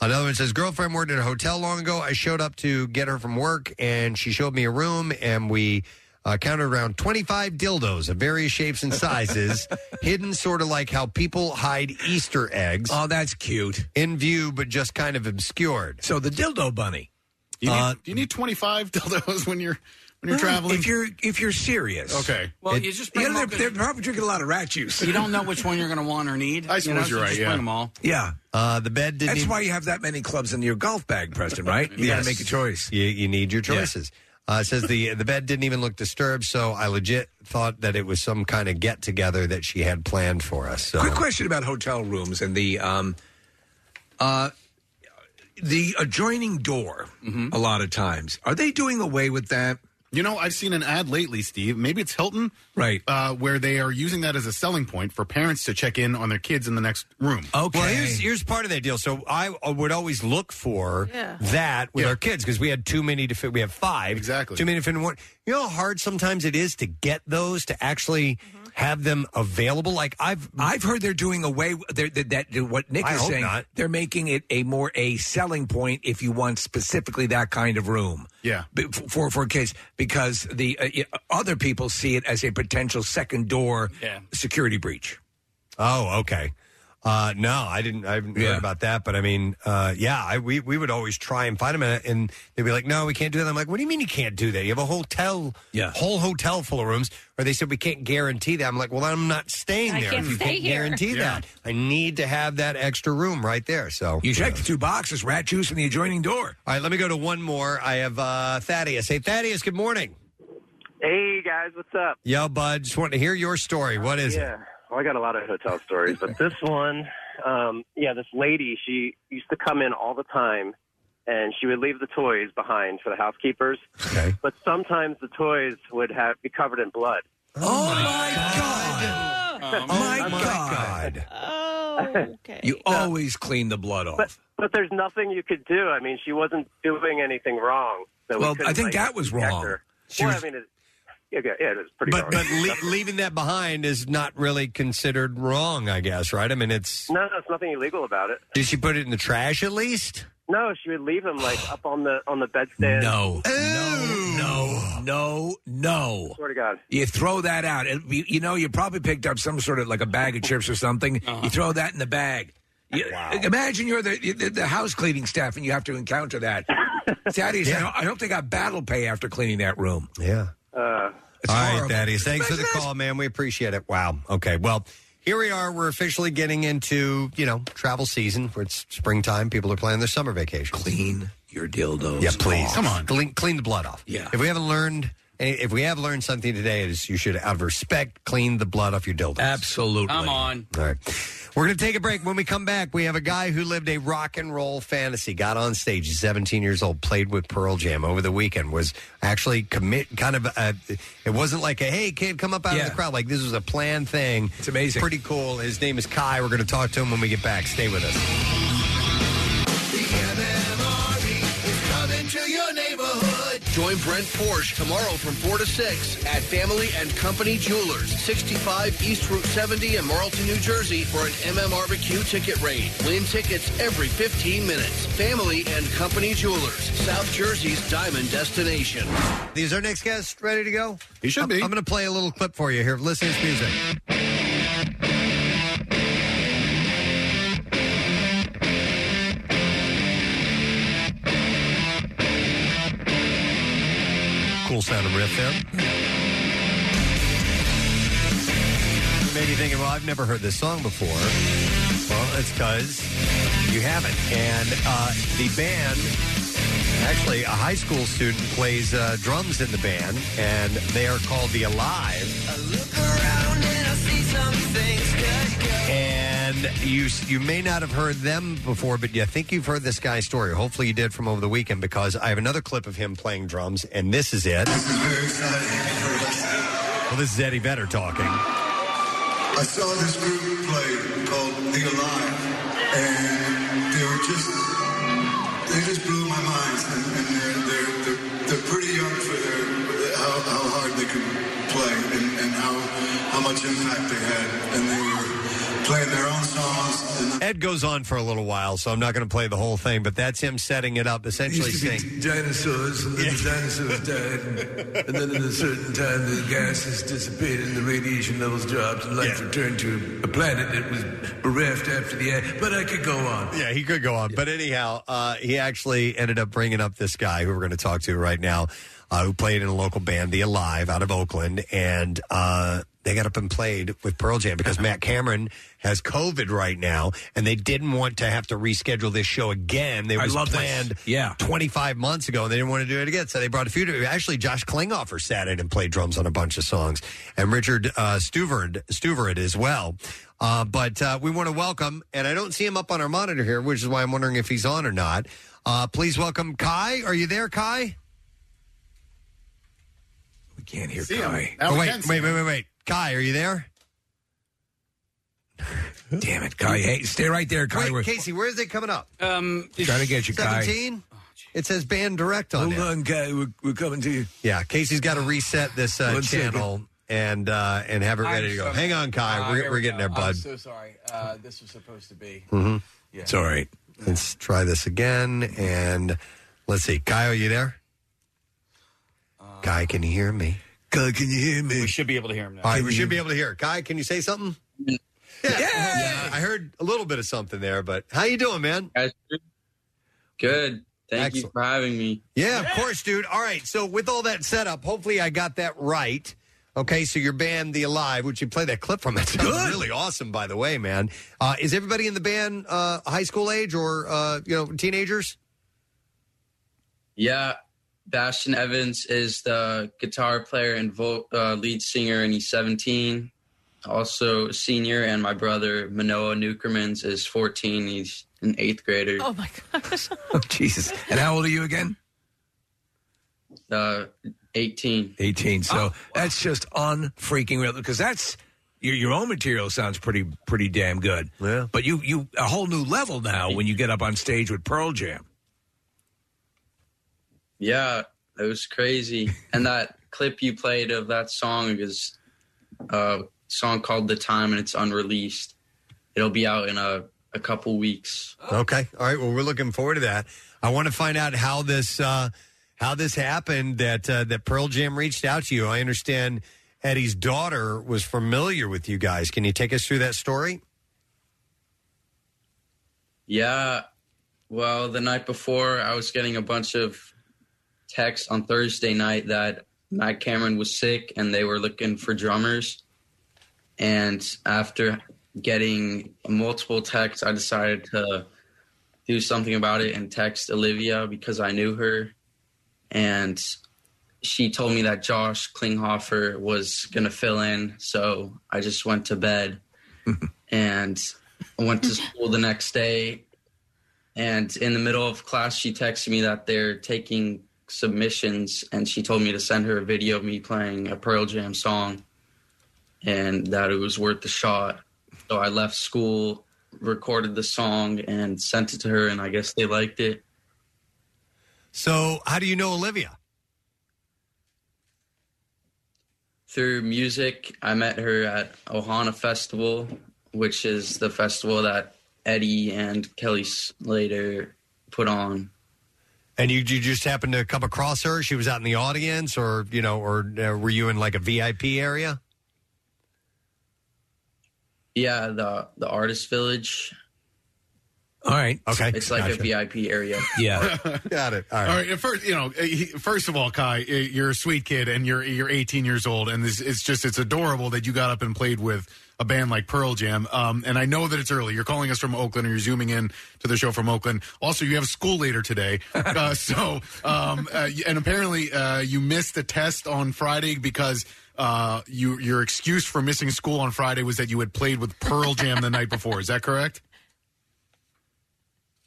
Another one says, girlfriend worked at a hotel long ago. I showed up to get her from work, and she showed me a room, and we uh, counted around 25 dildos of various shapes and sizes, hidden sort of like how people hide Easter eggs. Oh, that's cute. In view, but just kind of obscured. Uh, So the dildo bunny. Do you need, do you need 25 dildos when you're when you're traveling? If you're if you're serious. Okay. Well, It- you just Yeah, bring them they're, up they're probably drinking a lot of rat juice. You don't know which one you're going to want or need. I You know, suppose you're so right, Just yeah. bring them all. Yeah. Uh, the bed didn't. That's even- why you have that many clubs in your golf bag, Preston. Right? You got Yes. to make a choice. You, you need your choices. Uh, it says the the bed didn't even look disturbed, so I legit thought that it was some kind of get together that she had planned for us. So Quick question about hotel rooms and the um, uh, the adjoining door. Mm-hmm. A lot of times, are they doing away with that? You know, I've seen an ad lately, Steve. Maybe it's Hilton, right? Uh, where they are using that as a selling point for parents to check in on their kids in the next room. Well, here's here's part of that deal. So I uh, would always look for Yeah. that with Yeah. our kids because we had too many to fit. We have five exactly. Too many to fit in one. You know how hard sometimes it is to get those to actually have them available. Like I've I've heard they're doing away with they're, that, that. What Nick I is hope saying, not. they're making it a more a selling point if you want specifically that kind of room. Yeah. b- f- for for kids because the uh, y- other people see it as a potential second door Yeah. security breach. Oh, okay. Uh, no, I didn't. I haven't heard about that. But I mean, uh, yeah, I, we we would always try and find them, and, and they'd be like, "No, we can't do that." I'm like, "What do you mean you can't do that? You have a hotel, Yeah. whole hotel full of rooms." Or they said we can't guarantee that. I'm like, "Well, I'm not staying I there. can't if you stay can't here." guarantee Yeah. that. I need to have that extra room right there." So You check the two boxes, rat juice and the adjoining door. All right, let me go to one more. I have uh, Thaddeus. Hey, Thaddeus. Good morning. Hey guys, what's up? Yo, bud. Just wanted to hear your story. What is yeah. Well, I got a lot of hotel stories, but this one, um, yeah, this lady, she used to come in all the time, and she would leave the toys behind for the housekeepers. Okay. But sometimes the toys would have be covered in blood. Oh my god! Oh my god! Oh. Okay. You always clean the blood off. But but there's nothing you could do. I mean, she wasn't doing anything wrong. So we Well, couldn't, I think like, that was protect wrong. her. She well, was- I mean, it, yeah, yeah, yeah, it was pretty but wrong. but le- leaving that behind is not really considered wrong, I guess, right? I mean, it's no, there's nothing illegal about it. Did she put it in the trash at least? No, she would leave him like up on the on the bedstand. No, no, no, no, no. Swear to God. You throw that out. It- you, you know, you probably picked up some sort of like a bag of chips or something. Uh-huh. You throw that in the bag. You- Imagine you're the, the the house cleaning staff and you have to encounter that. Thaddeus, I, don't- I hope they got battle pay after cleaning that room. Yeah. Uh, All right, Thaddeus. Thanks for the call, man. We appreciate it. Wow. Okay. Well, here we are. We're officially getting into you know travel season. Where it's springtime. People are planning their summer vacation. Clean your dildos. Yeah, please. off. Come on. Clean, clean the blood off. Yeah. If we haven't learned, eh, if we have learned something today, it is you should out of respect clean the blood off your dildo. Absolutely. Come on. All right. We're going to take a break. When we come back, we have a guy who lived a rock and roll fantasy, got on stage, he's 17 years old, played with Pearl Jam over the weekend, was actually commit kind of a, it wasn't like a, hey, kid, come up out of the crowd. Like, this was a planned thing. It's amazing. Pretty cool. His name is Kai. We're going to talk to him when we get back. Stay with us. Coming to your neighborhood. Join Brent Porsche tomorrow from 4 to 6 at Family and Company Jewelers, 65 East Route 70 in Marlton, New Jersey for an MMRBQ ticket raid. Win tickets every 15 minutes. Family and Company Jewelers, South Jersey's diamond destination. Is our next guest ready to go? He should I'm, be. I'm going to play a little clip for you here. Listen to this music. Cool sounding riff there. Maybe thinking, well, I've never heard this song before. Well, it's because you haven't. And uh, the band, actually, a high school student plays uh, drums in the band, and they are called the Alive. And you you may not have heard them before, but you think you've heard this guy's story. Hopefully, you did from over the weekend because I have another clip of him playing drums, and this is it. Well, this is Eddie Vedder talking. I saw this group play called The Alive, and they were just, they just blew my mind. And, and they're, they're, they're, they're pretty young for their, how, how hard they could play and, and how, how much impact they had. And they were playing their own songs. And Ed goes on for a little while, so I'm not going to play the whole thing, but that's him setting it up, essentially Used to be saying, dinosaurs, and then the dinosaurs died, and, and then at a certain time the gases dissipated and the radiation levels dropped, and life returned to a planet that was bereft after the air. But I could go on. Yeah, he could go on. But anyhow, uh, he actually ended up bringing up this guy who we're going to talk to right now, uh, who played in a local band, The Alive, out of Oakland. And uh, They got up and played with Pearl Jam because Matt Cameron has COVID right now, and they didn't want to have to reschedule this show again. They I was love this. planned Yeah. 25 months ago, and they didn't want to do it again. So they brought a few. To, actually, Josh Klinghoffer sat in and played drums on a bunch of songs, and Richard uh, Stuverd, Stuverd as well. Uh, but uh, we want to welcome, and I don't see him up on our monitor here, which is why I'm wondering if he's on or not. Uh, please welcome Kai. Are you there, Kai? We can't hear See him. Kai. Now Oh, we wait, can see wait, him. wait, wait, wait. Kai, are you there? Damn it, Kai. Hey, stay right there, Kai. Wait, We're Casey, where is it coming up? Um, trying to get you, Kai. 17? It says band direct on Hold there. on, Kai. We're, we're coming to you. Yeah, Casey's got to reset this uh, One second. channel and uh, and have it ready to go. Hang on, Oh, Kai. we're we're getting there, bud. sorry. Uh, this was supposed to be. Mhm. It's all right. Let's try this again. And let's see. Kai, are you there? Kai, can you hear me? Kai, can you hear me? We should be able to hear him Uh, now. All right, we should be able to hear. Kai, can you say something? Yeah. Yeah, I heard a little bit of something there, but how you doing, man? Good. Thank you Excellent. for having me. Yeah, of course, dude. All right, so with all that setup, hopefully I got that right. Okay, so your band, The Alive, which you play that clip from, it sounds really awesome, by the way, man. Uh, is everybody in the band uh, high school age or uh, you know teenagers? Yeah, Bastion Evans is the guitar player and vo- uh, lead singer, and he's 17. Also, a senior, and my brother Manoa Newkermans is 14. He's an eighth grader. Oh my gosh. Oh, Jesus. And how old are you again? Uh, Oh, 18. 18. So that's just unfreaking real because that's your your own material sounds pretty pretty damn good. Yeah. But you you a whole new level now when you get up on stage with Pearl Jam. Yeah, it was crazy. and that clip you played of that song is a song called "The Time," and it's unreleased. It'll be out in a a couple weeks. Okay. All right. Well, we're looking forward to that. I want to find out how this uh, how this happened that uh, that Pearl Jam reached out to you. I understand Eddie's daughter was familiar with you guys. Can you take us through that story? Yeah. Well, the night before, I was getting a bunch of texts on Thursday night that Matt Cameron was sick and they were looking for drummers. And after getting multiple texts, I decided to do something about it and text Olivia because I knew her. And she told me that Josh Klinghoffer was going to fill in. So I just went to bed and I went to school the next day. And in the middle of class, she texted me that they're taking submissions, and she told me to send her a video of me playing a Pearl Jam song, and that it was worth the shot. So I left school, recorded the song, and sent it to her, and I guess they liked it. So, how do you know Olivia? Through music, I met her at Ohana Festival, which is the festival that Eddie and Kelly Slater put on. And you, you just happened to come across her? She was out in the audience, or you know, or uh, were you in like a VIP area? Yeah, the the artist village. All right. Okay. It's like a VIP area. Got it. All right. All right. at First, you know, uh, he- first of all, Kai, uh, you're a sweet kid, and you're you're 18 years old, and this, it's just it's adorable that you got up and played with a band like Pearl Jam. Um, and I know that it's early. You're calling us from Oakland, or you're zooming in to the show from Oakland. Also, you have school later today, uh, so um, uh, and apparently uh, you missed a test on Friday because. Uh, you, your excuse for missing school on Friday was that you had played with Pearl Jam the night before. Is that correct?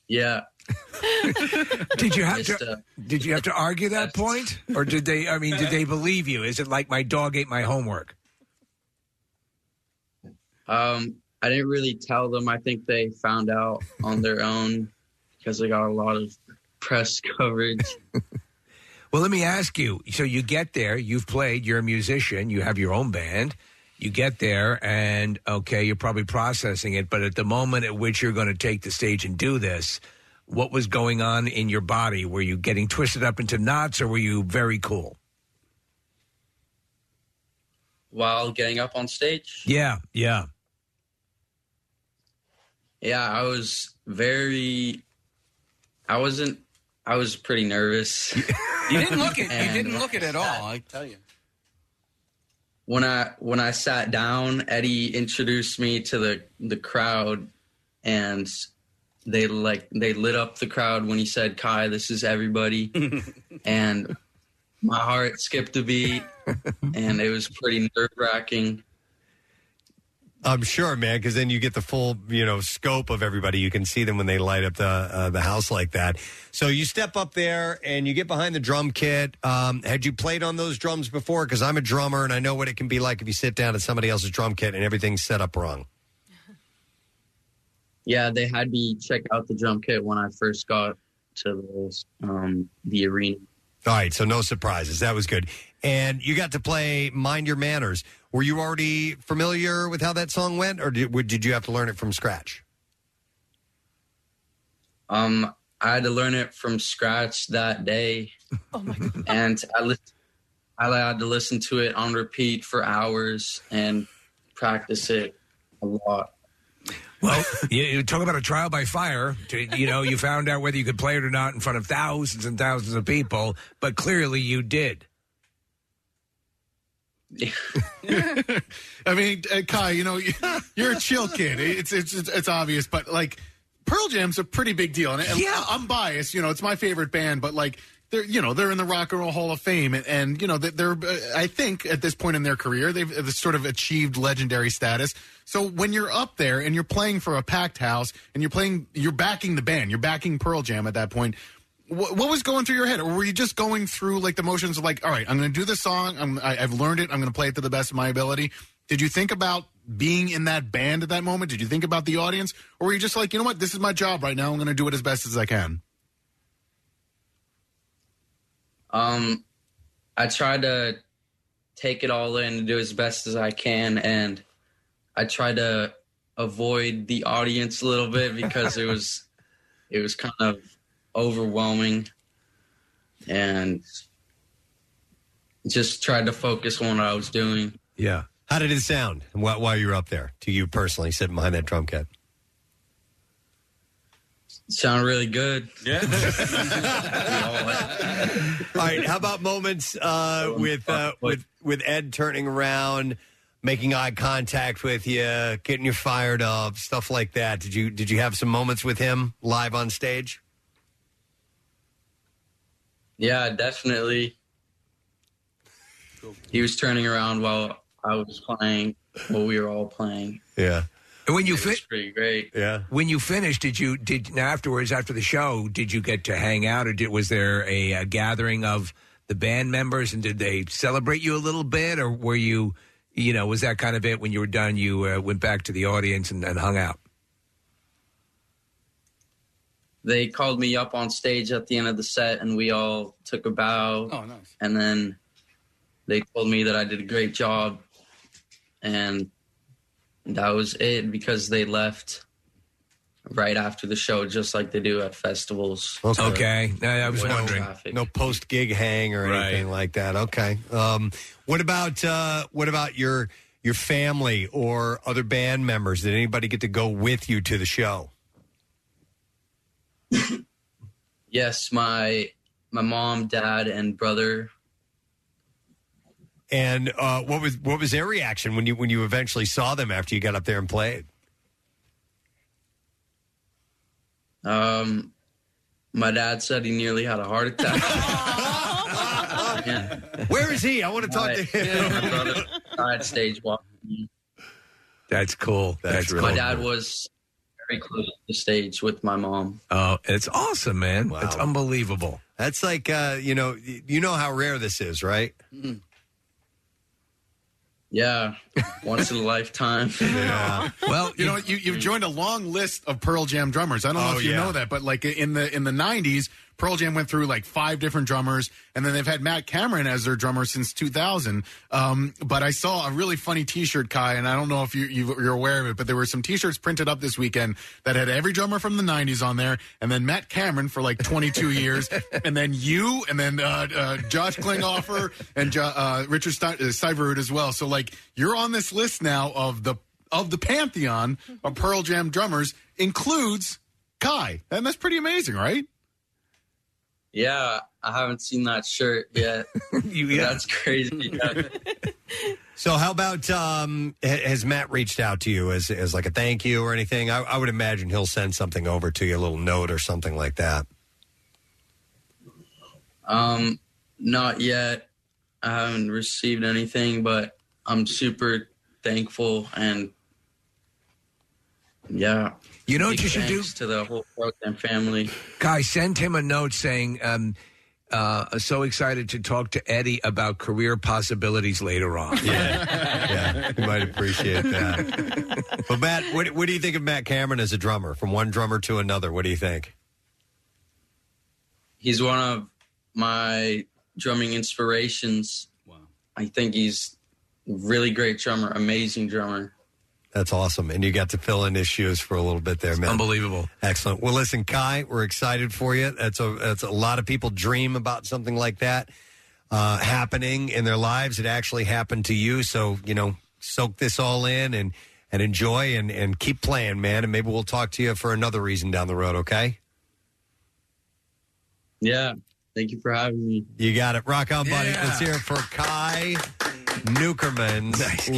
Yeah. Did you have Just, uh, to did you have to argue that point or did they I mean did they believe you? Is it like my dog ate my homework? Um, I didn't really tell them. I think they found out on their own because they got a lot of press coverage. Well, let me ask you. So you get there, you've played, you're a musician, you have your own band. You get there, and okay, you're probably processing it, but at the moment at which you're going to take the stage and do this, what was going on in your body? Were you getting twisted up into knots, or were you very cool? While getting up on stage, Yeah, yeah. yeah, I was very. I wasn't. I was pretty nervous. You didn't look it. You And- didn't look it at all. I tell you. when I when I sat down, Eddie introduced me to the the crowd, and they like they lit up the crowd when he said, "Kai, this is everybody," and my heart skipped a beat, and it was pretty nerve wracking. I'm sure, man, because then you get the full, you know, scope of everybody. You can see them when they light up the uh, the house like that. So you step up there and you get behind the drum kit. Um, had you played on those drums before? Because I'm a drummer and I know what it can be like if you sit down at somebody else's drum kit and everything's set up wrong. Yeah, they had me check out the drum kit when I first got to the um, the arena. All right, so no surprises. That was good. And you got to play "Mind Your Manners." Were you already familiar with how that song went, or did, would- did you have to learn it from scratch? Um, I had to learn it from scratch that day. Oh my god! And I lis- I had to listen to it on repeat for hours and practice it a lot. Well, you, you talk about a trial by fire. To, you know, you found out whether you could play it or not in front of thousands and thousands of people, but clearly you did. I mean, uh, Kai, you know, you're a chill kid. It's it's it's, it's obvious, but like Pearl Jam's a pretty big deal, and, and Yeah. I'm biased. You know, it's my favorite band, but like. They're, you know they're in the Rock and Roll Hall of Fame and, and you know that they're uh, I think at this point in their career they've uh, sort of achieved legendary status. So when you're up there and you're playing for a packed house and you're playing you're backing the band you're backing Pearl Jam at that point. What, what was going through your head, or were you just going through like the motions of like, all right, I'm going to do this song. I'm, I, I've learned it. I'm going to play it to the best of my ability. Did you think about being in that band at that moment? Did you think about the audience, or were you just like, you know what, this is my job right now. I'm going to do it as best as I can. Um, I tried to take it all in and do as best as I can, and I tried to avoid the audience a little bit because it was it was kind of overwhelming, and just tried to focus on what I was doing. Yeah. How did it sound while, while you were up there to you personally, sitting behind that drum kit? Sound really good. All right. How about moments uh, with uh, with with Ed turning around, making eye contact with you, getting you fired up, stuff like that? Did you did you have some moments with him live on stage? Yeah, definitely. He was turning around while I was playing, while we were all playing. Yeah. And when you It fit, was pretty great. Yeah. When you finished, did you did now afterwards after the show? Did you get to hang out, or did, was there a, uh gathering of the band members, and did they celebrate you a little bit, or were you, you know, was that kind of it? When you were done, you uh, went back to the audience and, and hung out. They called me up on stage at the end of the set, and we all took a bow. Oh, nice. And then they told me that I did a great job, and that was it because they left right after the show, just like they do at festivals. No- No No post gig hang or anything like that. Okay. Um, what about uh, what about your your family or other band members? Did anybody get to go with you to the show? Yes, my my mom, dad, and brother. And uh, what was what was their reaction when you when you eventually saw them after you got up there and played? Um, my dad said he nearly had a heart attack. Yeah. Where is he? I want to talk to him. My brother died stage walking. That's cool. That's, my dad was very close to the stage with my mom. Oh, it's awesome, man! It's unbelievable. That's like uh, you know y- you know how rare this is, right? Mm-hmm. Yeah, once in a lifetime. Yeah. Well, you know, you, you've joined a long list of Pearl Jam drummers. I don't know Oh, if you yeah. know that, but like in the in the '90s, Pearl Jam went through like five different drummers, and then they've had Matt Cameron as their drummer since 2000. Um, but I saw a really funny T-shirt, Kai, and I don't know if you, you you're aware of it, but there were some T-shirts printed up this weekend that had every drummer from the '90s on there, and then Matt Cameron for like 22 years, and then you, and then uh, uh, Josh Klinghoffer and jo- uh, Richard Stein- uh, Syverud as well. So like you're on this list now of the of the pantheon of Pearl Jam drummers includes Kai. And that's pretty amazing, right? Yeah, I haven't seen that shirt yet. you, That's crazy. Yeah. So how about um, ha- has Matt reached out to you as as like a thank you or anything? I, I would imagine he'll send something over to you, a little note or something like that. Um, not yet. I haven't received anything, but I'm super thankful and yeah. You know what Big you should do? thanks to the whole program family. Guy, send him a note saying, um, uh, so excited to talk to Eddie about career possibilities later on. yeah, you might appreciate that. But Matt, what, what do you think of Matt Cameron as a drummer? From one drummer to another, what do you think? He's one of my drumming inspirations. Wow. I think he's a really great drummer, amazing drummer. That's awesome. And you got to fill in his shoes for a little bit there, man. unbelievable. Excellent. Well, listen, Kai, we're excited for you. That's a that's a lot of people dream about something like that uh, happening in their lives. It actually happened to you, so you know, soak this all in and and enjoy and and keep playing, man. And maybe we'll talk to you for another reason down the road. Okay? Yeah. Thank you for having me. You got it. Rock on, buddy. Let's hear it for Kai Nukerman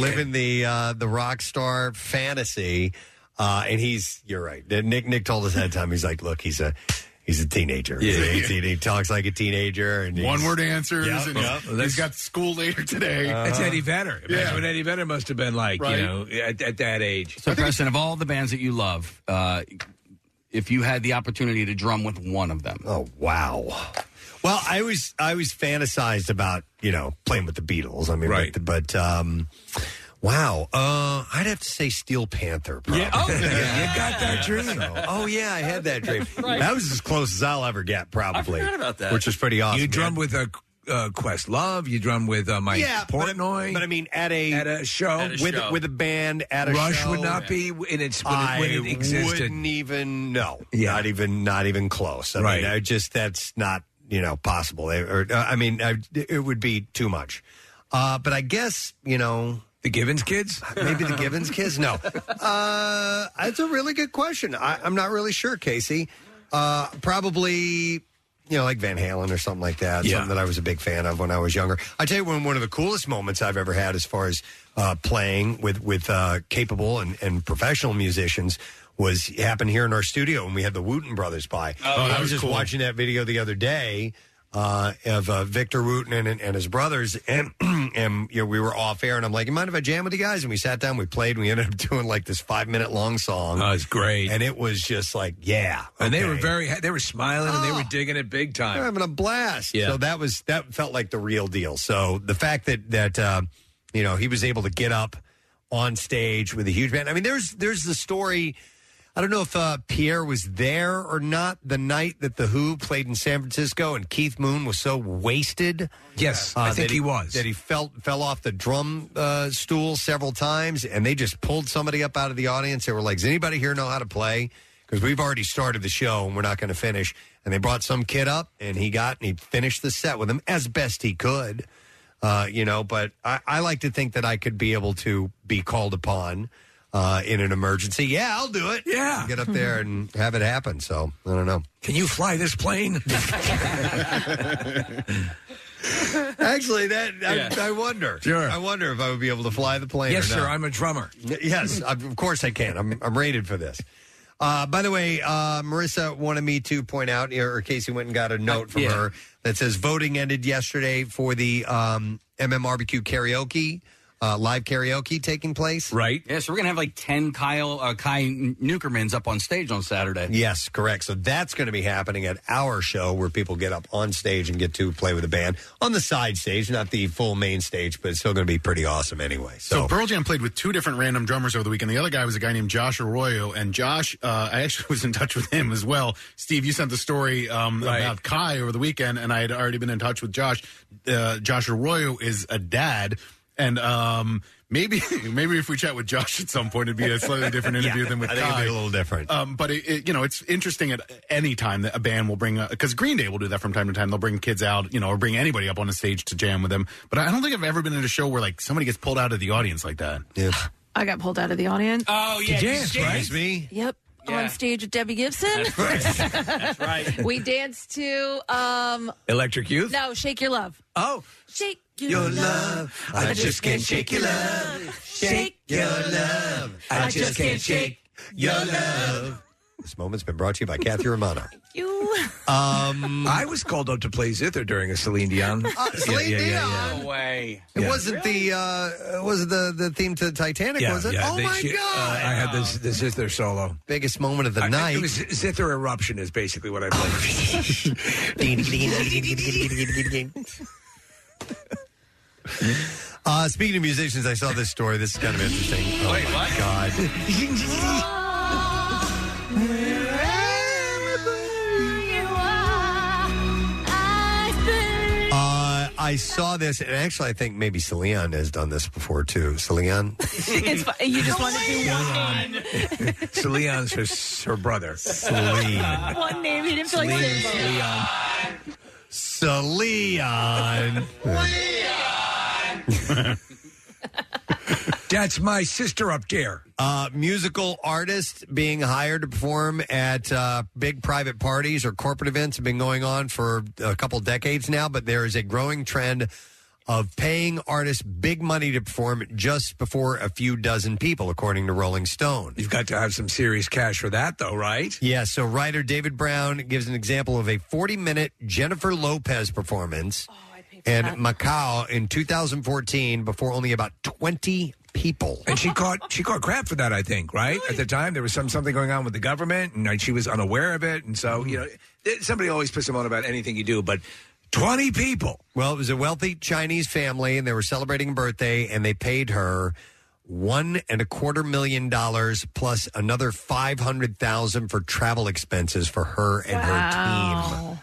living the uh, the rock star fantasy. Uh, and he's you're right. Nick Nick told us ahead of time. He's like, look, he's a he's a teenager. Yeah. He's a- he talks like a teenager. And he's- One word answers. Yep, and yep. he's- he's got school later today. That's Eddie Vedder. Imagine Yeah. what Eddie Vedder must have been like, Right. you know, at, at that age. So, Preston, of all the bands that you love, uh, if you had the opportunity to drum with one of them, oh wow! Well, I always I always fantasized about you know playing with the Beatles. I mean, right? But, um, wow, uh, I'd have to say Steel Panther. Probably. Oh, you got that dream. Oh yeah, I had that dream. That was as close as I'll ever get, probably. Which is pretty awesome. You drummed man. with a uh, Quest Love. You drummed with uh, Mike Yeah, but- Portnoy. but I mean, at a at a show with with a band at a Rush show. would not be in its when it, when it I existed. wouldn't even know. Not even not even close. I Right. mean, I just that's not you know possible. I- Or uh, I mean, I, it would be too much. Uh, but I guess you know the Givens kids, maybe the Givens kids. No, uh, that's a really good question. I, I'm not really sure, Casey. Uh, probably. You know, like Van Halen or something like that. Yeah. Something that I was a big fan of when I was younger. I tell you, one one of the coolest moments I've ever had, as far as uh, playing with with uh, capable and, and professional musicians, was happened here in our studio when we had the Wooten brothers by. Oh, that I was was just cool. watching that video the other day uh, of uh, Victor Wooten and, and his brothers, and and you know, we were off air, and I'm like, "You mind if I jam with you guys?" And we sat down, we played, and we ended up doing like this five minute long song. Oh, it's great. and it was just like, yeah, And they okay. were very, ha- they were smiling and they Oh. were digging it big time. They're having a blast. Yeah. So that was that felt like the real deal. So the fact that that uh, you know he was able to get up on stage with a huge band. I mean, there's there's the story. I don't know if uh, Pierre was there or not the night that the Who played in San Francisco, and Keith Moon was so wasted. Yes, I Uh, that think he was. that he fell fell off the drum uh, stool several times, and they just pulled somebody up out of the audience. They were like, "Does anybody here know how to play?" Because we've already started the show and we're not going to finish. And they brought some kid up, and he got and he finished the set with him as best he could, uh, you know. But I, I like to think that I could be able to be called upon uh, in an emergency. Yeah, I'll do it. Yeah, get up there and have it happen. So I don't know. Can you fly this plane? Actually, that I, I wonder. Sure. I wonder if I would be able to fly the plane. yes, or not. sir. I'm a drummer. Yes, of of course I can. I'm, I'm rated for this. Uh, by the way, uh, Marissa wanted me to point out, or Casey went and got a note from yeah. her that says voting ended yesterday for the um, MMRBQ karaoke, uh, live karaoke taking place. Right. Yeah, so we're gonna have like ten Kyle uh, Kai Nukermans up on stage on Saturday. Yes, correct. So that's going to be happening at our show where people get up on stage and get to play with a band on the side stage, not the full main stage, but it's still going to be pretty awesome anyway. So Pearl Jam played with two different random drummers over the weekend. The other guy was a guy named Josh Arroyo, and Josh, uh, I actually was in touch with him as well. Steve, you sent the story um, about Kai over the weekend, and I had already been in touch with Josh. Uh, Josh Arroyo is a dad, and um, maybe maybe if we chat with Josh at some point, it'd be a slightly different interview Yeah, than with I Kai. think it'd be a little different. Um, but it, it, you know, it's interesting at any time that a band will bring because Green Day will do that from time to time. They'll bring kids out, you know, or bring anybody up on a stage to jam with them. But I don't think I've ever been in a show where like somebody gets pulled out of the audience like that. Yeah. I got pulled out of the audience. Oh yeah, To dance, you did. right? me. Yep. on stage with Debbie Gibson. That's right. we danced to um Electric Youth? No, Shake Your Love. Oh. Shake your, Your love. love, I just can't shake your love. Shake your love, I just can't shake your love. This moment's been brought to you by Kathy Romano. You. Um, I was called up to play zither during a Celine Dion. Uh, Celine Dion? No way. It wasn't the uh, it wasn't the the theme to Titanic, was it? oh they- my she- uh, god! I had this this zither solo. Biggest moment of the night. It was zither eruption is basically what I played. Uh, speaking of musicians, I saw this story. This is kind of interesting. Oh Wait, my god! Uh, I saw this, and actually, I think maybe Celine has done this before too. Celine, it's, fu- you just want to do one name. Celine's her, her brother. Celine, One name. He didn't feel like Celine, saying both. Celine. Celine. That's my sister up there. Uh, musical artists being hired to perform at uh, big private parties or corporate events have been going on for a couple decades now, but there is a growing trend of paying artists big money to perform just before a few dozen people, according to Rolling Stone. You've got to have some serious cash for that, though, right? Yeah, so writer David Brown gives an example of a 40 minute Jennifer Lopez performance in Macau in 2014 before only about 20 people. And she caught she caught crap for that, I think, right? At the time, there was some something going on with the government, and like, she was unaware of it. And so, you know, th- somebody always pisses on about anything you do, but 20 people. Well, it was a wealthy Chinese family, and they were celebrating a birthday, and they paid her one and a quarter million dollars plus another 500000 for travel expenses for her and her team.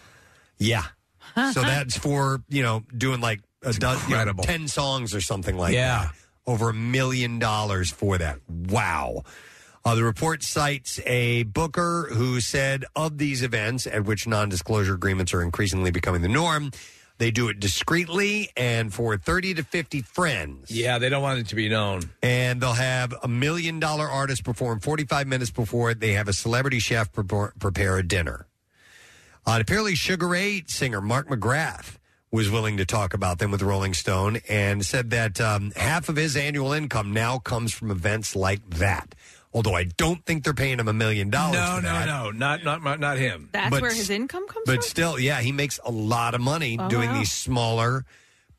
Yeah. so that's for, you know, doing like a dozen, you know, 10 songs or something like Yeah. that. Over a million dollars for that. Wow. Uh, the report cites a booker who said of these events, at which non disclosure agreements are increasingly becoming the norm, they do it discreetly and for 30 to 50 friends. Yeah, they don't want it to be known. And they'll have a million dollar artist perform 45 minutes before they have a celebrity chef prepare, prepare a dinner. Uh, and apparently, Sugar Ray singer Mark McGrath was willing to talk about them with Rolling Stone and said that um, half of his annual income now comes from events like that. Although I don't think they're paying him a million dollars. No, for no, that. no, not not not him. That's But where s- his income comes But still, yeah, he makes a lot of money Oh, doing wow. these smaller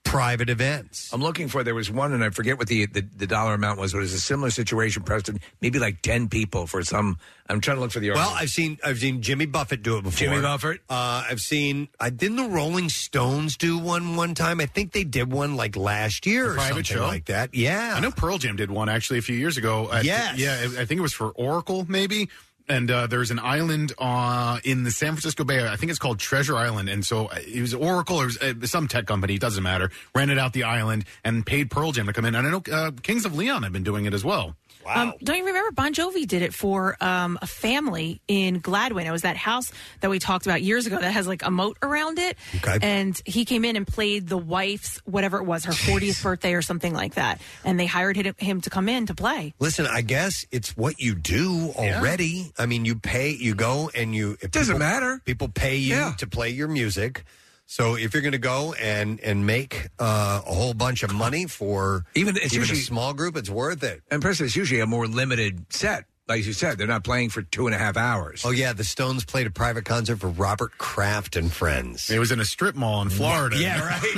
private events. I'm looking for there was one, and I forget what the the, the dollar amount was. But it was a similar situation, Preston. Maybe like 10 people for some. I'm trying to look for the. Well, I've seen I've seen Jimmy Buffett do it before. Jimmy Buffett? Uh, I've seen. I didn't the Rolling Stones do one one time. I think they did one like last year or something private show like that. Yeah, I know Pearl Jam did one actually a few years ago. I thi- Yes. yeah, I I think it was for Oracle maybe. And uh, there's an island uh, in the San Francisco Bay. I think it's called Treasure Island. And so uh, it was Oracle or it was, uh, some tech company, doesn't matter, rented out the island and paid Pearl Jam to come in. And I know uh, Kings of Leon have been doing it as well. Um, don't you remember Bon Jovi did it for um, a family in Gladwin? It was that house that we talked about years ago that has like a moat around it. Okay. And he came in and played the wife's whatever it was, her 40th birthday or something like that. And they hired him- him to come in to play. Listen, I guess it's what you do already. I mean, you pay, you go, and you. It Doesn't matter. People pay you to play your music. So if you're going to go and and make uh, a whole bunch of money for Even it's even usually- a small group, it's worth it. And Preston, it's usually a more limited set. Like you said, they're not playing for two and a half hours. Oh yeah, the Stones played a private concert for Robert Kraft and friends. It was in a strip mall in Florida. Yeah, right.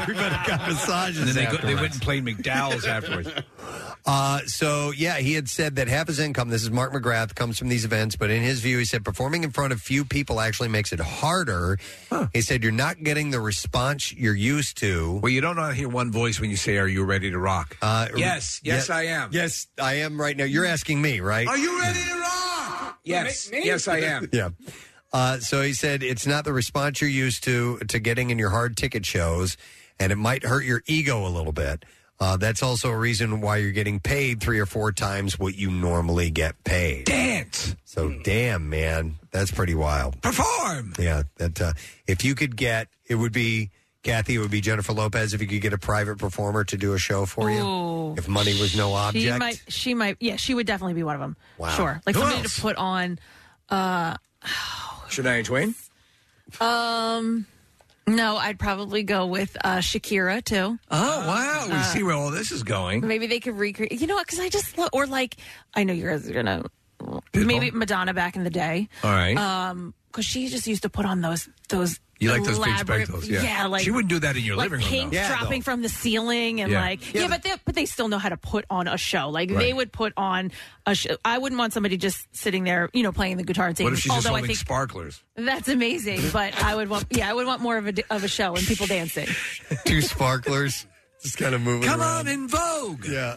Everybody got massages. And then they, go, they afterwards. went and played McDowell's afterwards. Uh, so yeah, he had said that half his income, this is Mark McGrath, comes from these events. But in his view, he said performing in front of few people actually makes it harder. He said you're not getting the response you're used to. Well, you don't know how to hear one voice when you say, "Are you ready to rock?" Uh, Yes, yes, I am. Yes, I am right now. You're asking me, right? Are you ready to rock? Yes, yes, I am. yeah. Uh, so he said it's not the response you're used to to getting in your hard ticket shows, and it might hurt your ego a little bit. Uh, that's also a reason why you're getting paid three or four times what you normally get paid. Dance. So damn, man, that's pretty wild. Perform. Yeah, that uh, if you could get, it would be. Kathy, it would be Jennifer Lopez if you could get a private performer to do a show for you. Ooh. If money was no She object. might. She might. Yeah, she would definitely be one of them. Wow. Sure. Like Who somebody else? to put on. Uh, Shania Twain. Um, no, I'd probably go with uh, Shakira too. Oh wow, we Uh, see where all this is going. Maybe they could recreate. You know what? Because I just lo- or like I know you guys are gonna maybe Madonna back in the day. All right. Um, because she just used to put on those those. You like those big elaborate- spectacles, yeah. like She wouldn't do that in your like living room, Pink though. Yeah, dropping though. from the ceiling and Yeah. like yeah, but they, but they still know how to put on a show. Like they Right. would put on a show. I wouldn't want somebody just sitting there, you know, playing the guitar and singing. What if she's just Although holding I think sparklers? that's amazing, but I would want yeah, I would want more of a of a show and people dancing. Two sparklers. Just kind of moving Come around. on in Vogue. Yeah.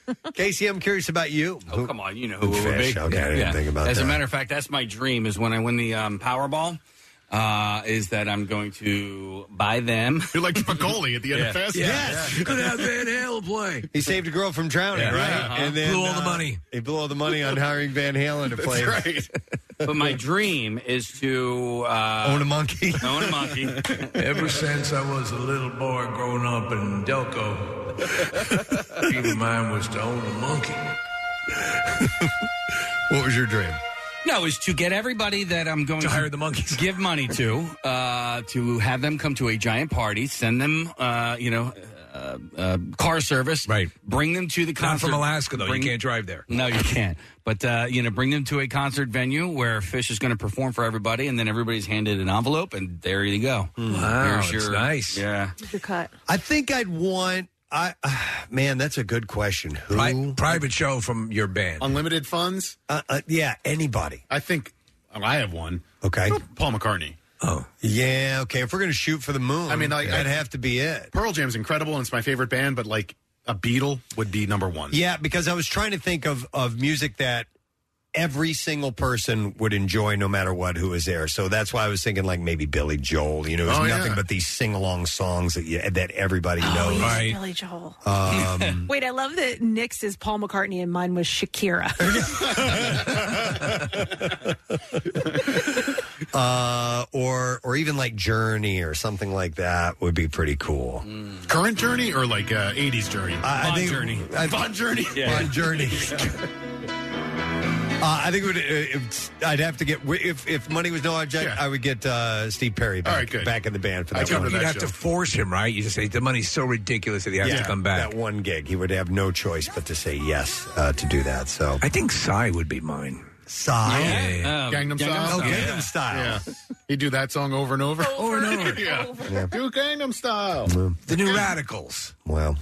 Casey, I'm curious about you. Oh, come on. You know who it would Fish, be. okay, I didn't think about As that. a matter of fact, that's my dream is when I win the um, Powerball. Uh, is that I'm going to buy them? You're like Spicoli at the end of Fast Times. Yes. Could have Van Halen play. He saved a girl from drowning, Yeah. Uh-huh. right? Yeah. And then Blew all the uh, money. He blew all the money on hiring Van Halen to play. right. but my dream is to uh, Own a monkey. Own a monkey. Ever since I was a little boy growing up in Delco, dream of mine was to own a monkey. what was your dream? No, is to get everybody that I'm going to, hire the monkeys, give money to, uh, to have them come to a giant party, send them, uh, you know, uh, uh, car service, right? Bring them to the Not concert. from Alaska though. Bring- you can't drive there. No, you can't. But uh, you know, bring them to a concert venue where Fish is going to perform for everybody, and then everybody's handed an envelope, and there you go. Hmm. Wow, Here's it's nice. Yeah, Your cut. I think I'd want. I man, that's a good question. Who private show from your band? Unlimited funds? Uh, uh, yeah, anybody. I think well, I have one. Okay. Paul McCartney. Oh. Yeah, okay. If we're going to shoot for the moon, I mean, like, that'd have to be it. Pearl Jam's incredible and it's my favorite band, but like a Beatle would be number one. Yeah, because I was trying to think of of music that every single person would enjoy no matter what who was there. So that's why I was thinking like maybe Billy Joel, you know, there's Oh, yeah. nothing but these sing-along songs that you, that everybody Oh, knows. yeah, Billy Joel. Um, Wait, I love that Nick's is Paul McCartney and mine was Shakira. uh, or or even like Journey or something like that would be pretty cool. Mm. Current Journey or like uh, 80s Journey? I- I Bon think- Journey. I- Bon Journey. Bon Journey. Uh, I think it would, it, I'd have to get if if money was no object, I would get uh, Steve Perry back, back in the band for that. I think one. you'd have to force him, right? You just say the money's so ridiculous that he has Yeah, to come back. That one gig, he would have no choice but to say yes uh, to do that. So Uh, I think Psy would be mine. Psy, Yeah. Um, Gangnam Gangnam Style. Style. Oh, Yeah. Style. Yeah. He'd do that song over and over. Over and over. yeah. Do Gangnam Style. The New Radicals. Wow.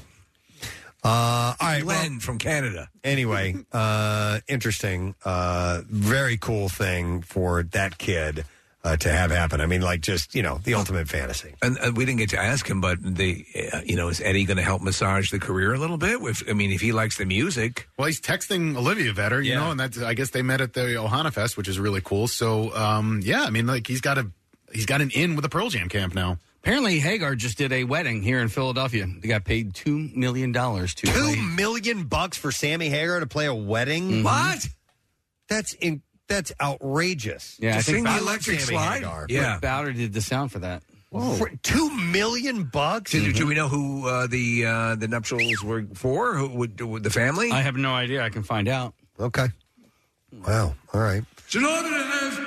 Uh, all right, Glenn from Canada. Anyway, uh, interesting, uh, very cool thing for that kid uh, to have happen. I mean, like just you know, the ultimate fantasy. And uh, we didn't get to ask him, but the uh, you know is Eddie going to help massage the career a little bit? If, I mean, if he likes the music, Well, he's texting Olivia Vetter, you know, and that's I guess they met at the Ohana Fest, which is really cool. So, um, yeah, I mean, like he's got a he's got an in with the Pearl Jam camp now. Apparently, Hagar just did a wedding here in Philadelphia. They got paid two million dollars to Two million bucks for Sammy Hagar to play a wedding. Mm-hmm. What? That's in, that's outrageous. Yeah, I think Bowder- Sammy Hagar. Rick Bowder did the sound for that. For two million bucks. Mm-hmm. Do, do we know who uh, the uh, the nuptials were for? Who would, would the family? I have no idea. I can find out. Okay. Wow. All right. It's an honor to have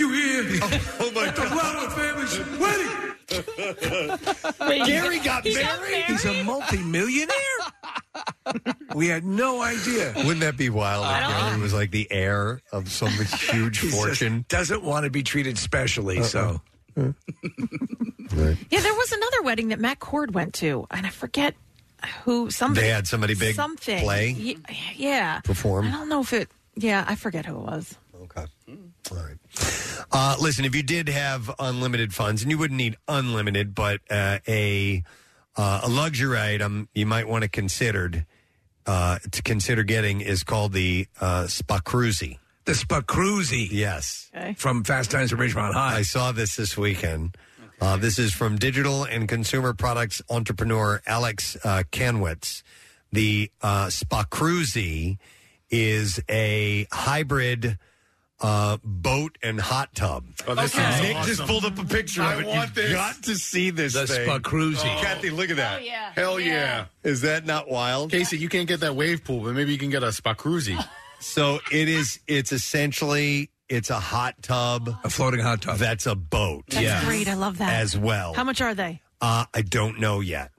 you here. Oh, my God. The Bravo family's wedding. Wait, Gary got he got married? He's a multimillionaire. we had no idea. Wouldn't that be wild if Gary was like the heir of some huge He just fortune? doesn't want to be treated specially, so. yeah, there was another wedding that Matt Cord went to, and I forget who. Somebody They had somebody big something play? Ye- yeah, Perform? I don't know if it. Yeah, I forget who it was. Uh, listen, if you did have unlimited funds, and you wouldn't need unlimited, but uh, a uh, a luxury item you might want to considered uh, to consider getting is called the uh, Spacruzzi. The Spacruzzi, yes, from Fast Times at Ridgemont High. I saw this this weekend. Uh, this is from digital and consumer products entrepreneur Alex uh, Kanwitz. The uh, Spacruzzi is a hybrid uh, boat and hot tub. Oh, this Okay. sounds Nick just awesome. pulled up a picture of I it. want you this. got to see this The thing. Oh. Spacruzzi. Kathy, look at that. yeah. Hell yeah. Is that not wild? Casey, you can't get that wave pool, but maybe you can get a Spacruzzi. So it is. It's essentially it's a hot tub, a floating hot tub. That's a boat. That's great. I love that. As well. How much are they? Uh, I don't know yet,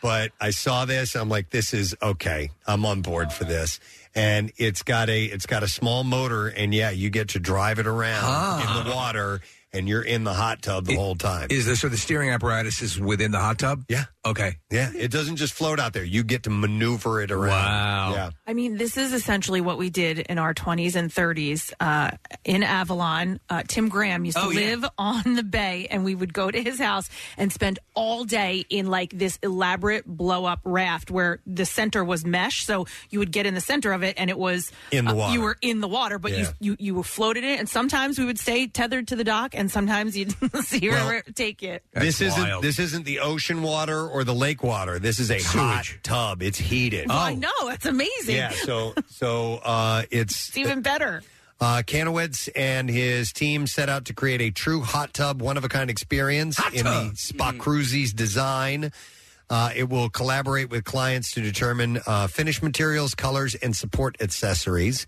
but I saw this. I'm like, this is okay. I'm on board for this. And it's got a it's got a small motor, and yeah, you get to drive it around Ah. in the water, and you're in the hot tub the whole time. Is this so the steering apparatus is within the hot tub? Yeah. Okay. Yeah, it doesn't just float out there. You get to maneuver it around. Wow. Yeah. I mean, this is essentially what we did in our 20s and 30s uh, in Avalon. Uh, Tim Graham used to Oh, yeah. live on the bay, and we would go to his house and spend all day in like this elaborate blow up raft where the center was mesh. So you would get in the center of it, and it was uh, In the you water. were in the water, but Yeah. you, you you were floated in it. And sometimes we would stay tethered to the dock, and sometimes you'd see Well, her take it. this isn't this isn't the ocean water or the lake water. This is a hot tub. It's heated. Oh. Well, I know that's amazing. Oh. Yeah, so so uh, it's it's even better. Uh, Kanowitz and his team set out to create a true hot tub, one of a kind experience in tub. the Spacruzzi's design. Uh, it will collaborate with clients to determine uh, finish materials, colors, and support accessories.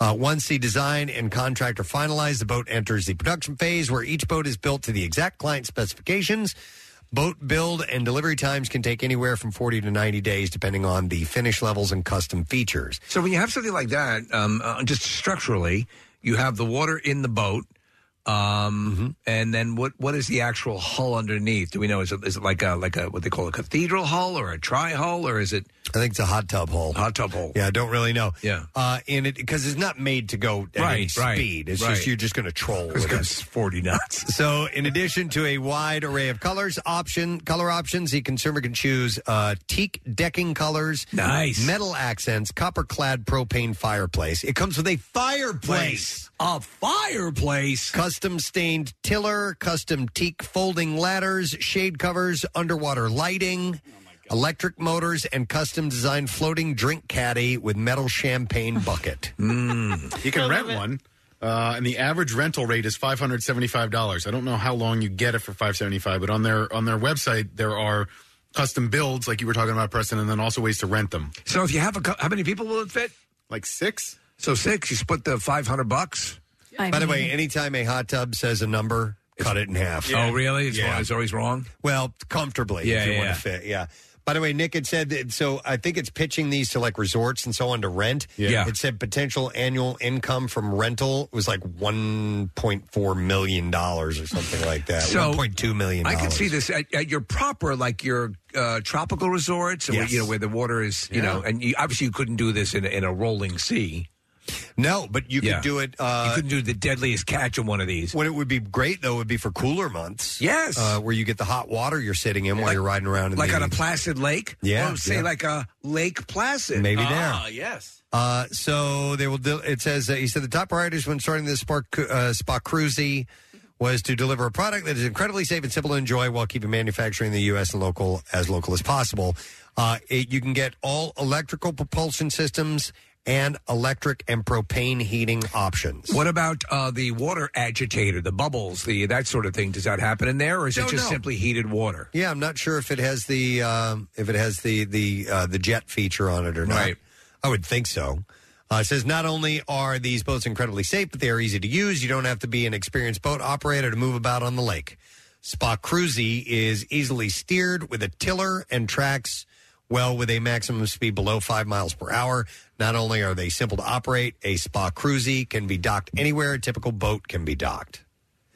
Uh, once the design and contract are finalized, the boat enters the production phase where each boat is built to the exact client specifications. Boat build and delivery times can take anywhere from 40 to 90 days, depending on the finish levels and custom features. So when you have something like that, um, uh, just structurally, you have the water in the boat, Mm-hmm. um, and then what? What is the actual hull underneath? Do we know? Is it is it like a like a what they call a cathedral hull or a tri hull or is it? I think it's a hot tub hull. Hot tub hull. Yeah, I don't really know. Yeah. uh, in it because it's not made to go at any Right, right, speed. It's right. just you're just going to troll. It's with got it. forty knots. So, in addition to a wide array of colors option color options, the consumer can choose uh, teak decking colors, Nice. metal accents, copper clad propane fireplace. It comes with a fireplace, a fireplace, custom stained tiller, custom teak folding ladders, shade covers, underwater lighting. Oh Electric motors and custom designed floating drink caddy with metal champagne bucket. Mm. You can rent one, uh, and the average rental rate is five hundred seventy-five dollars. I don't know how long you get it for five seventy-five, but on their on their website there are custom builds, like you were talking about, Preston, and then also ways to rent them. So if you have a cou- how many people will it fit? Like six. So six. You split the five hundred bucks. By the way, anytime a hot tub says a number, cut it in half. Oh really? It's, Yeah. it's always wrong. Well, comfortably Yeah, if you yeah, want yeah. to fit. Yeah. By the way, Nick had said that, so I think it's pitching these to like resorts and so on to rent. Yeah. Yeah. It said potential annual income from rental was like $1.4 million or something like that. So, $1.2 million. I could see this at, at your proper, like your uh, tropical resorts, and where, Yes. you know where the water is, you know, and you, obviously you couldn't do this in a, in a rolling sea. No, but you could do it. Uh, you couldn't do the deadliest catch in one of these. What it would be great though would be for cooler months. Yes. Uh, where you get the hot water you're sitting in while you're riding around in like the, on a placid lake. Yeah, Or say yeah. like a Lake Placid. Maybe Ah, there. yes. Uh, so they will. Do, it says uh, he said the top priorities when starting this spark, uh, spa cruisy was to deliver a product that is incredibly safe and simple to enjoy while keeping manufacturing in the U.S. and local as local as possible. Uh, it, you can get all electrical propulsion systems and electric and propane heating options. What about uh, the water agitator, the bubbles, the that sort of thing? Does that happen in there, or is it Don't just know. simply heated water? Yeah, I'm not sure if it has the um, if it has the the uh, the jet feature on it or not. I would think so. Uh, it says not only are these boats incredibly safe, but they are easy to use. You don't have to be an experienced boat operator to move about on the lake. Spa Cruzy is easily steered with a tiller and tracks well with a maximum speed below five miles per hour. Not only are they simple to operate, a Spa Cruzy can be docked anywhere a typical boat can be docked.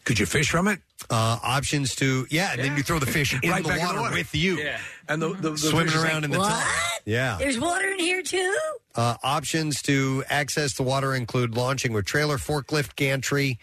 Could you fish from it? Uh, options to yeah, and then you throw the fish in Right the back in the water, water. with you, and the, the, the swimming fish is around like, in the tub. Yeah, There's water in here too. uh, options to access the water include launching with trailer, forklift, gantry,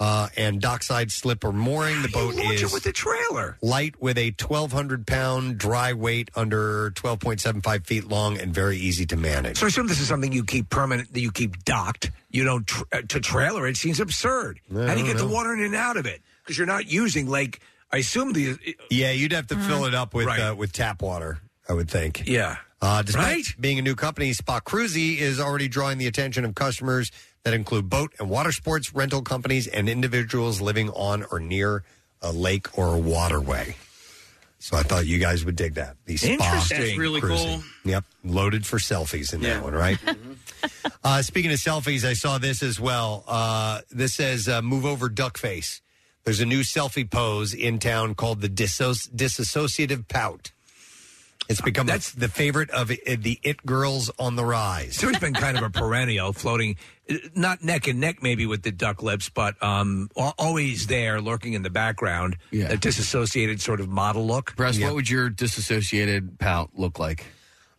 uh, and dockside slip or mooring. The boat launch it is with the trailer. light with a 1,200 pound dry weight, under 12.75 feet long, and very easy to manage. So I assume this is something you keep permanent, that you keep docked. You don't tr- uh, to trailer. It seems absurd. How do you I get don't the know. water in and out of it? Because you're not using like I assume the uh, Mm-hmm. Yeah, you'd have to fill it up with Right. uh, with tap water, I would think. yeah. Uh, despite being a new company, Spot Cruzy is already drawing the attention of customers that include boat and water sports rental companies and individuals living on or near a lake or a waterway. So I thought you guys would dig that. The spa Interesting. That's really cruising. cool. Yep, loaded for selfies in Yeah. that one, right? uh, speaking of selfies, I saw this as well. Uh, this says uh, "Move over, duck face." There's a new selfie pose in town called the disso- disassociative pout. It's become that's the favorite of i- the it girls on the rise. So it's been kind of a perennial floating, not neck and neck maybe with the duck lips, but um, al- always there lurking in the background. Yeah. A disassociated sort of model look. Russ, what would your disassociated pout look like?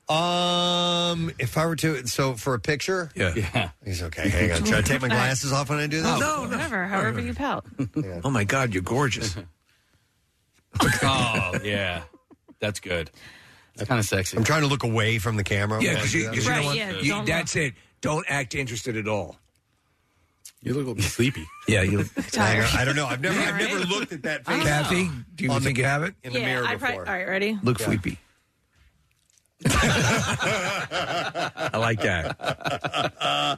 Um, if I were to, so for a picture, yeah, he's okay. Hang on, should I take my glasses off when I do this? no, Oh, Whatever, however you pelt. Oh my God, you're gorgeous. oh yeah, that's good. That's kind of sexy. I'm trying to look away from the camera. uh, Yeah, because you, 'cause you Right, know what? yeah, You- don't that's it. Don't act interested at all. You look a little sleepy. yeah, you. Tired. I don't know. I've never, I've never looked at that face. Kathy, do you On the- think you have it in the mirror I before? probably, all right, ready? Look sleepy. I like that.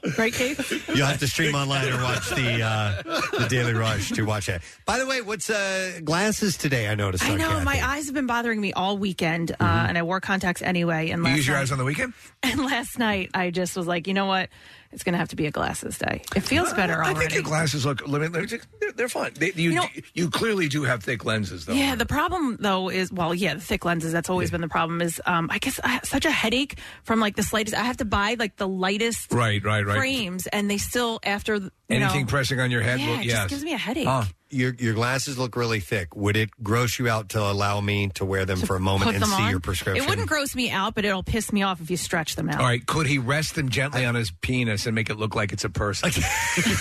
Right, Keith? You'll have to stream online or watch the uh, the Daily Rush to watch that. By the way, what's uh, glasses today? I noticed. I on know Kathy. my eyes have been bothering me all weekend, uh, and I wore contacts anyway. And Mm-hmm. You last use your night, eyes on the weekend? And last night, I just was like, you know what? It's going to have to be a glasses day. It feels better I already. think your glasses look. Let me, let me just- they're, they're fine. They, you, you, clearly do have thick lenses, though. Yeah, the problem though is well, yeah, the thick lenses. That's always been the problem. Is um, I guess I have such a headache from like the slightest. I have to buy like the lightest Right, right, right. frames, and they still after you Anything know, pressing on your head? Yeah, will, it just yes. gives me a headache. Your your glasses look really thick. Would it gross you out to allow me to wear them for a moment Put and them see on. your prescription? It wouldn't gross me out, but it'll piss me off if you stretch them out. All right. Could he rest them gently on his penis and make it look like it's a person?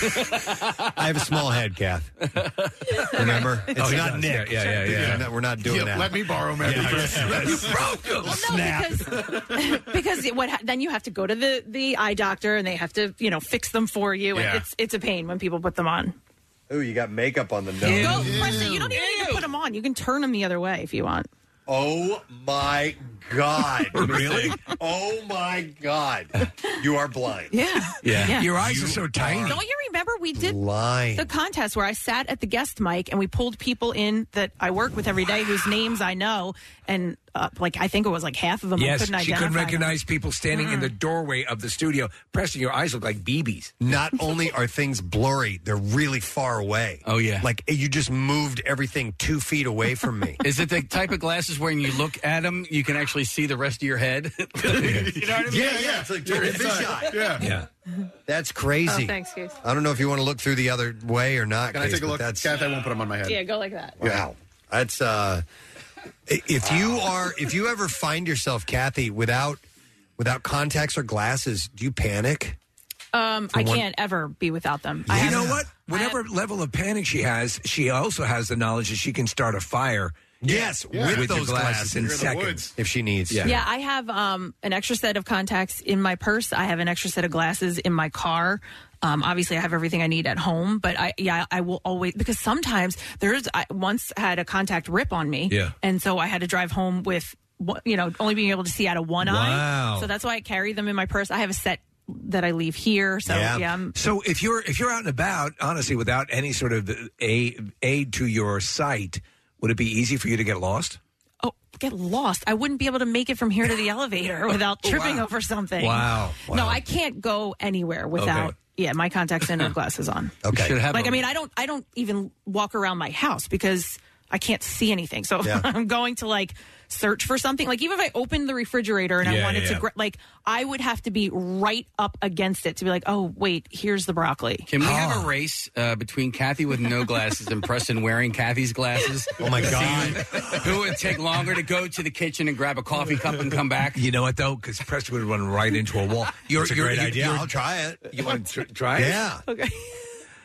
I have a small head, Kath. Remember, it's Oh, he not does. Nick. Yeah, yeah, yeah, yeah. No, We're not doing Yeah, that. let me borrow Matthew Preston's. You broke him. Well, no, because because it- what ha- then you have to go to the the eye doctor and they have to you know fix them for you. Yeah. And it's it's a pain when people put them on. Ooh, you got makeup on the nose. Go, Preston, you don't even need to put them on. You can turn them the other way if you want. Oh my God! Really? Oh my God! You are blind. Yeah. Yeah. Your eyes You are so tiny. Don't you remember we did Blind. the contest where I sat at the guest mic and we pulled people in that I work with every day whose names I know and uh, like I think it was like half of them I Yes, couldn't she identify. couldn't them. recognize people standing in the doorway of the studio. Preston, your eyes look like BBs. Not only are things blurry, they're really far away. Oh yeah, like you just moved everything two feet away from me. Is it the type of glasses where when you look at them, you can actually see the rest of your head? you know what I mean? Yeah, yeah, it's like you're inside. Yeah. yeah. That's crazy. Oh, thanks, Keith. I don't know if you want to look through the other way or not. Can I Case, take a but look? That's, Kath, I won't put them on my head. Yeah, go like that. Wow. That's uh i- if you are if you ever find yourself Kathy without without contacts or glasses, do you panic? Um, For I one- can't ever be without them. I You have- know what? Whatever level of panic she has, she also has the knowledge that she can start a fire. Yes, with your those glasses. in You're in the seconds woods. if she needs. Yeah. I have um, an extra set of contacts in my purse. I have an extra set of glasses in my car. Um, obviously, I have everything I need at home, but I yeah, I will always because sometimes there's I once had a contact rip on me, Yeah. and so I had to drive home with one- you know only being able to see out of one Wow. eye. So that's why I carry them in my purse. I have a set that I leave here. So yeah, I'm- So if you're if you're out and about, honestly, without any sort of a, aid to your sight, would it be easy for you to get lost? oh get lost. I wouldn't be able to make it from here to the elevator without tripping over something. Wow. No, I can't go anywhere without Okay. yeah my contacts and glasses on. Okay. Should have like a- I mean, I don't I don't even walk around my house because I can't see anything. So if Yeah. I'm going to like search for something, like even if I opened the refrigerator and I Yeah, wanted yeah, to yeah. gra- like I would have to be right up against it to be like, "Oh, wait, here's the broccoli." Can we Ah. have a race uh, between Kathy with no glasses and Preston wearing Kathy's glasses? Oh my God! Who would take longer to go to the kitchen and grab a coffee cup and come back? You know what though? Because Preston would run right into a wall. You're, That's a you're- great you're- idea. you're- I'll try it. You want to try it? Yeah. Okay.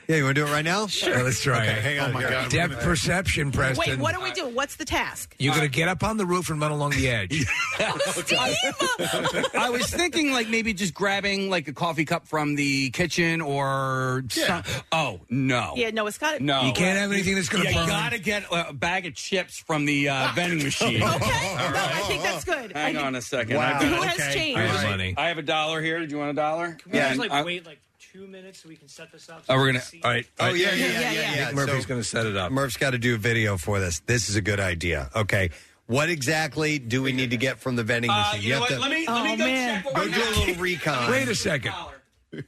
Yeah, you want to do it right now? Sure. Let's try Okay, it. Oh hang on. Here. Depth perception, Preston. Wait, what do we do? What's the task? You're going to get up on the roof and run along the edge. I was thinking like maybe just grabbing like a coffee cup from the kitchen or some- oh no Yeah, no, it's got no to You gotta get a bag of chips from the uh, vending machine. No, I think that's good. I Hang think- on a second. Wow. I've got- Who has Okay. changed? I have, All right. I have a dollar here. Do you want a dollar? we just, like, wait like two minutes so we can set this up? Oh, we're gonna- all right. Oh, All right. yeah, yeah, yeah, yeah. yeah. Murphy's So- going to set it up. Murph's got to do a video for this. This is a good idea. Okay. What exactly do we need to get from the vending machine? Uh, you know have what? to- Let me, let me Oh, go check what Go we do a have. little recon. Wait a second.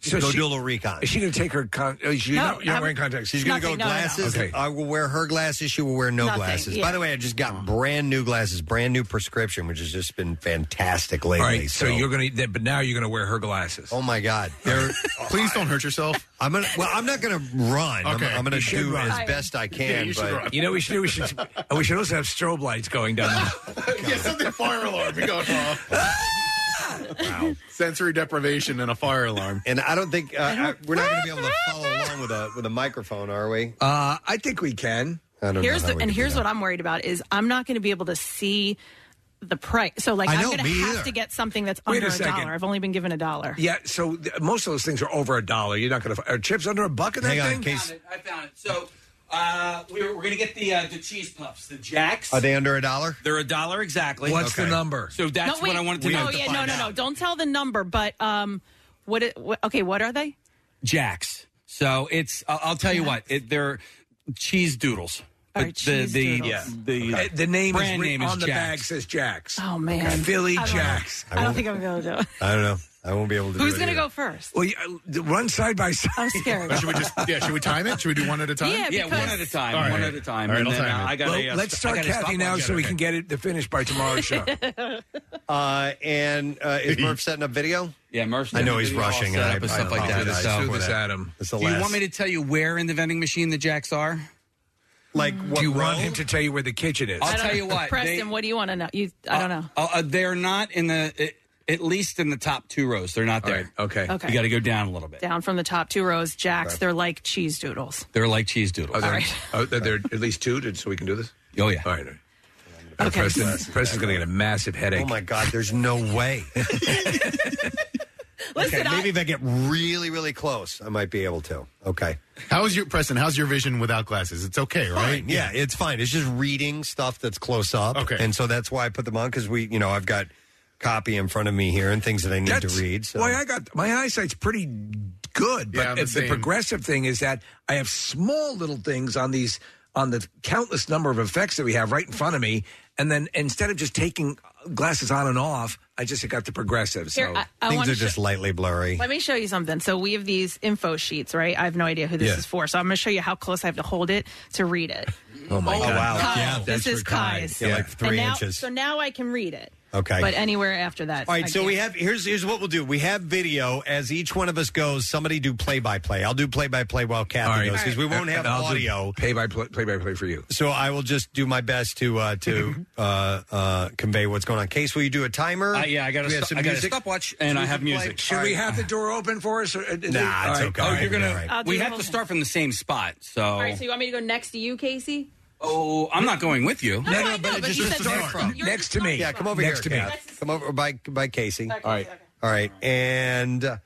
So go do a little recon. Is she going to take her con? Is she, No, no, you're not I'm- wearing contacts. She's going to go with glasses. Okay. I will wear her glasses. She will wear no Nothing, glasses. yeah. By the way, I just got brand new glasses, brand new prescription, which has just been fantastic lately. All right. So, you're going to, but now you're going to wear her glasses. Oh my God! They're, Please don't hurt yourself. I'm gonna. Well, I'm not gonna run. I'm- I'm, gonna You should do run. as best I can. but You know what we should do? We should, oh, we should also have strobe lights going down. yeah, something fire alarm. We go off. wow. Sensory deprivation and a fire alarm. And I don't think uh, I- we're not going to be able to follow along with a with a microphone, are we? Uh, I think we can. I don't Here's know. how the, we can and do here's that. what I'm worried about is I'm not going to be able to see the price. So like I I'm know, going to me have either. to get something that's Wait a under a, second. dollar. I've only been given a dollar. Yeah, so th- most of those things are over a dollar. You're not going to. Are chips under a buck in that Hang on, thing? Case. I found it. So uh, we're, we're going to get the uh, the cheese puffs, the Jacks. Are they under a dollar? They're a dollar exactly. What's the Okay. number? So that's no, wait. what I wanted to oh, know. yeah, no, no, no. Don't tell the number, but um, what, it, what? Okay, what are they? Jacks. So it's. I'll, I'll tell you what. It, they're cheese doodles. All right, But cheese the doodles. Yeah. the Uh, the name is brand written name is on the Jack's. bag says Jack's. Oh man, Philly I don't know. Jack's. I don't think I'm going to do it. I don't know. I won't be able to. Who's do it going to either. go first? Well, yeah, run side by side. I'm scared. Oh, should we just? Yeah. Should we time it? Should we do one at a time? Yeah, Yeah, because- one at a time, All one at a time, All right. and I'll then, time uh, it. I got Well, let's start Kathy now so we can get it to finish by tomorrow's show. Uh, and uh, is Murph setting up video? Yeah, Murph's. I know doing he's video all rushing. set and I- up and I stuff like that. apologize So- for that. It's the Do last. you want me to tell you where in the vending machine the Jacks are? Like do you want him to tell you where the kitchen is? I'll I don't tell know. you what, Preston. they- what do you want to know? You, I don't know. Uh, uh, they're not in the it, at least in the top two rows. They're not there. okay. Okay. You got to go down a little bit. Down from the top two rows, Jacks. Okay. They're like cheese doodles. They're like cheese doodles. Are there, are there at least two to, so we can do this? Oh, yeah. All right. all right. Uh, Preston, Preston's going to get a massive headache. Oh my God! There's no way. Listen, okay, maybe if I get really, really close, I might be able to. Okay. How's your Preston? How's your vision without glasses? It's okay, right? Fine. Yeah, it's fine. It's just reading stuff that's close up. Okay. And so that's why I put them on because we, you know, I've got copy in front of me here and things that I need That's to read. So. Why I got my eyesight's pretty good, Yeah, I'm but the it's the, same. progressive thing is that I have small little things on these on the countless number of effects that we have right in front of me, and then instead of just taking glasses on and off, I just got the progressive. So Here, I- I things wanna are just show- lightly blurry. Let me show you something. So we have these info sheets, right? I have no idea who this Yeah. is for. So I'm going to show you how close I have to hold it to read it. Oh my God! Kai's. Yeah, this is Kai's. Yeah, like three And now- inches. So now I can read it. Okay. But anywhere after that. All I right, so we can't. have here's here's what we'll do. We have video as each one of us goes. Somebody do play by play. I'll do play by play while Kathy goes because we won't have audio. Pay by play, play by play for you. So I will just do my best to uh, to uh, uh, convey what's going on. Case, will you do a timer? Uh, yeah, I got Do we have a, some st- I got a music? stopwatch and I have music. Should we have the door open for us? Or, uh, Nah, it's okay. Oh, All you're right, gonna. all right. I'll do We the have whole to start from the same spot. So. All right, so you want me to go next to you, Casey? oh, I'm not going with you. No, I know, but you said next to me. next to me. Yeah, come over Next here. to me. Kath. Come over by by Casey. All right. All right. And uh,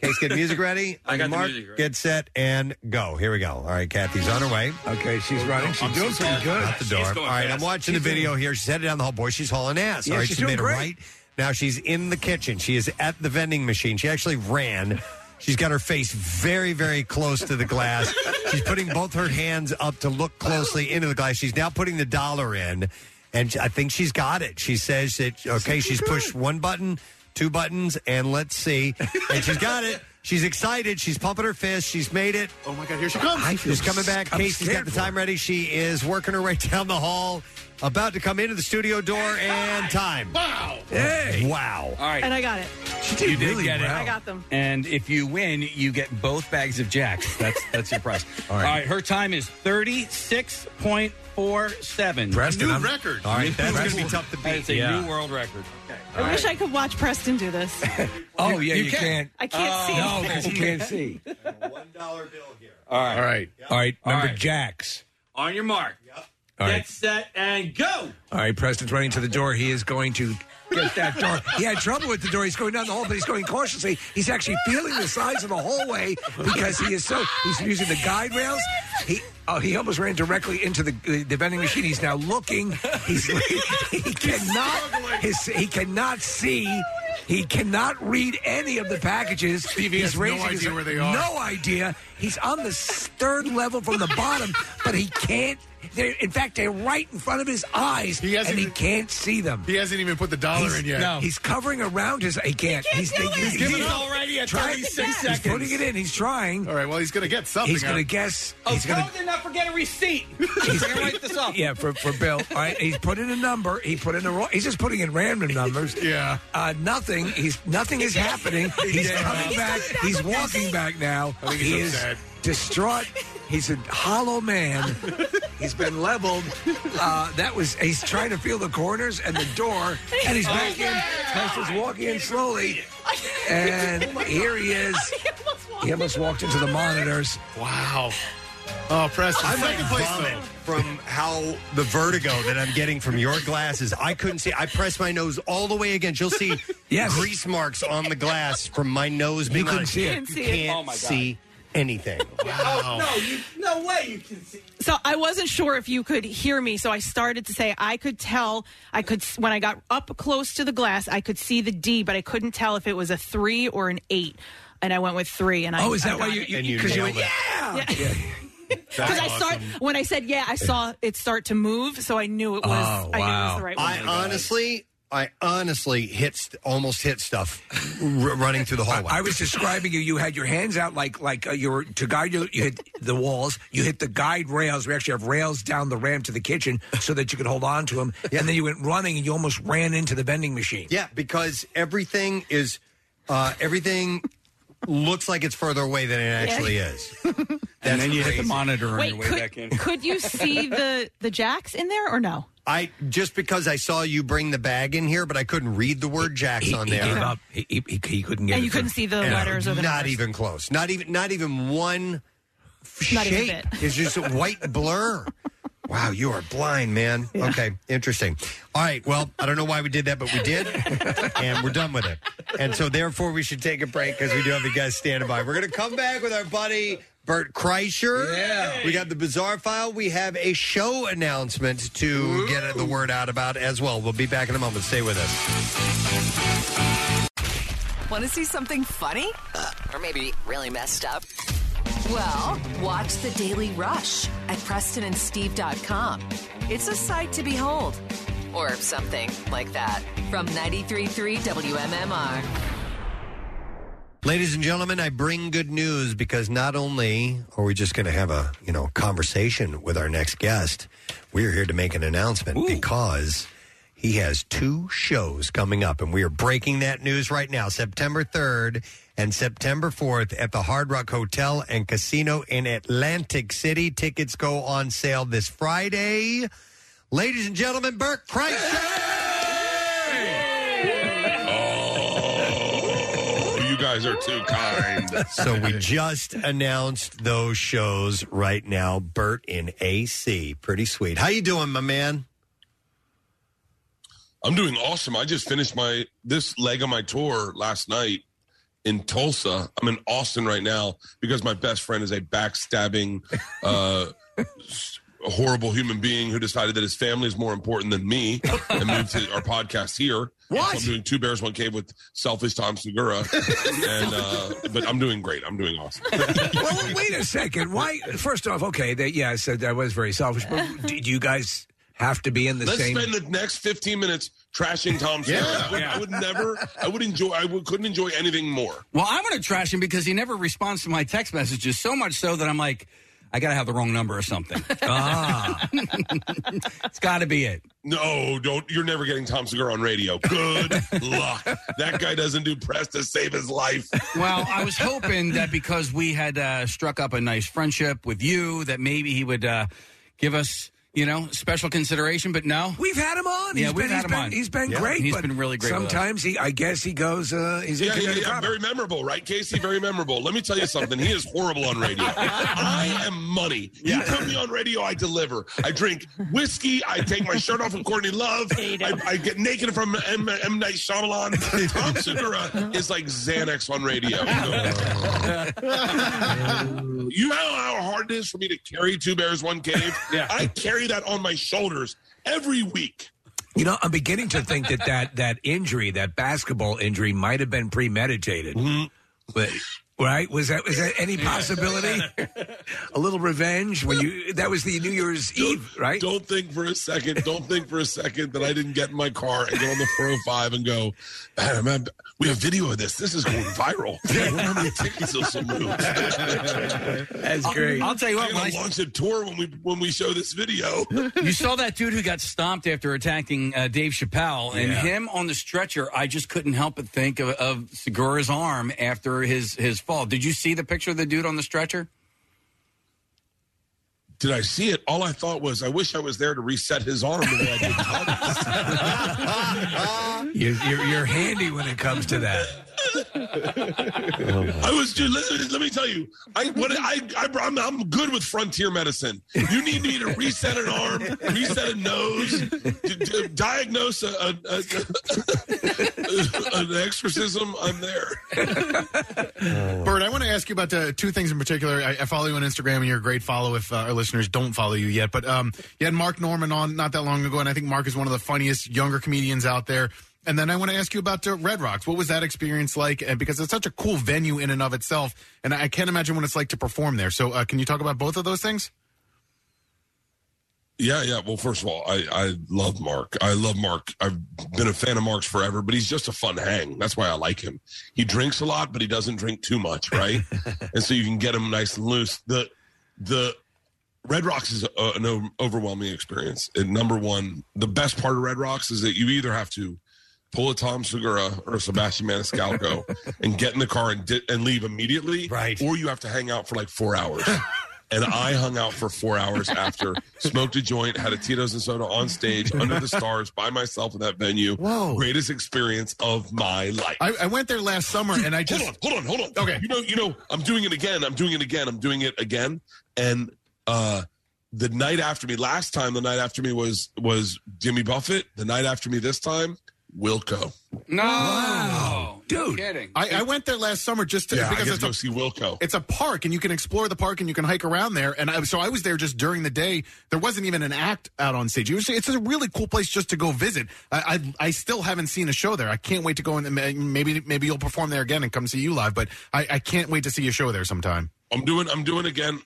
Case, get music ready. I got the Mark, music ready. Get set and go. Here we go. All right, Kathy's on her way. Okay, she's running. She's doing pretty good. Out the door. She's All going right, fast. I'm watching She's the video doing- here. She's headed down the hall. Boy, she's hauling ass. Yeah, All right, she's she made doing great. it right. Now she's in the kitchen. She is at the vending machine. She actually ran. She's got her face very, very close to the glass. She's putting both her hands up to look closely into the glass. She's now putting the dollar in, and I think she's got it. She says that, okay, she's pushed one button, two buttons, and let's see. And she's got it. She's excited. She's pumping her fist. She's made it. Oh my God! Here she comes. I feel She's coming back. I'm Casey's got scared the for her. time ready. She is working her way down the hall, about to come into the studio door, and time. Wow! Hey! Wow! All right. And I got it. You did get it. I got them. And if you win, you get both bags of Jacks. That's that's your prize. All right. Her time is thirty six point four seven. Preston, new I'm- record. All right, that's New- gonna be tough to beat. It's a Yeah. new world record. I wish I could watch Preston do this. Oh yeah, you, can't. I can't Oh. see. No, because you can't see. All right. All right. All right. All Number right. Jack's. On your mark. All right. Get set and go. All right, Preston's running to the door. He is going to get that door. He had trouble with the door. He's going down the hall, but he's going cautiously. He's actually feeling the size of the hallway because he is so. He's using the guide rails. He oh, he almost ran directly into the the vending machine. He's now looking. He's he cannot his, he cannot see. He cannot read any of the packages. Stevie has He's no raising his- idea where they are. No idea. He's on the s- third level from the bottom, but he can't. They're, in fact, they're right in front of his eyes, and he can't see them. He hasn't even put the dollar He's- in yet. No. He's covering around his. He can't. He can't do it. He's giving it already at trying- 36 He's seconds. putting it in. He's trying. All right. Well, he's going to get something He's out going of to it. guess. Oh, he's going How did not forget a receipt? I'm gonna write this up. yeah, for, for Bill. All right, he's put in a number. He put in a wrong. He's just putting in random numbers. yeah. Uh, nothing. He's nothing is happening. He's Yeah. coming He's coming back. back He's with walking back now. I think he he's is upset. distraught. He's a hollow man. He's been leveled. Uh, that was. He's trying to feel the corners and the door, and he's back in. He's just walking in slowly, and here he is. He almost walked into the monitors. Wow. Oh, Preston, I might second place, vomit though. from how the vertigo that I'm getting from your glasses. I couldn't see. I pressed my nose all the way against. You'll see grease marks on the glass from my nose being couldn't on see it. You You couldn't see it. can't Oh, my God. see anything. Oh, no, you, no way you can see. So I wasn't sure if you could hear me, so I started to say I could tell. I could when I got up close to the glass, I could see the D, but I couldn't tell if it was a three or an eight. And I went with three. And I Oh, is I that why got you? it. And you because nailed it. yeah. Because I start when I said yeah, I saw it start to move, so I knew it was. Oh, I knew it was the right one. I honestly, I honestly hit st- almost hit stuff r- running through the hallway. I was describing you. You had your hands out like like uh, you were to guide you. You hit the walls. You hit the guide rails. We actually have rails down the ramp to the kitchen so that you could hold on to them. And then you went running and you almost ran into the vending machine. Yeah, because everything is uh, everything looks like it's further away than it actually Yeah. is. and then you hit the crazy. monitor on Wait, your way could- back in. Could you see the the jacks in there or no? I just because I saw you bring the bag in here, but I couldn't read the word "jacks" on there. gave up. He, he, he couldn't get. And it you couldn't see the And letters or the not numbers. even close. Not even not even one Not even a shape. It's just a white blur. Wow, you are blind, man. Okay, interesting. All right, well, I don't know why we did that, but we did, and we're done with it. And so, therefore, we should take a break because we do have a guest standing by. We're going to come back with our buddy Bert Kreischer. Yeah. We got the bizarre file. We have a show announcement to get the word out about as well. We'll be back in a moment. Stay with us. Want to see something funny? Uh, or maybe really messed up? Well, watch The Daily Rush at PrestonandSteve.com. It's a sight to behold, or something like that, from 93.3 WMMR. Ladies and gentlemen, I bring good news because not only are we just going to have a you know conversation with our next guest, we are here to make an announcement because he has two shows coming up, and we are breaking that news right now. September third and September fourth at the Hard Rock Hotel and Casino in Atlantic City. Tickets go on sale this Friday. Ladies and gentlemen, Burt Kreischer. Oh, you guys are too kind. so we just announced those shows right now. Bert in AC, pretty sweet. How you doing, my man? I'm doing awesome. I just finished my this leg of my tour last night in Tulsa. I'm in Austin right now because my best friend is a backstabbing, uh, s- horrible human being who decided that his family is more important than me and moved to our podcast here. What? So I'm doing two bears, one cave with selfish Tom Segura, and uh, but I'm doing great. I'm doing awesome. well, wait a second. Why? First off, okay, that yeah, I said that was very selfish. But did you guys have to be in the Let's same? spend the next 15 minutes trashing Tom Segura. Yeah. I, would, I would never, I would enjoy, I would, couldn't enjoy anything more. Well, I'm going to trash him because he never responds to my text messages so much so that I'm like, I got to have the wrong number or something. Uh-huh. ah. it's got to be it. No, don't. You're never getting Tom Segura on radio. Good luck. That guy doesn't do press to save his life. Well, I was hoping that because we had uh, struck up a nice friendship with you, that maybe he would uh, give us, you know, special consideration. But no, We've had him on. Yeah, He's we've been, had he's him been- on. He's been Yeah. great. He's but been really great with us. Sometimes he, I guess, he goes. Uh, he's yeah, yeah, intimate yeah, very memorable, right, Casey? Very memorable. Let me tell you something. He is horrible on radio. I am money. You put me on radio, I deliver. I drink whiskey. I take my shirt off from Courtney Love. I, I get naked from M, M. Night Shyamalan. Tom Segura is like Xanax on radio. You know, You know how hard it is for me to carry two bears, one cave. Yeah. I carry that on my shoulders every week. You know, I'm beginning to think that that, that injury, that basketball injury, might have been premeditated. But, right? Was that was that any possibility? a little revenge when you that was the New Year's Eve, right? Don't think for a second. Don't think for a second that I didn't get in my car and get on the 405 and go, man, man, we have video of this. This is going viral. I wonder how many tickets this will move. That's great. I'll tell you what, I'm gonna when I- launch a tour when we when we show this video. you saw that dude who got stomped after attacking uh, Dave Chappelle, and Yeah. him on the stretcher. I just couldn't help but think of, of Segura's arm after his his fall. Did you see the picture of the dude on the stretcher? Did I see it? All I thought was, I wish I was there to reset his arm. the way I did Tommy's. You're, you're, you're handy when it comes to that. I was dude. Listen, let me tell you. I what I, I I'm, I'm good with frontier medicine. You need me to reset an arm, reset a nose, d- d- diagnose a, a, a, an exorcism. I'm there. Bert, I want to ask you about uh, two things in particular. I, I follow you on Instagram, and you're a great follow if uh, our listeners don't follow you yet. But um, you had Mark Norman on not that long ago, and I think Mark is one of the funniest younger comedians out there. And then I want to ask you about uh, Red Rocks. What was that experience like? And because it's such a cool venue in and of itself, and I can't imagine what it's like to perform there. So, uh, can you talk about both of those things? Yeah, yeah. Well, first of all, I, I love Mark. I love Mark. I've been a fan of Mark's forever, but he's just a fun hang. That's why I like him. He drinks a lot, but he doesn't drink too much, right? and so you can get him nice and loose. The the Red Rocks is a, an o- overwhelming experience. And number one, the best part of Red Rocks is that you either have to pull a Tom Segura or a Sebastian Maniscalco and get in the car and di- and leave immediately, right? Or you have to hang out for like four hours. And I hung out for four hours after, smoked a joint, had a Tito's and soda on stage under the stars by myself in that venue. Whoa. Greatest experience of my life. I, I went there last summer, and I just hold on, hold on, hold on. Okay. You know, you know, I'm doing it again. I'm doing it again. I'm doing it again. And uh the night after me, last time, the night after me was was Jimmy Buffett. The night after me this time, Wilco. No, dude, kidding. I, I went there last summer just to Yeah, I because get it's to a, go see Wilco. It's a park, and you can explore the park, and you can hike around there. And I, so I was there just during the day. There wasn't even an act out on stage. It was, it's a really cool place just to go visit. I, I I still haven't seen a show there. I can't wait to go and may- maybe maybe you'll perform there again and come see you live. But I, I can't wait to see a show there sometime. I'm doing I'm doing again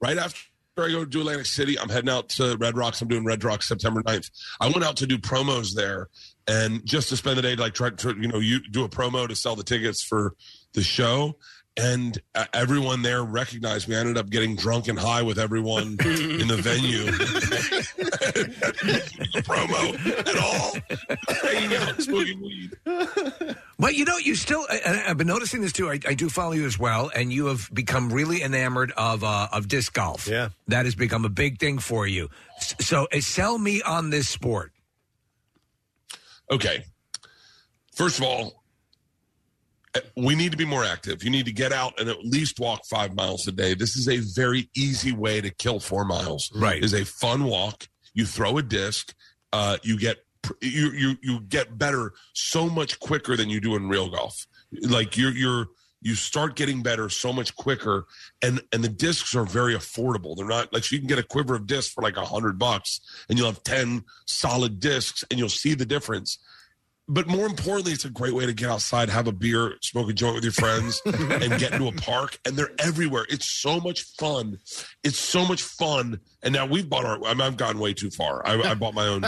right after I go to Atlantic City. I'm heading out to Red Rocks. I'm doing Red Rocks September 9th. I went out to do promos there and just to spend the day like try to you know you do a promo to sell the tickets for the show. And uh, everyone there recognized me. I ended up getting drunk and high with everyone in the venue. promo at all. Hanging out, smoking weed. But you know, you still, I- I, I've been noticing this too. I, I do follow you as well, and you have become really enamored of uh, of disc golf. Yeah. That has become a big thing for you. S- So uh, sell me on this sport. okay. First of all, uh, we need to be more active. You need to get out and at least walk five miles a day. This is a very easy way to kill four miles. Right, is a fun walk. You throw a disc. Uh, you get pr- you you you get better so much quicker than you do in real golf. Like you're you're you start getting better so much quicker, and and the discs are very affordable. They're not like so you can get a quiver of discs for like a hundred bucks, and you'll have ten solid discs, and you'll see the difference but more importantly, it's a great way to get outside, have a beer, smoke a joint with your friends, and get into a park. And they're everywhere. It's so much fun. It's so much fun. And now we've bought our. I mean, I've gone way too far. I, I bought my own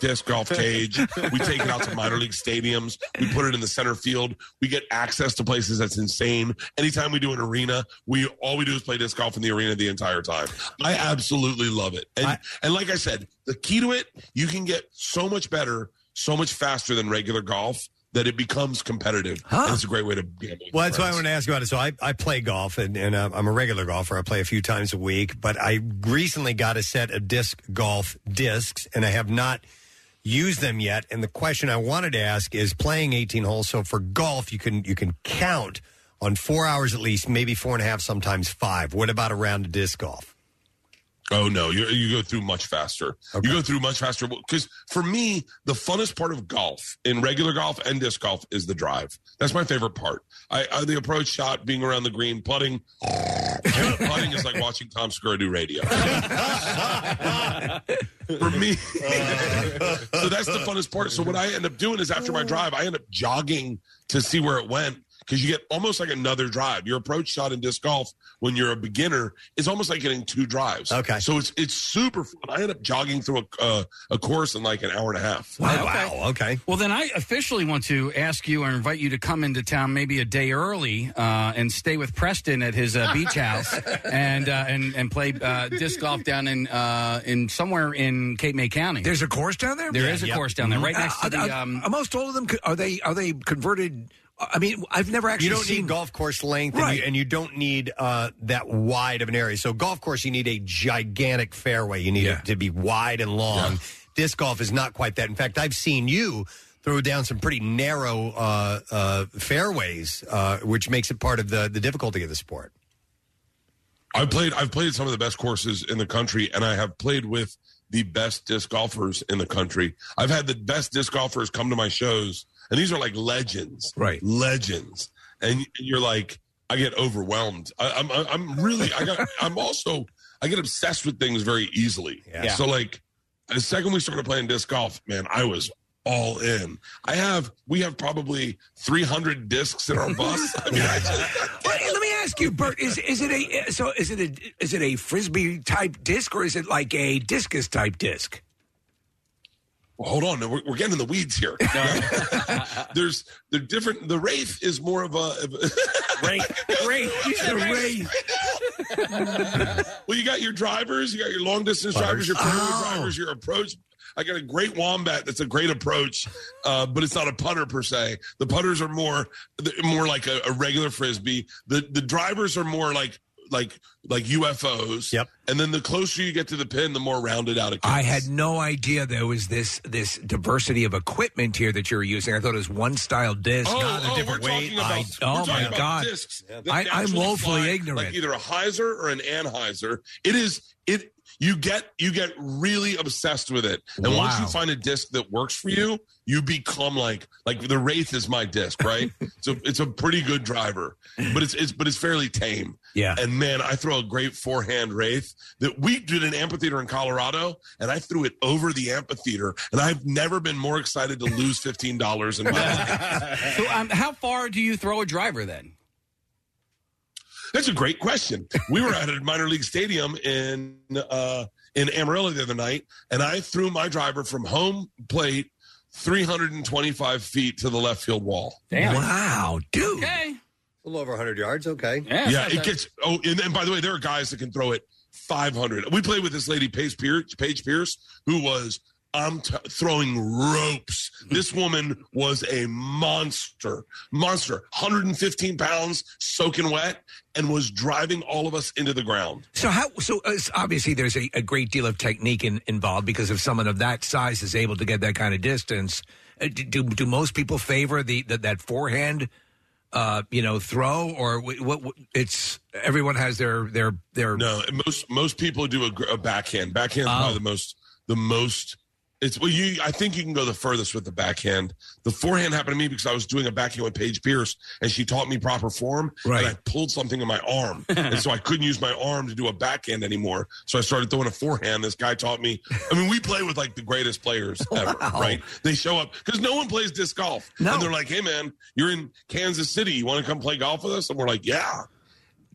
disc golf cage. We take it out to minor league stadiums. We put it in the center field. We get access to places that's insane. Anytime we do an arena, we all we do is play disc golf in the arena the entire time. I absolutely love it. And and like I said, the key to it, you can get so much better so much faster than regular golf that it becomes competitive. And it's a great way to gamble. Well, that's why I want to ask you about it. So I, I play golf and, and uh, I'm a regular golfer. I play a few times a week, but I recently got a set of disc golf discs and I have not used them yet. And the question I wanted to ask is playing 18 holes. So for golf, you can, you can count on four hours at least, maybe four and a half, sometimes five. What about a round of disc golf? Oh no, you you go through much faster. You go through much faster because for me, the funnest part of golf in regular golf and disc golf is the drive. That's my favorite part. I, I the approach shot, being around the green, putting. putting is like watching Tom Segura do radio. for me, so that's the funnest part. So what I end up doing is after my drive, I end up jogging to see where it went because you get almost like another drive. Your approach shot in disc golf when you're a beginner is almost like getting two drives. Okay, so it's it's super fun. I end up jogging through a uh, a course in like an hour and a half. Wow. Okay. Well, then I officially want to ask you or invite you to come into town maybe a day early uh, and stay with Preston at his uh, beach house and uh, and and play uh, disc golf down in uh, in somewhere in Cape May County. There's a course down there. There is a course down there, right next to Uh, the. are- Um, are most all of them co- are they are they converted? I mean, I've never actually you don't seen need golf course length, and, Right. you, and you don't need uh, that wide of an area. So, golf course, you need a gigantic fairway. You need it to be wide and long. Disc golf is not quite that. In fact, I've seen you throw down some pretty narrow uh, uh, fairways, uh, which makes it part of the, the difficulty of the sport. I've played I've played some of the best courses in the country, and I have played with the best disc golfers in the country. I've had the best disc golfers come to my shows, and these are like legends, right? Legends, and you're like, I get overwhelmed. I, I'm I'm really I got I'm also I get obsessed with things very easily. Yeah. So like, the second we started playing disc golf, man, I was all in. I have we have probably 300 discs in our bus. I mean, I Well, let me ask you, Bert. Is is it a so is it a is it a frisbee type disc or is it like a discus type disc? Well, hold on, we're, we're getting in the weeds here. There's the different. The wraith is more of a of a- Wraith, he's the wraith. well, you got your drivers, you got your long distance drivers, your fairway drivers, your approach. I got a great wombat. That's a great approach, uh, but it's not a putter per se. The putters are more they're more like a, a regular frisbee. The the drivers are more like like like UFOs. Yep. And then the closer you get to the pin, the more rounded out it gets. I had no idea there was this this diversity of equipment here that you were using. I thought it was one style disc, Oh, not a oh, different we're weight. talking about- I- we're oh talking my about god! discs that I, I'm naturally woefully fly, ignorant. Like either a Heiser or an Anheuser. It is it you get you get really obsessed with it, and once you Wow. find a disc that works for you, you become like like the Wraith is my disc, right? so it's a pretty good driver, but it's it's but it's fairly tame. Yeah. And man, I throw a great forehand Wraith that we did an amphitheater in Colorado, and I threw it over the amphitheater, and I've never been more excited to lose fifteen dollars in my life. so, um, how far do you throw a driver then? That's a great question. We were at a minor league stadium in uh, in Amarillo the other night, and I threw my driver from home plate 325 feet to the left field wall. Wow, dude. Okay. A little over 100 yards. Okay. Yeah, it gets. Oh, and, and by the way, there are guys that can throw it 500. We played with this lady, Paige Pierce, Paige Pierce who was. I'm t- throwing ropes. Hmm. This woman was a monster, monster, 115 pounds, soaking wet, and was driving all of us into the ground. So how? So uh, s- obviously, there's a, a great deal of technique in, involved because if someone of that size is able to get that kind of distance, uh, d- do do most people favor the, the that forehand, uh, you know, throw or wh- what? what it's everyone has their their their. Oh. No, most most people do a, gr- a backhand. Backhand's probably the most the most. It's well, you. I think you can go the furthest with the backhand. The forehand happened to me because I was doing a backhand with Paige Pierce, and she taught me proper form. Right. And I pulled something in my arm, and so I couldn't use my arm to do a backhand anymore. So I started throwing a forehand. This guy taught me. I mean, we play with like the greatest players ever, right? They show up because no one plays disc golf, and they're like, "Hey, man, you're in Kansas City. You want to come play golf with us?" And we're like, "Yeah."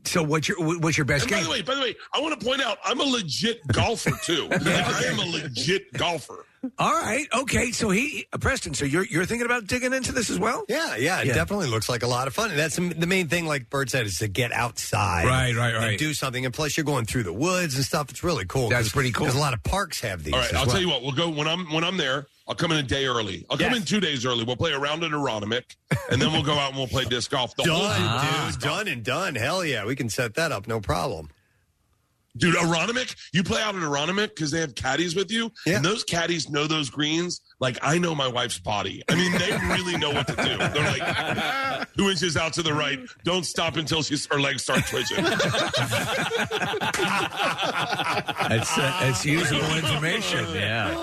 So what's your wh- what's your best And game? by the way, by the way, I want to point out I'm a legit golfer too. Like, I am a legit golfer. All right, okay. So he uh, Preston. So you're you're thinking about digging into this as well? Yeah, yeah, it definitely looks like a lot of fun. And that's the main thing, like Bert said, is to get outside. Right, right, And right. do something. And plus, you're going through the woods and stuff. It's really cool. That's 'cause- pretty cool. 'cause a lot of parks have these. All right, as I'll well. tell you what. We'll go when I'm when I'm there. I'll come in a day early. I'll come in two days early. We'll play a round at Aeronimic, and then we'll go out and we'll play disc golf. The whole Done, group. dude. Done and done. Hell yeah. We can set that up. No problem. Dude, Aronimic, you play out at Aronimic because they have caddies with you, and those caddies know those greens like I know my wife's body. I mean, they really know what to do. They're like two inches out to the right. Don't stop until she's, her legs start twitching. It's, uh, it's usable information. Yeah.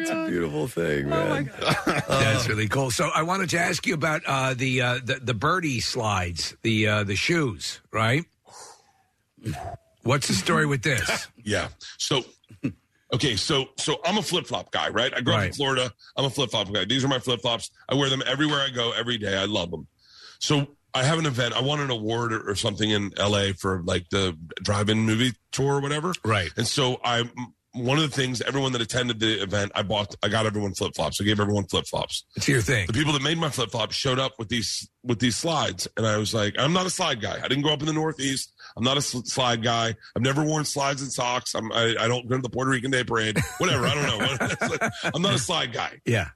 it's a beautiful thing, man. That's really cool. So I wanted to ask you about uh, the, uh, the the birdie slides, the uh, the shoes, right? What's the story with this? Yeah. So, okay. So, so I'm a flip flop guy, right? I grew up in Florida. I'm a flip flop guy. These are my flip flops. I wear them everywhere I go, every day. I love them. So, I have an event. I won an award or, or something in LA for like the drive in movie tour or whatever. Right. And so, I, one of the things, everyone that attended the event, I bought, I got everyone flip flops. I gave everyone flip flops. It's your thing. The people that made my flip flops showed up with these with these slides, and I was like, I'm not a slide guy. I didn't grow up in the Northeast. I'm not a sl- slide guy. I've never worn slides and socks. I'm, I, I don't go to the Puerto Rican Day Parade. Whatever. I don't know. It's like, I'm not a slide guy. Yeah.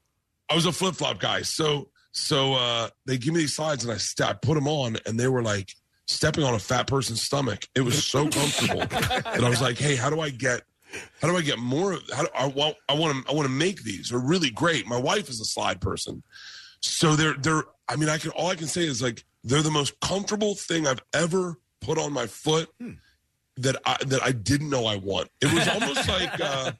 I was a flip flop guy. So so uh, they give me these slides, and I, st- I put them on, and they were like stepping on a fat person's stomach. It was so comfortable, and I was like, hey, how do I get how do I get more? of- How do, I want I want to I want to make these. They're really great. My wife is a slide person, so they're they're. I mean, I can all I can say is like they're the most comfortable thing I've ever put on my foot that I that I didn't know I want. It was almost like uh,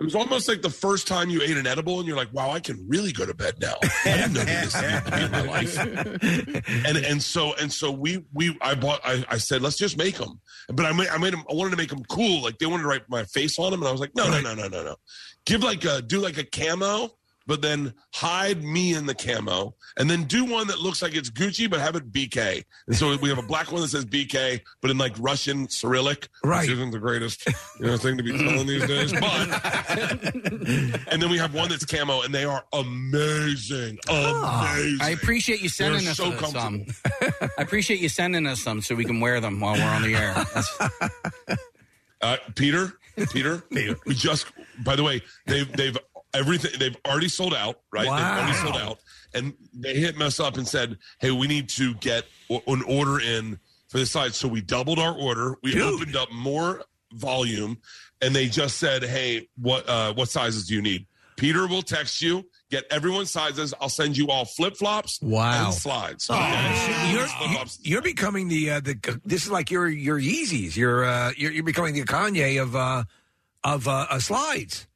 it was almost like the first time you ate an edible and you're like, wow, I can really go to bed now. I didn't know this needed to be in my life. And and so and so we we I bought I, I said let's just make them. But I made, I made them. I wanted to make them cool. Like they wanted to write my face on them, and I was like, no no no no no no. Give like a do like a camo. But then hide me in the camo, and then do one that looks like it's Gucci, but have it BK. And so we have a black one that says BK, but in like Russian Cyrillic, right? Which isn't the greatest you know thing to be telling these days. But and then we have one that's camo, and they are amazing. Amazing. I appreciate you sending They're us so uh, comfortable. some. I appreciate you sending us some so we can wear them while we're on the air. Uh, Peter, Peter, Peter. We just, by the way, they've they've everything. They've already sold out, right? They've already sold out, and they hit us up and said, "Hey, we need to get o- an order in for the side." So we doubled our order. We opened up more volume, and they just said, "Hey, what uh, what sizes do you need?" Peter will text you. Get everyone's sizes. I'll send you all flip flops. Wow. Oh, and slides. You're, you- you're becoming the uh, the this is like your your Yeezys. You're uh, you're, you're becoming the Kanye of uh, of uh, uh, slides.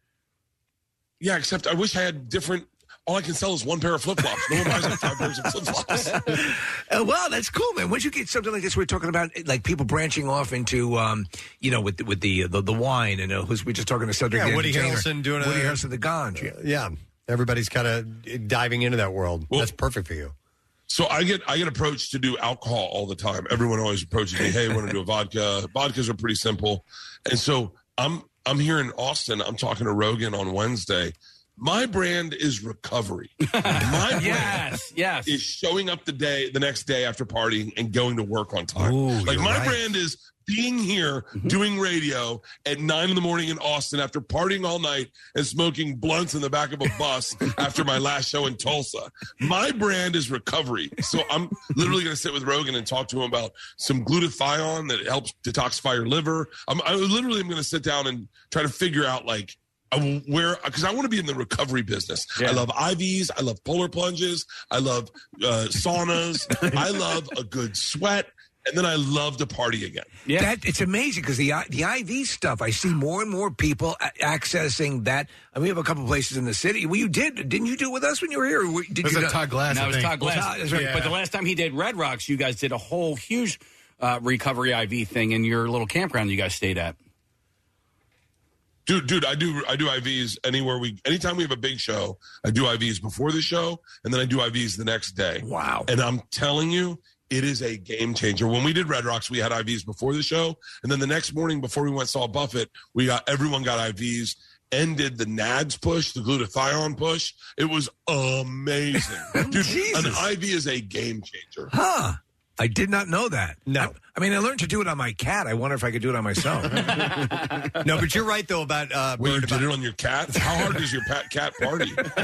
Yeah, except I wish I had different. All I can sell is one pair of flip flops. No one buys like five pairs of flip flops. Uh, well, that's cool, man. Once you get something like this, we're talking about like people branching off into, um, you know, with with the the, the wine and uh, who's we just talking to Cedric. Yeah, the Woody Entertainer. Harrelson doing a- Uh, Woody Harrelson the Ganj. Yeah. Yeah. Everybody's kind of diving into that world. That's perfect for you. So I get I get approached to do alcohol all the time. Everyone always approaches me, "Hey, want to do a vodka?" Vodkas are pretty simple, and so I'm I'm here in Austin. I'm talking to Rogan on Wednesday. My brand is recovery. My brand yes, yes. is showing up the day the next day after partying and going to work on time. like you're my right. Mm-hmm. brand is being here doing radio at nine in the morning in Austin after partying all night and smoking blunts in the back of a bus after my last show in Tulsa. My brand is recovery. So I'm literally going to sit with Rogan and talk to him about some glutathione that helps detoxify your liver. I'm, I literally am going to sit down and try to figure out like, I- where because I want to be in the recovery business. I love IVs. I love polar plunges. I love uh, saunas. I love a good sweat, and then I love to party again. Yeah. That, it's amazing because the I- the IV stuff, I see more and more people a- accessing that. I mean, we have a couple places in the city. Well, you did, didn't you? Do it with us when you were here? Or were- did you not- No, it was Todd Glass. Todd- that's right. But the last time he did Red Rocks, you guys did a whole huge uh, recovery IV thing in your little campground you guys stayed at. Dude, dude, I do I do IVs anywhere we anytime we have a big show, I do IVs before the show and then I do IVs the next day. Wow. And I'm telling you, it is a game changer. When we did Red Rocks, we had IVs before the show, and then the next morning before we went and saw Buffett, we got everyone got IVs and did the NADS push, the glutathione push. It was amazing. Dude, an IV is a game changer. Huh. I did not know that. No. I, I mean, I learned to do it on my cat. I wonder if I could do it on myself. No, but you're right though about uh, Well, you Bird, did it on your cat. How hard does your pat, cat party? but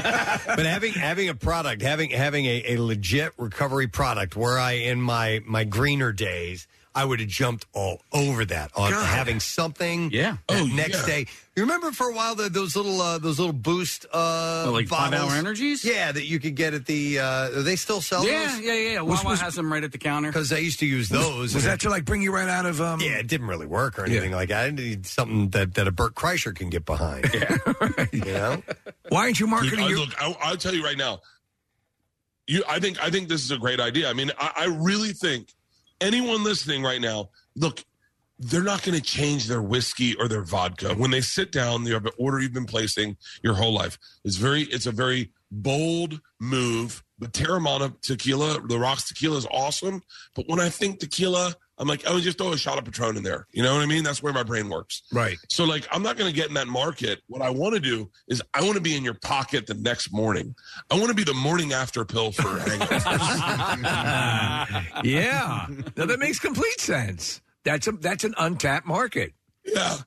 having having a product, having having a, a legit recovery product, where I in my my greener days, I would have jumped all over that on God. having something. Yeah. that Oh, next yeah. day. You remember for a while the, those little uh, those little boost uh, Oh, like bottles? five-hour energies. Yeah, that you could get at the. Uh, they still sell yeah, those. yeah, yeah, yeah. Wawa has them right at the counter. Because I used to use those. Was and- that to like bring you right out of? Um, yeah, it didn't really work or anything like that. I need something that, that a Burt Kreischer can get behind. Yeah, you know. Why aren't you marketing Dude, I, your- look, I, I'll tell you right now. You, I think, I think this is a great idea. I mean, I, I really think anyone listening right now, look, they're not going to change their whiskey or their vodka when they sit down. The order you've been placing your whole life It's very. It's a very bold move. But Terramana tequila, the rocks tequila is awesome. But when I think tequila, I'm like, oh, just throw a shot of Patron in there. You know what I mean? That's where my brain works. Right. So like I'm not going to get in that market. What I want to do is I want to be in your pocket the next morning. I want to be the morning after pill for hangovers. yeah. No, that makes complete sense. That's a that's an untapped market. Yeah.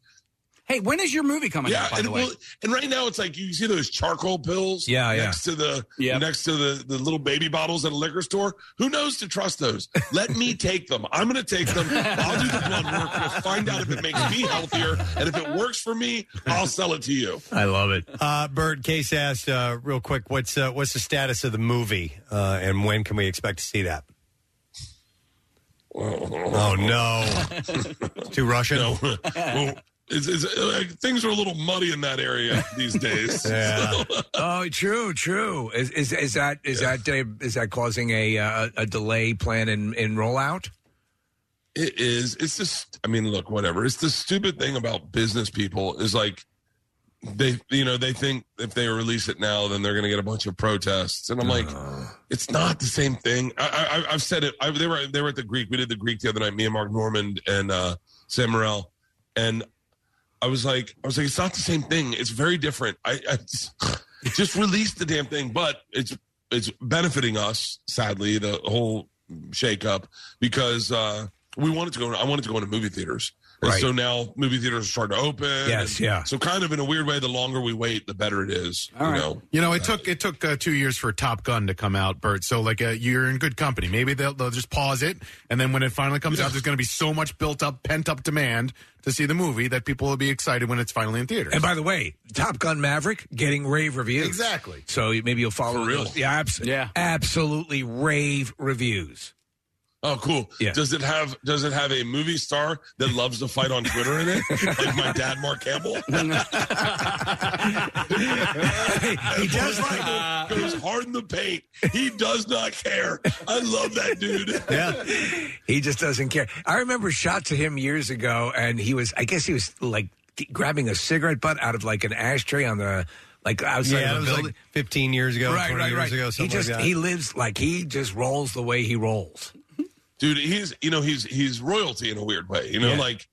Hey, when is your movie coming yeah, out? By and, the way, well, and right now it's like you see those charcoal pills Yeah, yeah. next to the next to the, the little baby bottles at a liquor store. Who knows to trust those? Let me take them. I'm gonna take them. I'll do the blood work. We'll find out if it makes me healthier. And if it works for me, I'll sell it to you. I love it. Uh, Bert Case asked uh, real quick, what's uh, what's the status of the movie, uh, and when can we expect to see that? Oh no, too Russian. No, well, it's, it's, uh, things are a little muddy in that area these days. So- oh, true, true. Is is, is that is that uh, is that causing a uh, a delay plan in in rollout? It is. It's just. I mean, look, whatever. It's the stupid thing about business people is like they, you know, they think if they release it now, then they're going to get a bunch of protests, and I'm like, Uh. it's not the same thing. I, I, I've said it. I, they were they were at the Greek. We did the Greek the other night. Me and Mark Norman and uh, Sam Morrell, and I was like, I was like, it's not the same thing. It's very different. I, I just, just released the damn thing, but it's it's benefiting us. Sadly, the whole shakeup because uh, we wanted to go. I wanted to go into movie theaters, and Right. so now movie theaters are starting to open. Yes, and yeah. So kind of in a weird way, the longer we wait, the better it is. you know. You know, it took it took uh, two years for Top Gun to come out, Bert. So like, uh, you're in good company. Maybe they'll, they'll just pause it, and then when it finally comes out, there's going to be so much built up, pent up demand to see the movie that people will be excited when it's finally in theaters. And by the way, Top Gun Maverick getting rave reviews. Exactly. So maybe you'll follow For real? those- Yeah, abs- yeah, absolutely rave reviews. Oh, cool. Yeah. Does it have Does it have a movie star that loves to fight on Twitter in it, like my dad, Mark Campbell? he does like goes hard in the paint. He does not care. I love that dude. yeah. He just doesn't care. I remember shots of him years ago, and he was, I guess he was like t- grabbing a cigarette butt out of like an ashtray on the, like outside Yeah, it of a was building. like 15 years ago, right, 20 right, years right. ago, he something just, like that. he lives like he just rolls the way he rolls. dude he's you know he's he's royalty in a weird way you know Yeah. like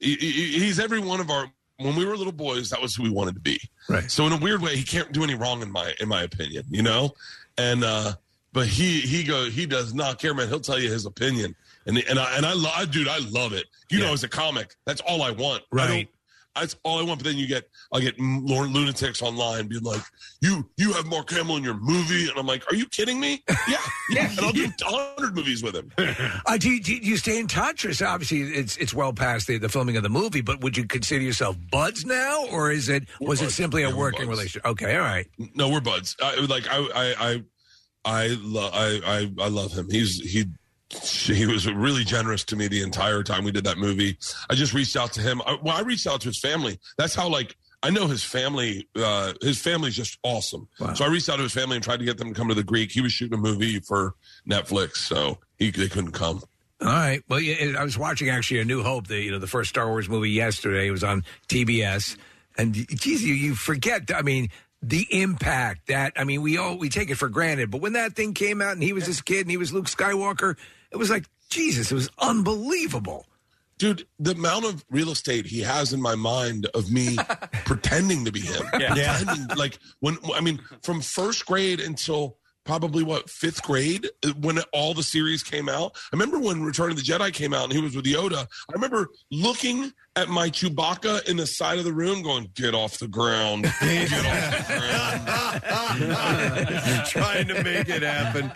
he, he- he's every one of our when we were little boys that was who we wanted to be right so in a weird way he can't do any wrong in my in my opinion you know and uh but he he go he does not care man he'll tell you his opinion and and i and i, lo- I dude i love it you know as a comic that's all i want right that's all I want. But then you get, I get m- lor- lunatics online being like, "You, you have Mark Hamill in your movie," and I'm like, "Are you kidding me? Yeah, yeah." And I'll do hundred movies with him. Uh, do, you, do you stay in touch? It's obviously it's it's well past the, the filming of the movie, but would you consider yourself buds now, or is it was it simply a working relationship? Okay, all right. No, we're buds. I, like I, I, I, I love, I, I, I love him. He's he, he was really generous to me the entire time we did that movie. I just reached out to him. I, well, I reached out to his family. That's how like I know his family. Uh, his family's just awesome. So I reached out to his family and tried to get them to come to the Greek. He was shooting a movie for Netflix, so he they couldn't come. All right. Well, yeah, I was watching actually A New Hope, the you know the first Star Wars movie yesterday. It was on TBS, and geez, you, you forget. I mean, the impact that I mean, we all we take it for granted, but when that thing came out and he was this kid and he was Luke Skywalker, it was like Jesus, it was unbelievable. Dude, the amount of real estate he has in my mind of me pretending to be him. Yeah. Yeah. Pretending, like when I mean, from first grade until probably what fifth grade uh, when all the series came out. I remember when Return of the Jedi came out and he was with Yoda. I remember looking at my Chewbacca in the side of the room, going, "Get off the ground." Get off the ground. trying to make it happen.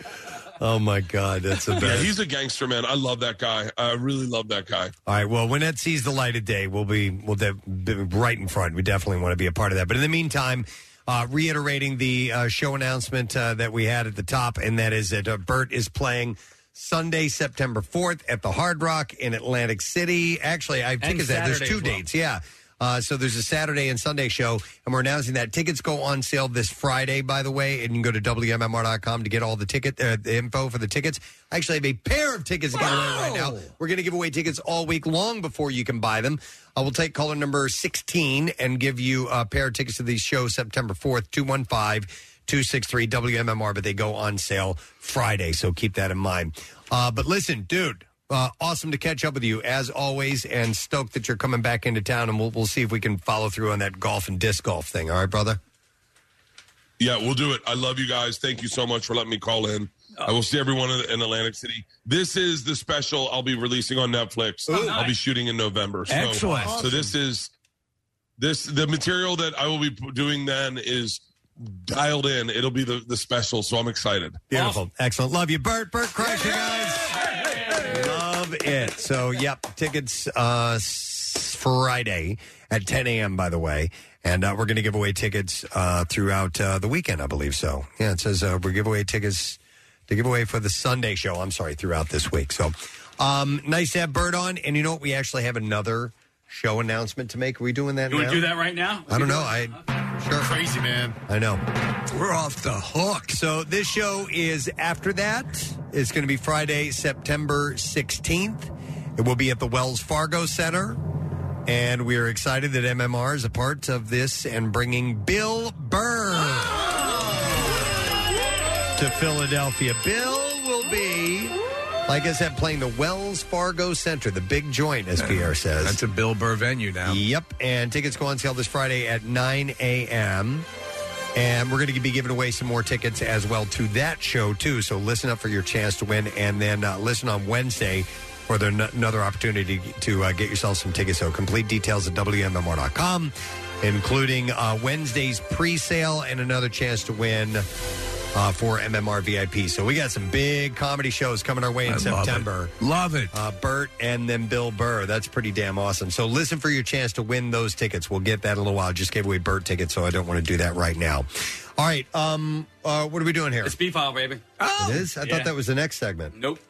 Oh my God, that's the best. Yeah, he's a gangster man. I love that guy. I really love that guy. All right. Well, when that sees the light of day, we'll be we'll de- be right in front. We definitely want to be a part of that. But in the meantime, uh, reiterating the uh, show announcement uh, that we had at the top, and that is that uh, Bert is playing Sunday, September fourth, at the Hard Rock in Atlantic City. Actually, I have And tickets. that there's Saturday two as well. dates. Yeah. Uh, so there's a Saturday and Sunday show, and we're announcing that tickets go on sale this Friday. By the way, and you can go to wmmr.com to get all the ticket uh, the info for the tickets. I actually have a pair of tickets to give away right now. We're going to give away tickets all week long before you can buy them. I will take caller number 16 and give you a pair of tickets to the show September 4th, 215 263 WMMR, but they go on sale Friday, so keep that in mind. Uh, but listen, dude. Uh, awesome to catch up with you as always, and stoked that you're coming back into town. And we'll, we'll see if we can follow through on that golf and disc golf thing. All right, brother. Yeah, we'll do it. I love you guys. Thank you so much for letting me call in. I will see everyone in- in Atlantic City. This is the special I'll be releasing on Netflix. Ooh. I'll be shooting in November. So, Excellent. So this is this the material that I will be p- doing then is dialed in. It'll be the the special. So I'm excited. Beautiful. Excellent. Love you, Bert. Bert Kreischer, guys. Love it. So, yep, tickets uh, s- Friday at 10 a.m., by the way. And uh, we're going to give away tickets uh, throughout uh, the weekend, I believe so. Yeah, it says uh, we give away tickets to give away for the Sunday show. I'm sorry, throughout this week. So, um, nice to have Bert on. And you know what? We actually have another show announcement to make. Are we doing that You now? want to do that right now? I don't know. I sure. Crazy man. I know. We're off the hook. So this show is after that. It's going to be Friday, September 16th. It will be at the Wells Fargo Center. And we are excited that MMR is a part of this and bringing Bill Burr to Philadelphia. Bill will be, like I said, playing the Wells Fargo Center, the big joint, as Pierre says. That's a Bill Burr venue now. Yep. And tickets go on sale this Friday at 9 a.m. And we're going to be giving away some more tickets as well to that show, too. So listen up for your chance to win. And then uh, listen on Wednesday for the, another opportunity to uh, get yourself some tickets. So complete details at WMMR.com, including uh, Wednesday's pre sale and another chance to win. Uh, for MMR VIP. So we got some big comedy shows coming our way in I love it. September. Love it. Uh, Bert and then Bill Burr. That's pretty damn awesome. So listen for your chance to win those tickets. We'll get that in a little while. Just gave away Burt tickets, so I don't want to do that right now. All right. Um. Uh, what are we doing here? It's B file, baby. it is. I Yeah. thought that was the next segment. Nope.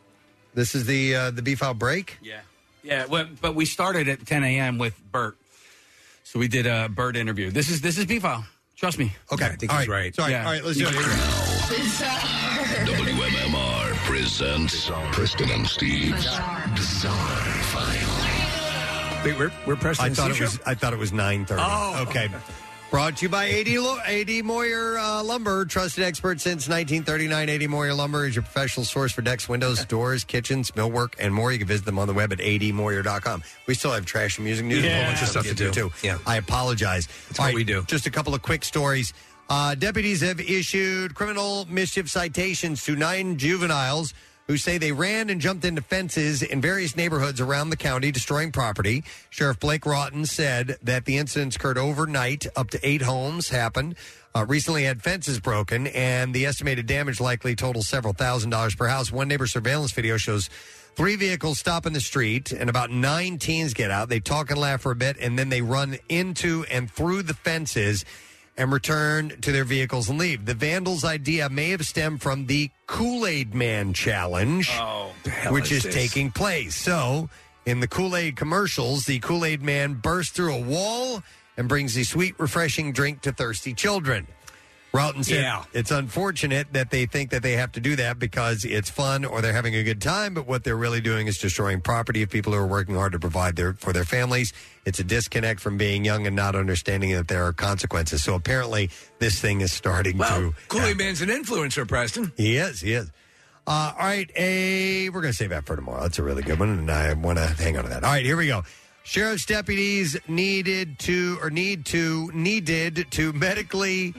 This is the uh, the B file break. Yeah. Yeah, well, but we started at 10 a.m. with Bert, so we did a Bert interview. This is this is B file. Trust me. Okay, I think All he's right. right. Sorry. All right. Let's do it. Here we go. WMMR presents Preston and Steve's Bizarre File. Wait, we're, we're I thought it was. I thought it was nine thirty. Oh. Okay. Brought to you by AD, Lo- AD Moyer uh, Lumber, trusted expert since 1939. AD Moyer Lumber is your professional source for decks, windows, doors, kitchens, millwork, and more. You can visit them on the web at admoyer.com. We still have trash and music news and a whole bunch of stuff to do, too. Yeah. I apologize. That's what we do. Just a couple of quick stories. Uh, deputies have issued criminal mischief citations to nine juveniles who say they ran and jumped into fences in various neighborhoods around the county, destroying property. Sheriff Blake Rotten said that the incidents occurred overnight. Up to eight homes happened. Uh, recently had fences broken, and the estimated damage likely totals several thousand dollars per house. One neighbor surveillance video shows Three vehicles stop in the street, and about nine teens get out. They talk and laugh for a bit, and then they run into and through the fences and return to their vehicles and leave. The vandals' idea may have stemmed from the Kool Aid Man challenge, Oh, hell which is is, this? taking place. So, in the Kool Aid commercials, the Kool Aid Man bursts through a wall and brings the sweet, refreshing drink to thirsty children. Routon said Yeah. it's unfortunate that they think that they have to do that because it's fun or they're having a good time, but what they're really doing is destroying property of people who are working hard to provide their for their families. It's a disconnect from being young and not understanding that there are consequences. So apparently this thing is starting to Cooley Man's an influencer, Preston. He is, he is. Uh, all right, a, we're going to save that for tomorrow. That's a really good one, and I want to hang on to that. All right, here we go. Sheriff's deputies needed to, or need to, needed to medically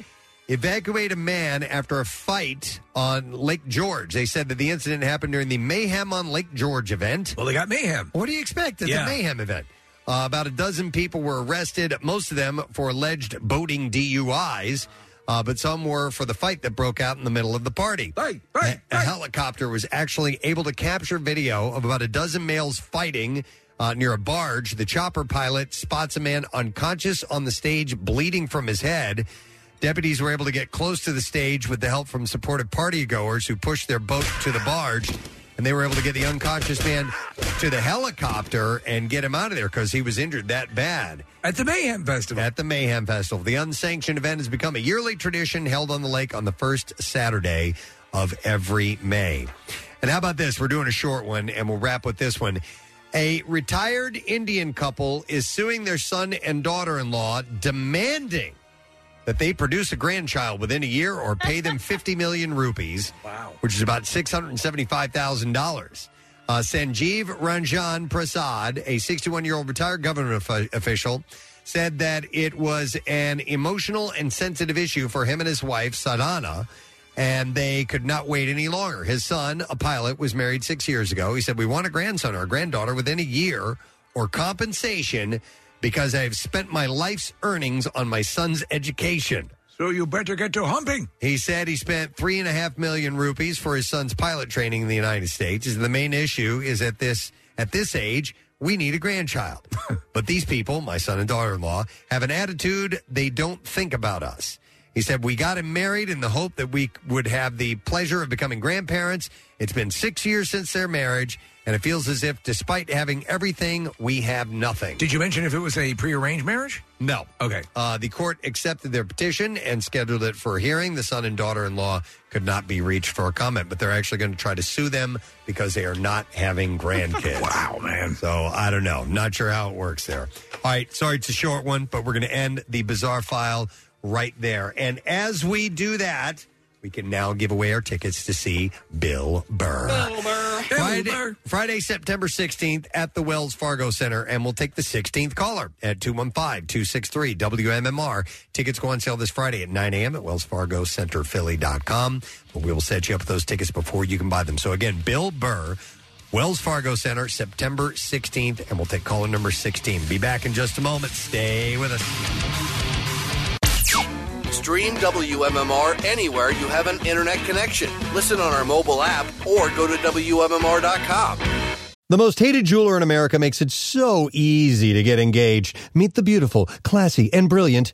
evacuate a man after a fight on Lake George. They said that the incident happened during the Mayhem on Lake George event. Well, they got mayhem. What do you expect? It's Yeah. a mayhem event. Uh, about a dozen people were arrested, most of them for alleged boating DUIs. uh, but some were for the fight that broke out in the middle of the party. Right, right. A, a helicopter was actually able to capture video of about a dozen males fighting. Uh, near a barge, the chopper pilot spots a man unconscious on the stage, bleeding from his head. Deputies were able to get close to the stage with the help from supportive party goers who pushed their boat to the barge. And they were able to get the unconscious man to the helicopter and get him out of there because he was injured that bad. At the Mayhem Festival. At the Mayhem Festival. The unsanctioned event has become a yearly tradition held on the lake on the first Saturday of every May. And how about this? We're doing a short one and we'll wrap with this one. A retired Indian couple is suing their son and daughter in law, demanding that they produce a grandchild within a year or pay them 50 million rupees, wow. which is about $675,000. Uh, Sanjeev Ranjan Prasad, a 61 year old retired government offi- official, said that it was an emotional and sensitive issue for him and his wife, Sadhana, and they could not wait any longer. His son, a pilot, was married six years ago. He said, We want a grandson or a granddaughter within a year or compensation because I've spent my life's earnings on my son's education. So you better get to humping. He said he spent three and a half million rupees for his son's pilot training in the United States. The main issue is at this at this age, we need a grandchild. but these people, my son and daughter in law, have an attitude they don't think about us. He said, We got him married in the hope that we would have the pleasure of becoming grandparents. It's been six years since their marriage, and it feels as if despite having everything, we have nothing. Did you mention if it was a prearranged marriage? No. Okay. Uh, the court accepted their petition and scheduled it for a hearing. The son and daughter in law could not be reached for a comment, but they're actually going to try to sue them because they are not having grandkids. wow, man. So I don't know. Not sure how it works there. All right. Sorry it's a short one, but we're going to end the bizarre file right there. And as we do that, we can now give away our tickets to see Bill Burr. Friday, Friday, September 16th at the Wells Fargo Center, and we'll take the 16th caller at 215 263 WMMR. Tickets go on sale this Friday at 9 a.m. at wellsfargocenterphilly.com. But we will set you up with those tickets before you can buy them. So, again, Bill Burr, Wells Fargo Center, September 16th, and we'll take caller number 16. Be back in just a moment. Stay with us. Stream WMMR anywhere you have an internet connection. Listen on our mobile app or go to WMMR.com. The most hated jeweler in America makes it so easy to get engaged. Meet the beautiful, classy, and brilliant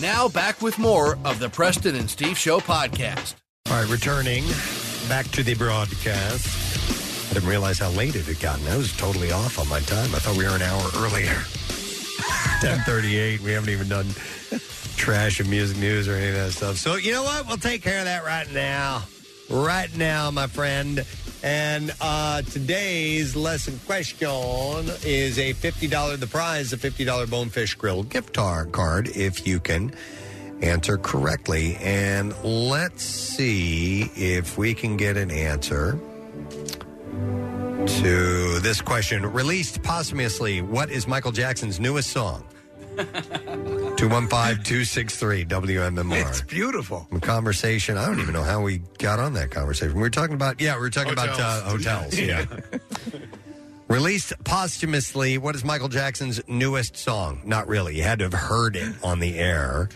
Now back with more of the Preston and Steve Show podcast. All right, returning back to the broadcast. I didn't realize how late it had gotten. I was totally off on my time. I thought we were an hour earlier. 1038. We haven't even done trash and music news or any of that stuff. So, you know what? We'll take care of that right now. Right now, my friend. And uh, today's lesson question is a $50, the prize, a $50 Bonefish Grill gift tar- card, if you can answer correctly. And let's see if we can get an answer to this question. Released posthumously, what is Michael Jackson's newest song? 215 263 WMMR. It's beautiful. conversation. I don't even know how we got on that conversation. We were talking about, yeah, we Oh, were talking about uh, hotels. Yeah. Released posthumously, what is Michael Jackson's newest song? Not really. You had to have heard it on the air.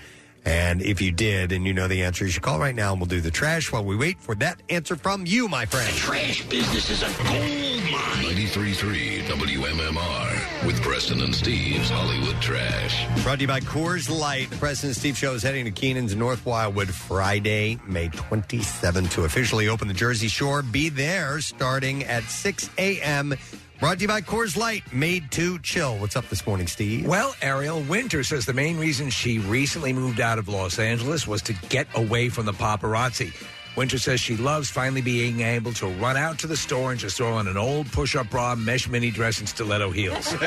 And if you did and you know the answer, you should call right now and we'll do the trash while we wait for that answer from you, my friend. Trash business is a gold mine. 93.3 WMMR with Preston and Steve's Hollywood Trash. Brought to you by Coors Light. The President Steve Show is heading to Keenan's North Wildwood Friday, May 27th to officially open the Jersey Shore. Be there starting at 6 a.m. Brought to you by Coors Light, made to chill. What's up this morning, Steve? Well, Ariel Winter says the main reason she recently moved out of Los Angeles was to get away from the paparazzi. Winter says she loves finally being able to run out to the store and just throw on an old push up bra, mesh mini dress, and stiletto heels. oh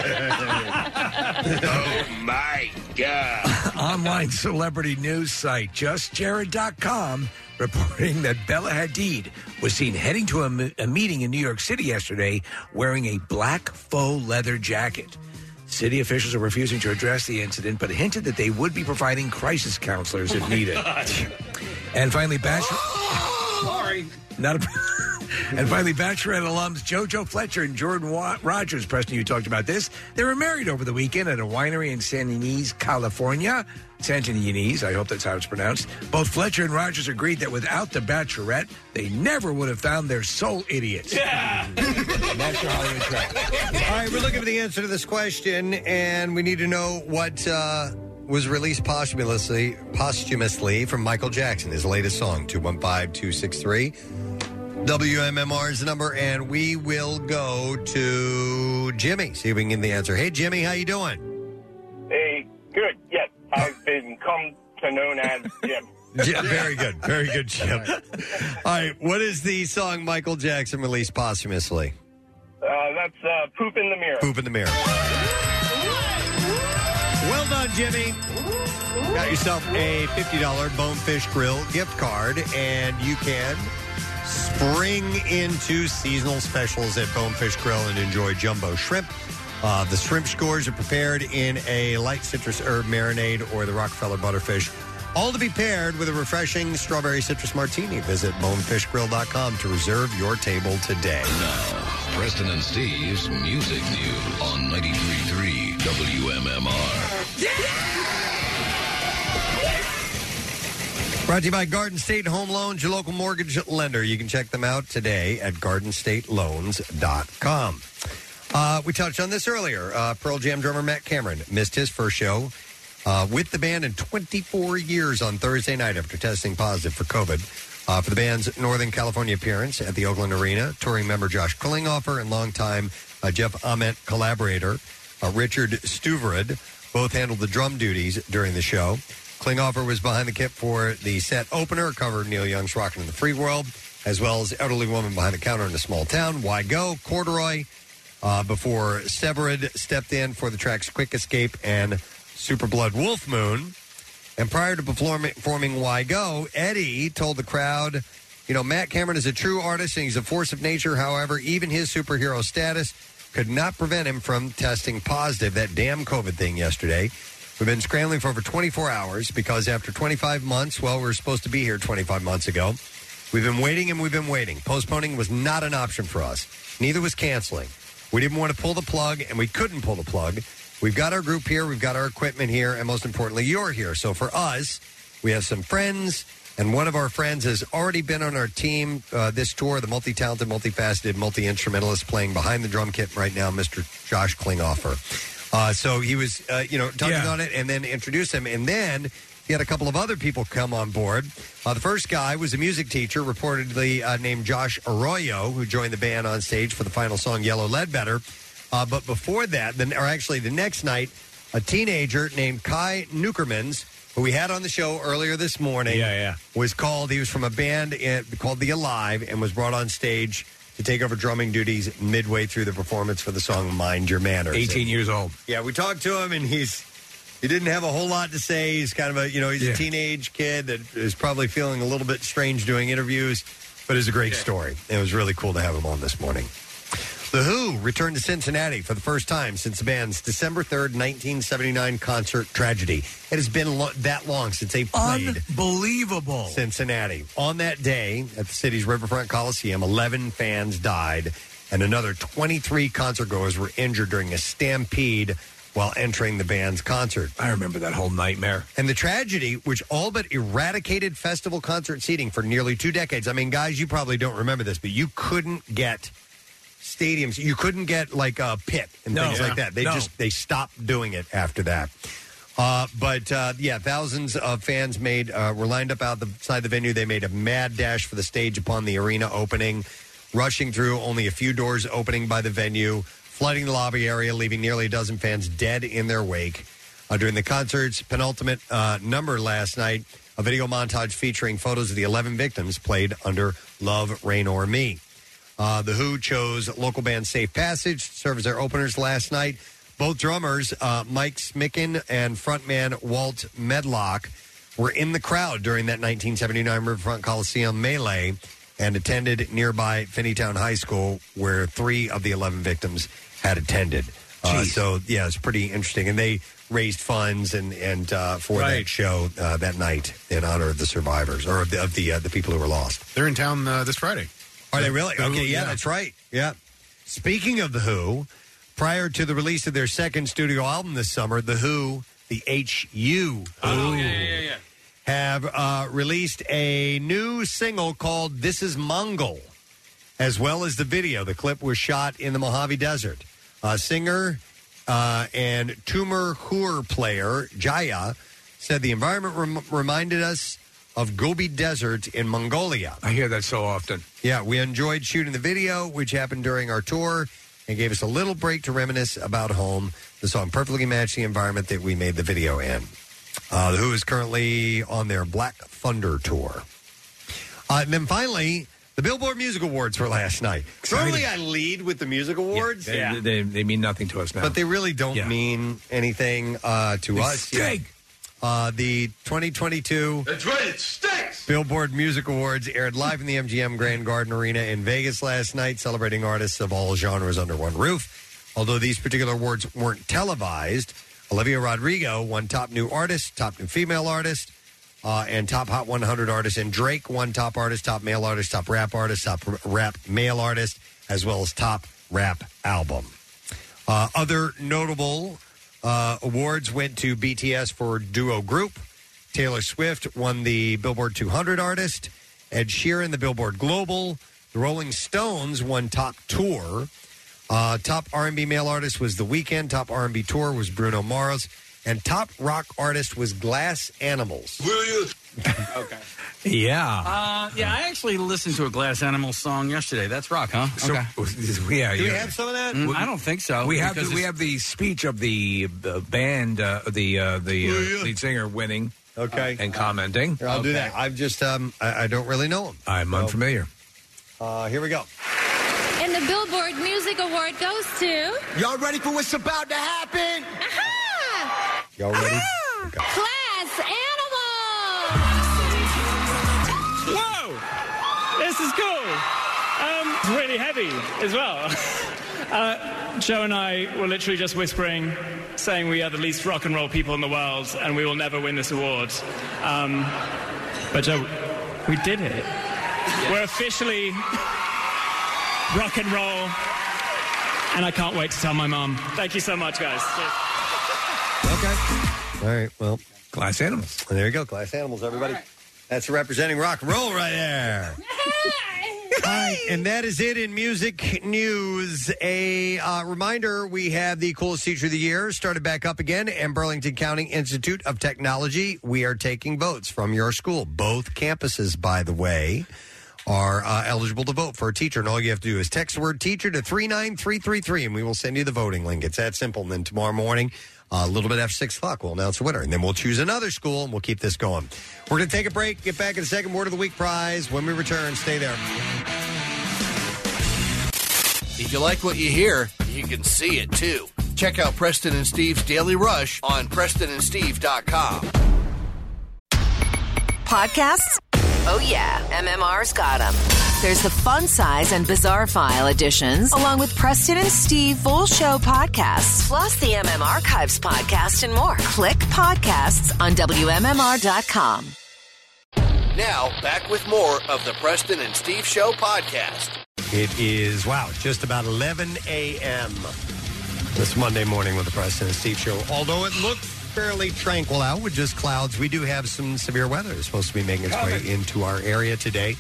my God. Online celebrity news site, justjared.com, reporting that Bella Hadid was seen heading to a, m- a meeting in New York City yesterday wearing a black faux leather jacket. City officials are refusing to address the incident, but hinted that they would be providing crisis counselors if needed. And finally, Bachelor. Sorry. Not a. And finally, Bachelorette alums JoJo Fletcher and Jordan Wa- Rogers, Preston, you talked about this. They were married over the weekend at a winery in San Ynez, California. Santa Ynez, I hope that's how it's pronounced. Both Fletcher and Rogers agreed that without the Bachelorette, they never would have found their soul idiots. Yeah. that's your Hollywood track. All right, we're looking for the answer to this question, and we need to know what uh, was released posthumously, posthumously from Michael Jackson, his latest song, 215 263. WMMR is the number, and we will go to Jimmy, see if we can get the answer. Hey, Jimmy, how you doing? Hey, good. Yes, I've been come to known as Jim. Yeah, very good. Very good, Jim. All right, what is the song Michael Jackson released posthumously? Uh, that's uh, poop in the mirror. Poop in the mirror. Well done, Jimmy. Got yourself a $50 Bonefish Grill gift card, and you can spring into seasonal specials at Bonefish Grill and enjoy jumbo shrimp. Uh, the shrimp scores are prepared in a light citrus herb marinade or the Rockefeller butterfish, all to be paired with a refreshing strawberry citrus martini. Visit bonefishgrill.com to reserve your table today. Now, Preston and Steve's Music News on 93.3 WMMR. Brought to you by Garden State Home Loans, your local mortgage lender. You can check them out today at gardenstateloans.com. Uh, we touched on this earlier. Uh, Pearl Jam drummer Matt Cameron missed his first show uh, with the band in 24 years on Thursday night after testing positive for COVID. Uh, for the band's Northern California appearance at the Oakland Arena, touring member Josh Klinghoffer and longtime uh, Jeff Ament collaborator uh, Richard Stuverud both handled the drum duties during the show. Klinghoffer was behind the kit for the set opener, covered Neil Young's Rockin' in the Free World, as well as Elderly Woman Behind the Counter in a Small Town, Why Go, Corduroy, uh, before Severed stepped in for the tracks Quick Escape and Super Blood Wolf Moon. And prior to perform- performing Why Go, Eddie told the crowd, you know, Matt Cameron is a true artist and he's a force of nature. However, even his superhero status could not prevent him from testing positive, that damn COVID thing yesterday. We've been scrambling for over 24 hours because after 25 months, well, we were supposed to be here 25 months ago. We've been waiting and we've been waiting. Postponing was not an option for us. Neither was canceling. We didn't want to pull the plug and we couldn't pull the plug. We've got our group here, we've got our equipment here, and most importantly, you're here. So for us, we have some friends, and one of our friends has already been on our team uh, this tour, the multi talented, multifaceted, multi instrumentalist playing behind the drum kit right now, Mr. Josh Klinghoffer. Uh, so he was, uh, you know, talking on it and then introduced him. And then he had a couple of other people come on board. Uh, the first guy was a music teacher, reportedly uh, named Josh Arroyo, who joined the band on stage for the final song, Yellow Ledbetter. Uh, but before that, then, or actually the next night, a teenager named Kai Nukermans, who we had on the show earlier this morning, yeah, yeah. was called. He was from a band in, called The Alive and was brought on stage to take over drumming duties midway through the performance for the song Mind Your Manners. 18 years old. Yeah, we talked to him, and he's he didn't have a whole lot to say. He's kind of a you know he's a teenage kid that is probably feeling a little bit strange doing interviews, but it's a great story. It was really cool to have him on this morning. The Who returned to Cincinnati for the first time since the band's December 3rd, 1979 concert tragedy. It has been lo- that long since they played. Unbelievable. Cincinnati. On that day at the city's Riverfront Coliseum, 11 fans died and another 23 concertgoers were injured during a stampede while entering the band's concert. I remember that whole nightmare. And the tragedy, which all but eradicated festival concert seating for nearly two decades. I mean, guys, you probably don't remember this, but you couldn't get stadiums. You couldn't get like a pit and No. things like Yeah. that. They No. just they stopped doing it after that. Uh, but uh, yeah, thousands of fans made uh, were lined up outside the venue. They made a mad dash for the stage upon the arena opening, rushing through only a few doors opening by the venue, flooding the lobby area, leaving nearly a dozen fans dead in their wake. Uh, during the concert's penultimate uh, number last night, a video montage featuring photos of the 11 victims played under "Love Rain or Me." Uh, the Who chose local band Safe Passage to serve as their openers last night. Both drummers, uh, Mike Smicken and frontman Walt Medlock, were in the crowd during that 1979 Riverfront Coliseum melee and attended nearby Finneytown High School, where three of the 11 victims had attended. Uh, so, yeah, it's pretty interesting. And they raised funds and and uh, for that show uh, that night in honor of the survivors or of the of the, uh, the people who were lost. They're in town uh, this Friday. Are they really? The Who, okay, yeah, yeah. that's right. Yeah. Speaking of The Who, prior to the release of their second studio album this summer, The Who, the H.U. Who, have uh, released a new single called This Is Mongol, as well as the video. The clip was shot in the Mojave Desert. Uh, singer uh, and Tumor Hoor player Jaya said the environment rem- reminded us of Gobi Desert in Mongolia. I hear that so often. Yeah, we enjoyed shooting the video, which happened during our tour, and gave us a little break to reminisce about home. The song perfectly matched the environment that we made the video in. Uh, the Who is currently on their Black Thunder tour. Uh, and then finally, the Billboard Music Awards were last night. Normally, I lead with the music awards. They, they, they mean nothing to us now. But they really don't mean anything uh, to They us. stink. Yeah. Uh, the 2022 That's right, it stinks. Billboard Music Awards aired live in the MGM Grand Garden Arena in Vegas last night, celebrating artists of all genres under one roof. Although these particular awards weren't televised, Olivia Rodrigo won Top New Artist, Top New Female Artist, uh, and Top Hot 100 Artist, and Drake won Top Artist, Top Male Artist, Top Rap Artist, Top R- Rap Male Artist, as well as Top Rap Album. Uh, other notable uh, awards went to BTS for Duo Group. Taylor Swift won the Billboard 200 Artist. Ed Sheeran, the Billboard Global. The Rolling Stones won Top Tour. Uh, top R&B Male Artist was The Weeknd. Top R&B Tour was Bruno Mars. And top rock artist was Glass Animals. Will you? okay. Yeah. Uh, yeah, I actually listened to a Glass Animal song yesterday. That's rock, huh? So- yeah, yeah. Mm, I don't think so. We have the, because we it's- have the speech of the uh, band, uh, the uh, the uh, lead singer winning. Okay. and commenting. I'll do that. I've just um, I, I don't really know him. I'm unfamiliar. Uh, here we go. And the Billboard Music Award goes to. Y'all ready for what's about to happen? Aha! Y'all ready? Class Animal! Whoa! This is cool. Um, it's really heavy as well. Uh, Joe and I were literally just whispering, saying we are the least rock and roll people in the world, and we will never win this award. Um, but Joe, we did it. We're officially rock and roll, and I can't wait to tell my mum. Thank you so much, guys. Cheers. All right. Well, Glass Animals. there you go. Glass Animals, everybody. That's representing rock and roll right there. All right, Um, and that is it in music news. A uh, reminder we have the coolest teacher of the year started back up again and Burlington County Institute of Technology. We are taking votes from your school. Both campuses, by the way, are uh, eligible to vote for a teacher. And all you have to do is text the word teacher to 39333 and we will send you the voting link. It's that simple. And then tomorrow morning, uh, a little bit after 6 o'clock, we'll announce the winner. And then we'll choose another school and we'll keep this going. We're going to take a break, get back in the second word of the week prize. When we return, stay there. If you like what you hear, you can see it too. Check out Preston and Steve's Daily Rush on PrestonandSteve.com. Podcasts? Oh, yeah. MMR's got them. There's the fun size and bizarre file editions, along with Preston and Steve full show podcasts, plus the MM Archives podcast and more. Click podcasts on WMMR.com. Now, back with more of the Preston and Steve Show podcast. It is, wow, just about 11 a.m. this Monday morning with the Preston and Steve Show. Although it looks fairly tranquil out with just clouds, we do have some severe weather. It's supposed to be making its way into our area today.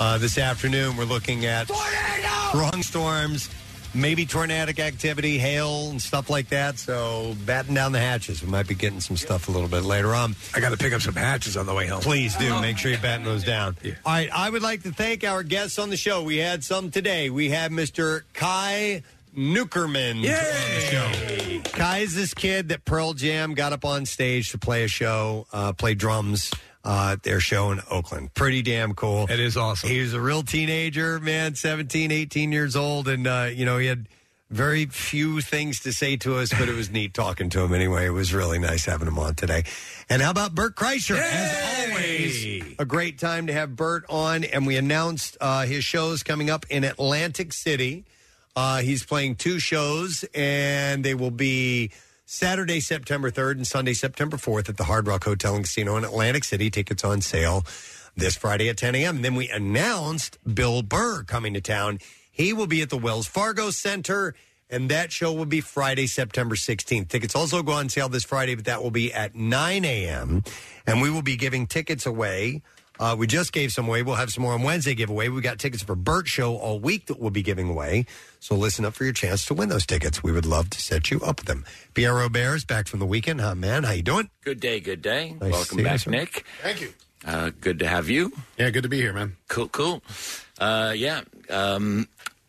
Uh, this afternoon, we're looking at strong storms, maybe tornadic activity, hail, and stuff like that. So, batten down the hatches. We might be getting some stuff a little bit later on. Um, I got to pick up some hatches on the way home. Please do. Make sure you batten those down. All right, I would like to thank our guests on the show. We had some today. We have Mr. Kai Nukerman on the show. Kai's this kid that Pearl Jam got up on stage to play a show, uh, play drums. Uh, at their show in Oakland. Pretty damn cool. It is awesome. He was a real teenager, man, 17, 18 years old. And, uh, you know, he had very few things to say to us, but it was neat talking to him anyway. It was really nice having him on today. And how about Bert Kreischer? As always, a great time to have Bert on. And we announced uh, his shows coming up in Atlantic City. Uh, he's playing two shows, and they will be Saturday, September 3rd and Sunday, September 4th at the Hard Rock Hotel and Casino in Atlantic City. Tickets on sale this Friday at 10 a.m. And then we announced Bill Burr coming to town. He will be at the Wells Fargo Center, and that show will be Friday, September 16th. Tickets also go on sale this Friday, but that will be at 9 a.m. And we will be giving tickets away. Uh, we just gave some away. We'll have some more on Wednesday giveaway. We got tickets for Burt Show all week that we'll be giving away. So listen up for your chance to win those tickets. We would love to set you up with them. Pierre Robert is back from the weekend. Huh, man? How you doing? Good day, good day. Nice to Welcome see you, back, sir. Nick. Thank you. Uh, good to have you. Yeah, good to be here, man. Cool, cool. Uh, yeah, um,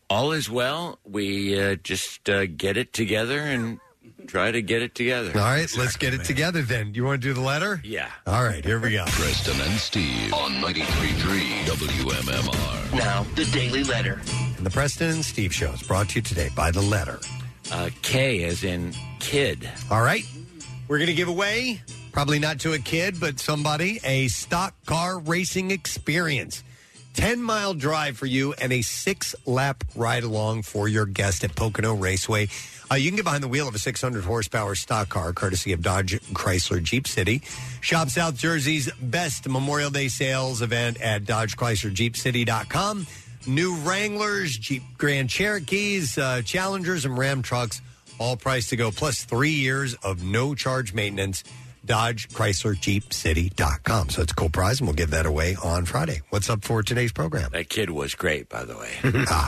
all is well. We uh, just uh, get it together and try to get it together. All right, let's get it together then. You want to do the letter? Yeah. All right, here we go. Preston and Steve on 93.3 WMMR. Now, the Daily Letter. The Preston and Steve Show is brought to you today by The Letter. Uh, K as in kid. All right. We're going to give away, probably not to a kid, but somebody, a stock car racing experience. 10 mile drive for you and a six lap ride along for your guest at Pocono Raceway. Uh, you can get behind the wheel of a 600 horsepower stock car, courtesy of Dodge Chrysler Jeep City. Shop South Jersey's best Memorial Day sales event at DodgeChryslerJeepCity.com. New Wranglers, Jeep Grand Cherokees, uh, Challengers, and Ram trucks all priced to go, plus three years of no charge maintenance. Dodge Chrysler JeepCity.com. So it's a cool prize, and we'll give that away on Friday. What's up for today's program? That kid was great, by the way.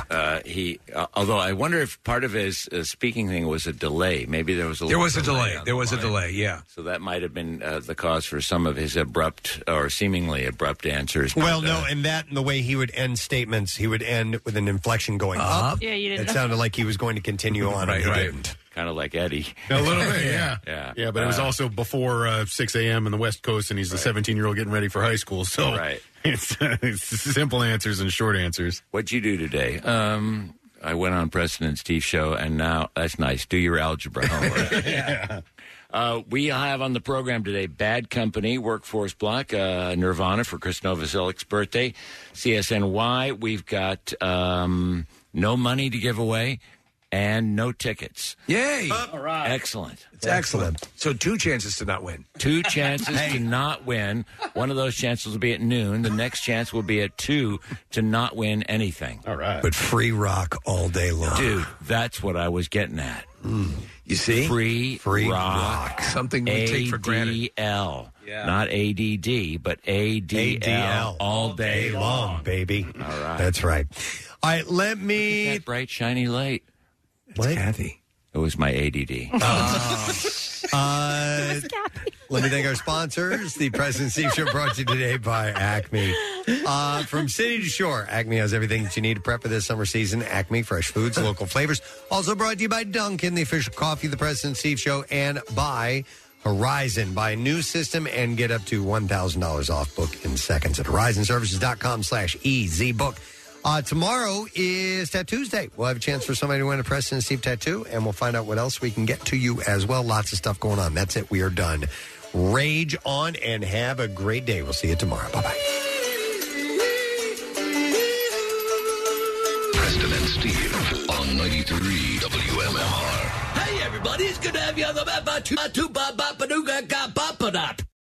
uh, he, uh, although I wonder if part of his uh, speaking thing was a delay. Maybe there was a There little was a delay. on There the was a line. delay, yeah. So that might have been uh, the cause for some of his abrupt or seemingly abrupt answers. but, Well, uh, no, and that and the way he would end statements, he would end with an inflection going Up? up. Yeah, you didn't- It sounded like he was going to continue on, and he didn't. Kind of like Eddie. A little bit, yeah. yeah. Yeah, but it was Uh, also before uh, 6 a.m. in the West Coast, and he's a 17 year old getting ready for high school. So Right. it's, it's simple answers and short answers. What'd you do today? Um, I went on Preston and Steve's show, and now that's nice. Do your algebra homework. Uh, we have on the program today Bad Company, Workforce Block, uh, Nirvana for Chris Novoselic's birthday, CSNY. We've got um, no money to give away and no tickets. Yay! All right. Excellent. It's excellent. So two chances to not win. Two chances to not win. One of those chances will be at noon. The next chance will be at two to not win anything. All right. But free rock all day long. Dude, that's what I was getting at. You see? Free, Free rock. rock. Something we take for granted. ADL. Yeah. Not ADD, but ADL. ADL. All day long. baby. All right. That's right. All right, let me. That bright, shiny light. That's What? Kathy. It was my ADD. Uh, let me thank our sponsors. The President Steve Show brought to you today by Acme. Uh, from city to shore, Acme has everything that you need to prep for this summer season. Acme, fresh foods, local flavors. Also brought to you by Dunkin', the official coffee of the President Steve Show, and by Horizon. Buy a new system and get up to $1,000 off book in seconds at horizonservices.com slash E ezbook. Uh, tomorrow is Tattoos Day. We'll have a chance for somebody to win a Preston and Steve tattoo, and we'll find out what else we can get to you as well. Lots of stuff going on. That's it. We are done. Rage on and have a great day. We'll see you tomorrow. Bye bye. Preston and Steve on 93 WMMR. Hey, everybody, it's good to have you on the map. Ba- tu- ba- tu- ba- ba- ba- doo- ga- ga- ba- ba- dop.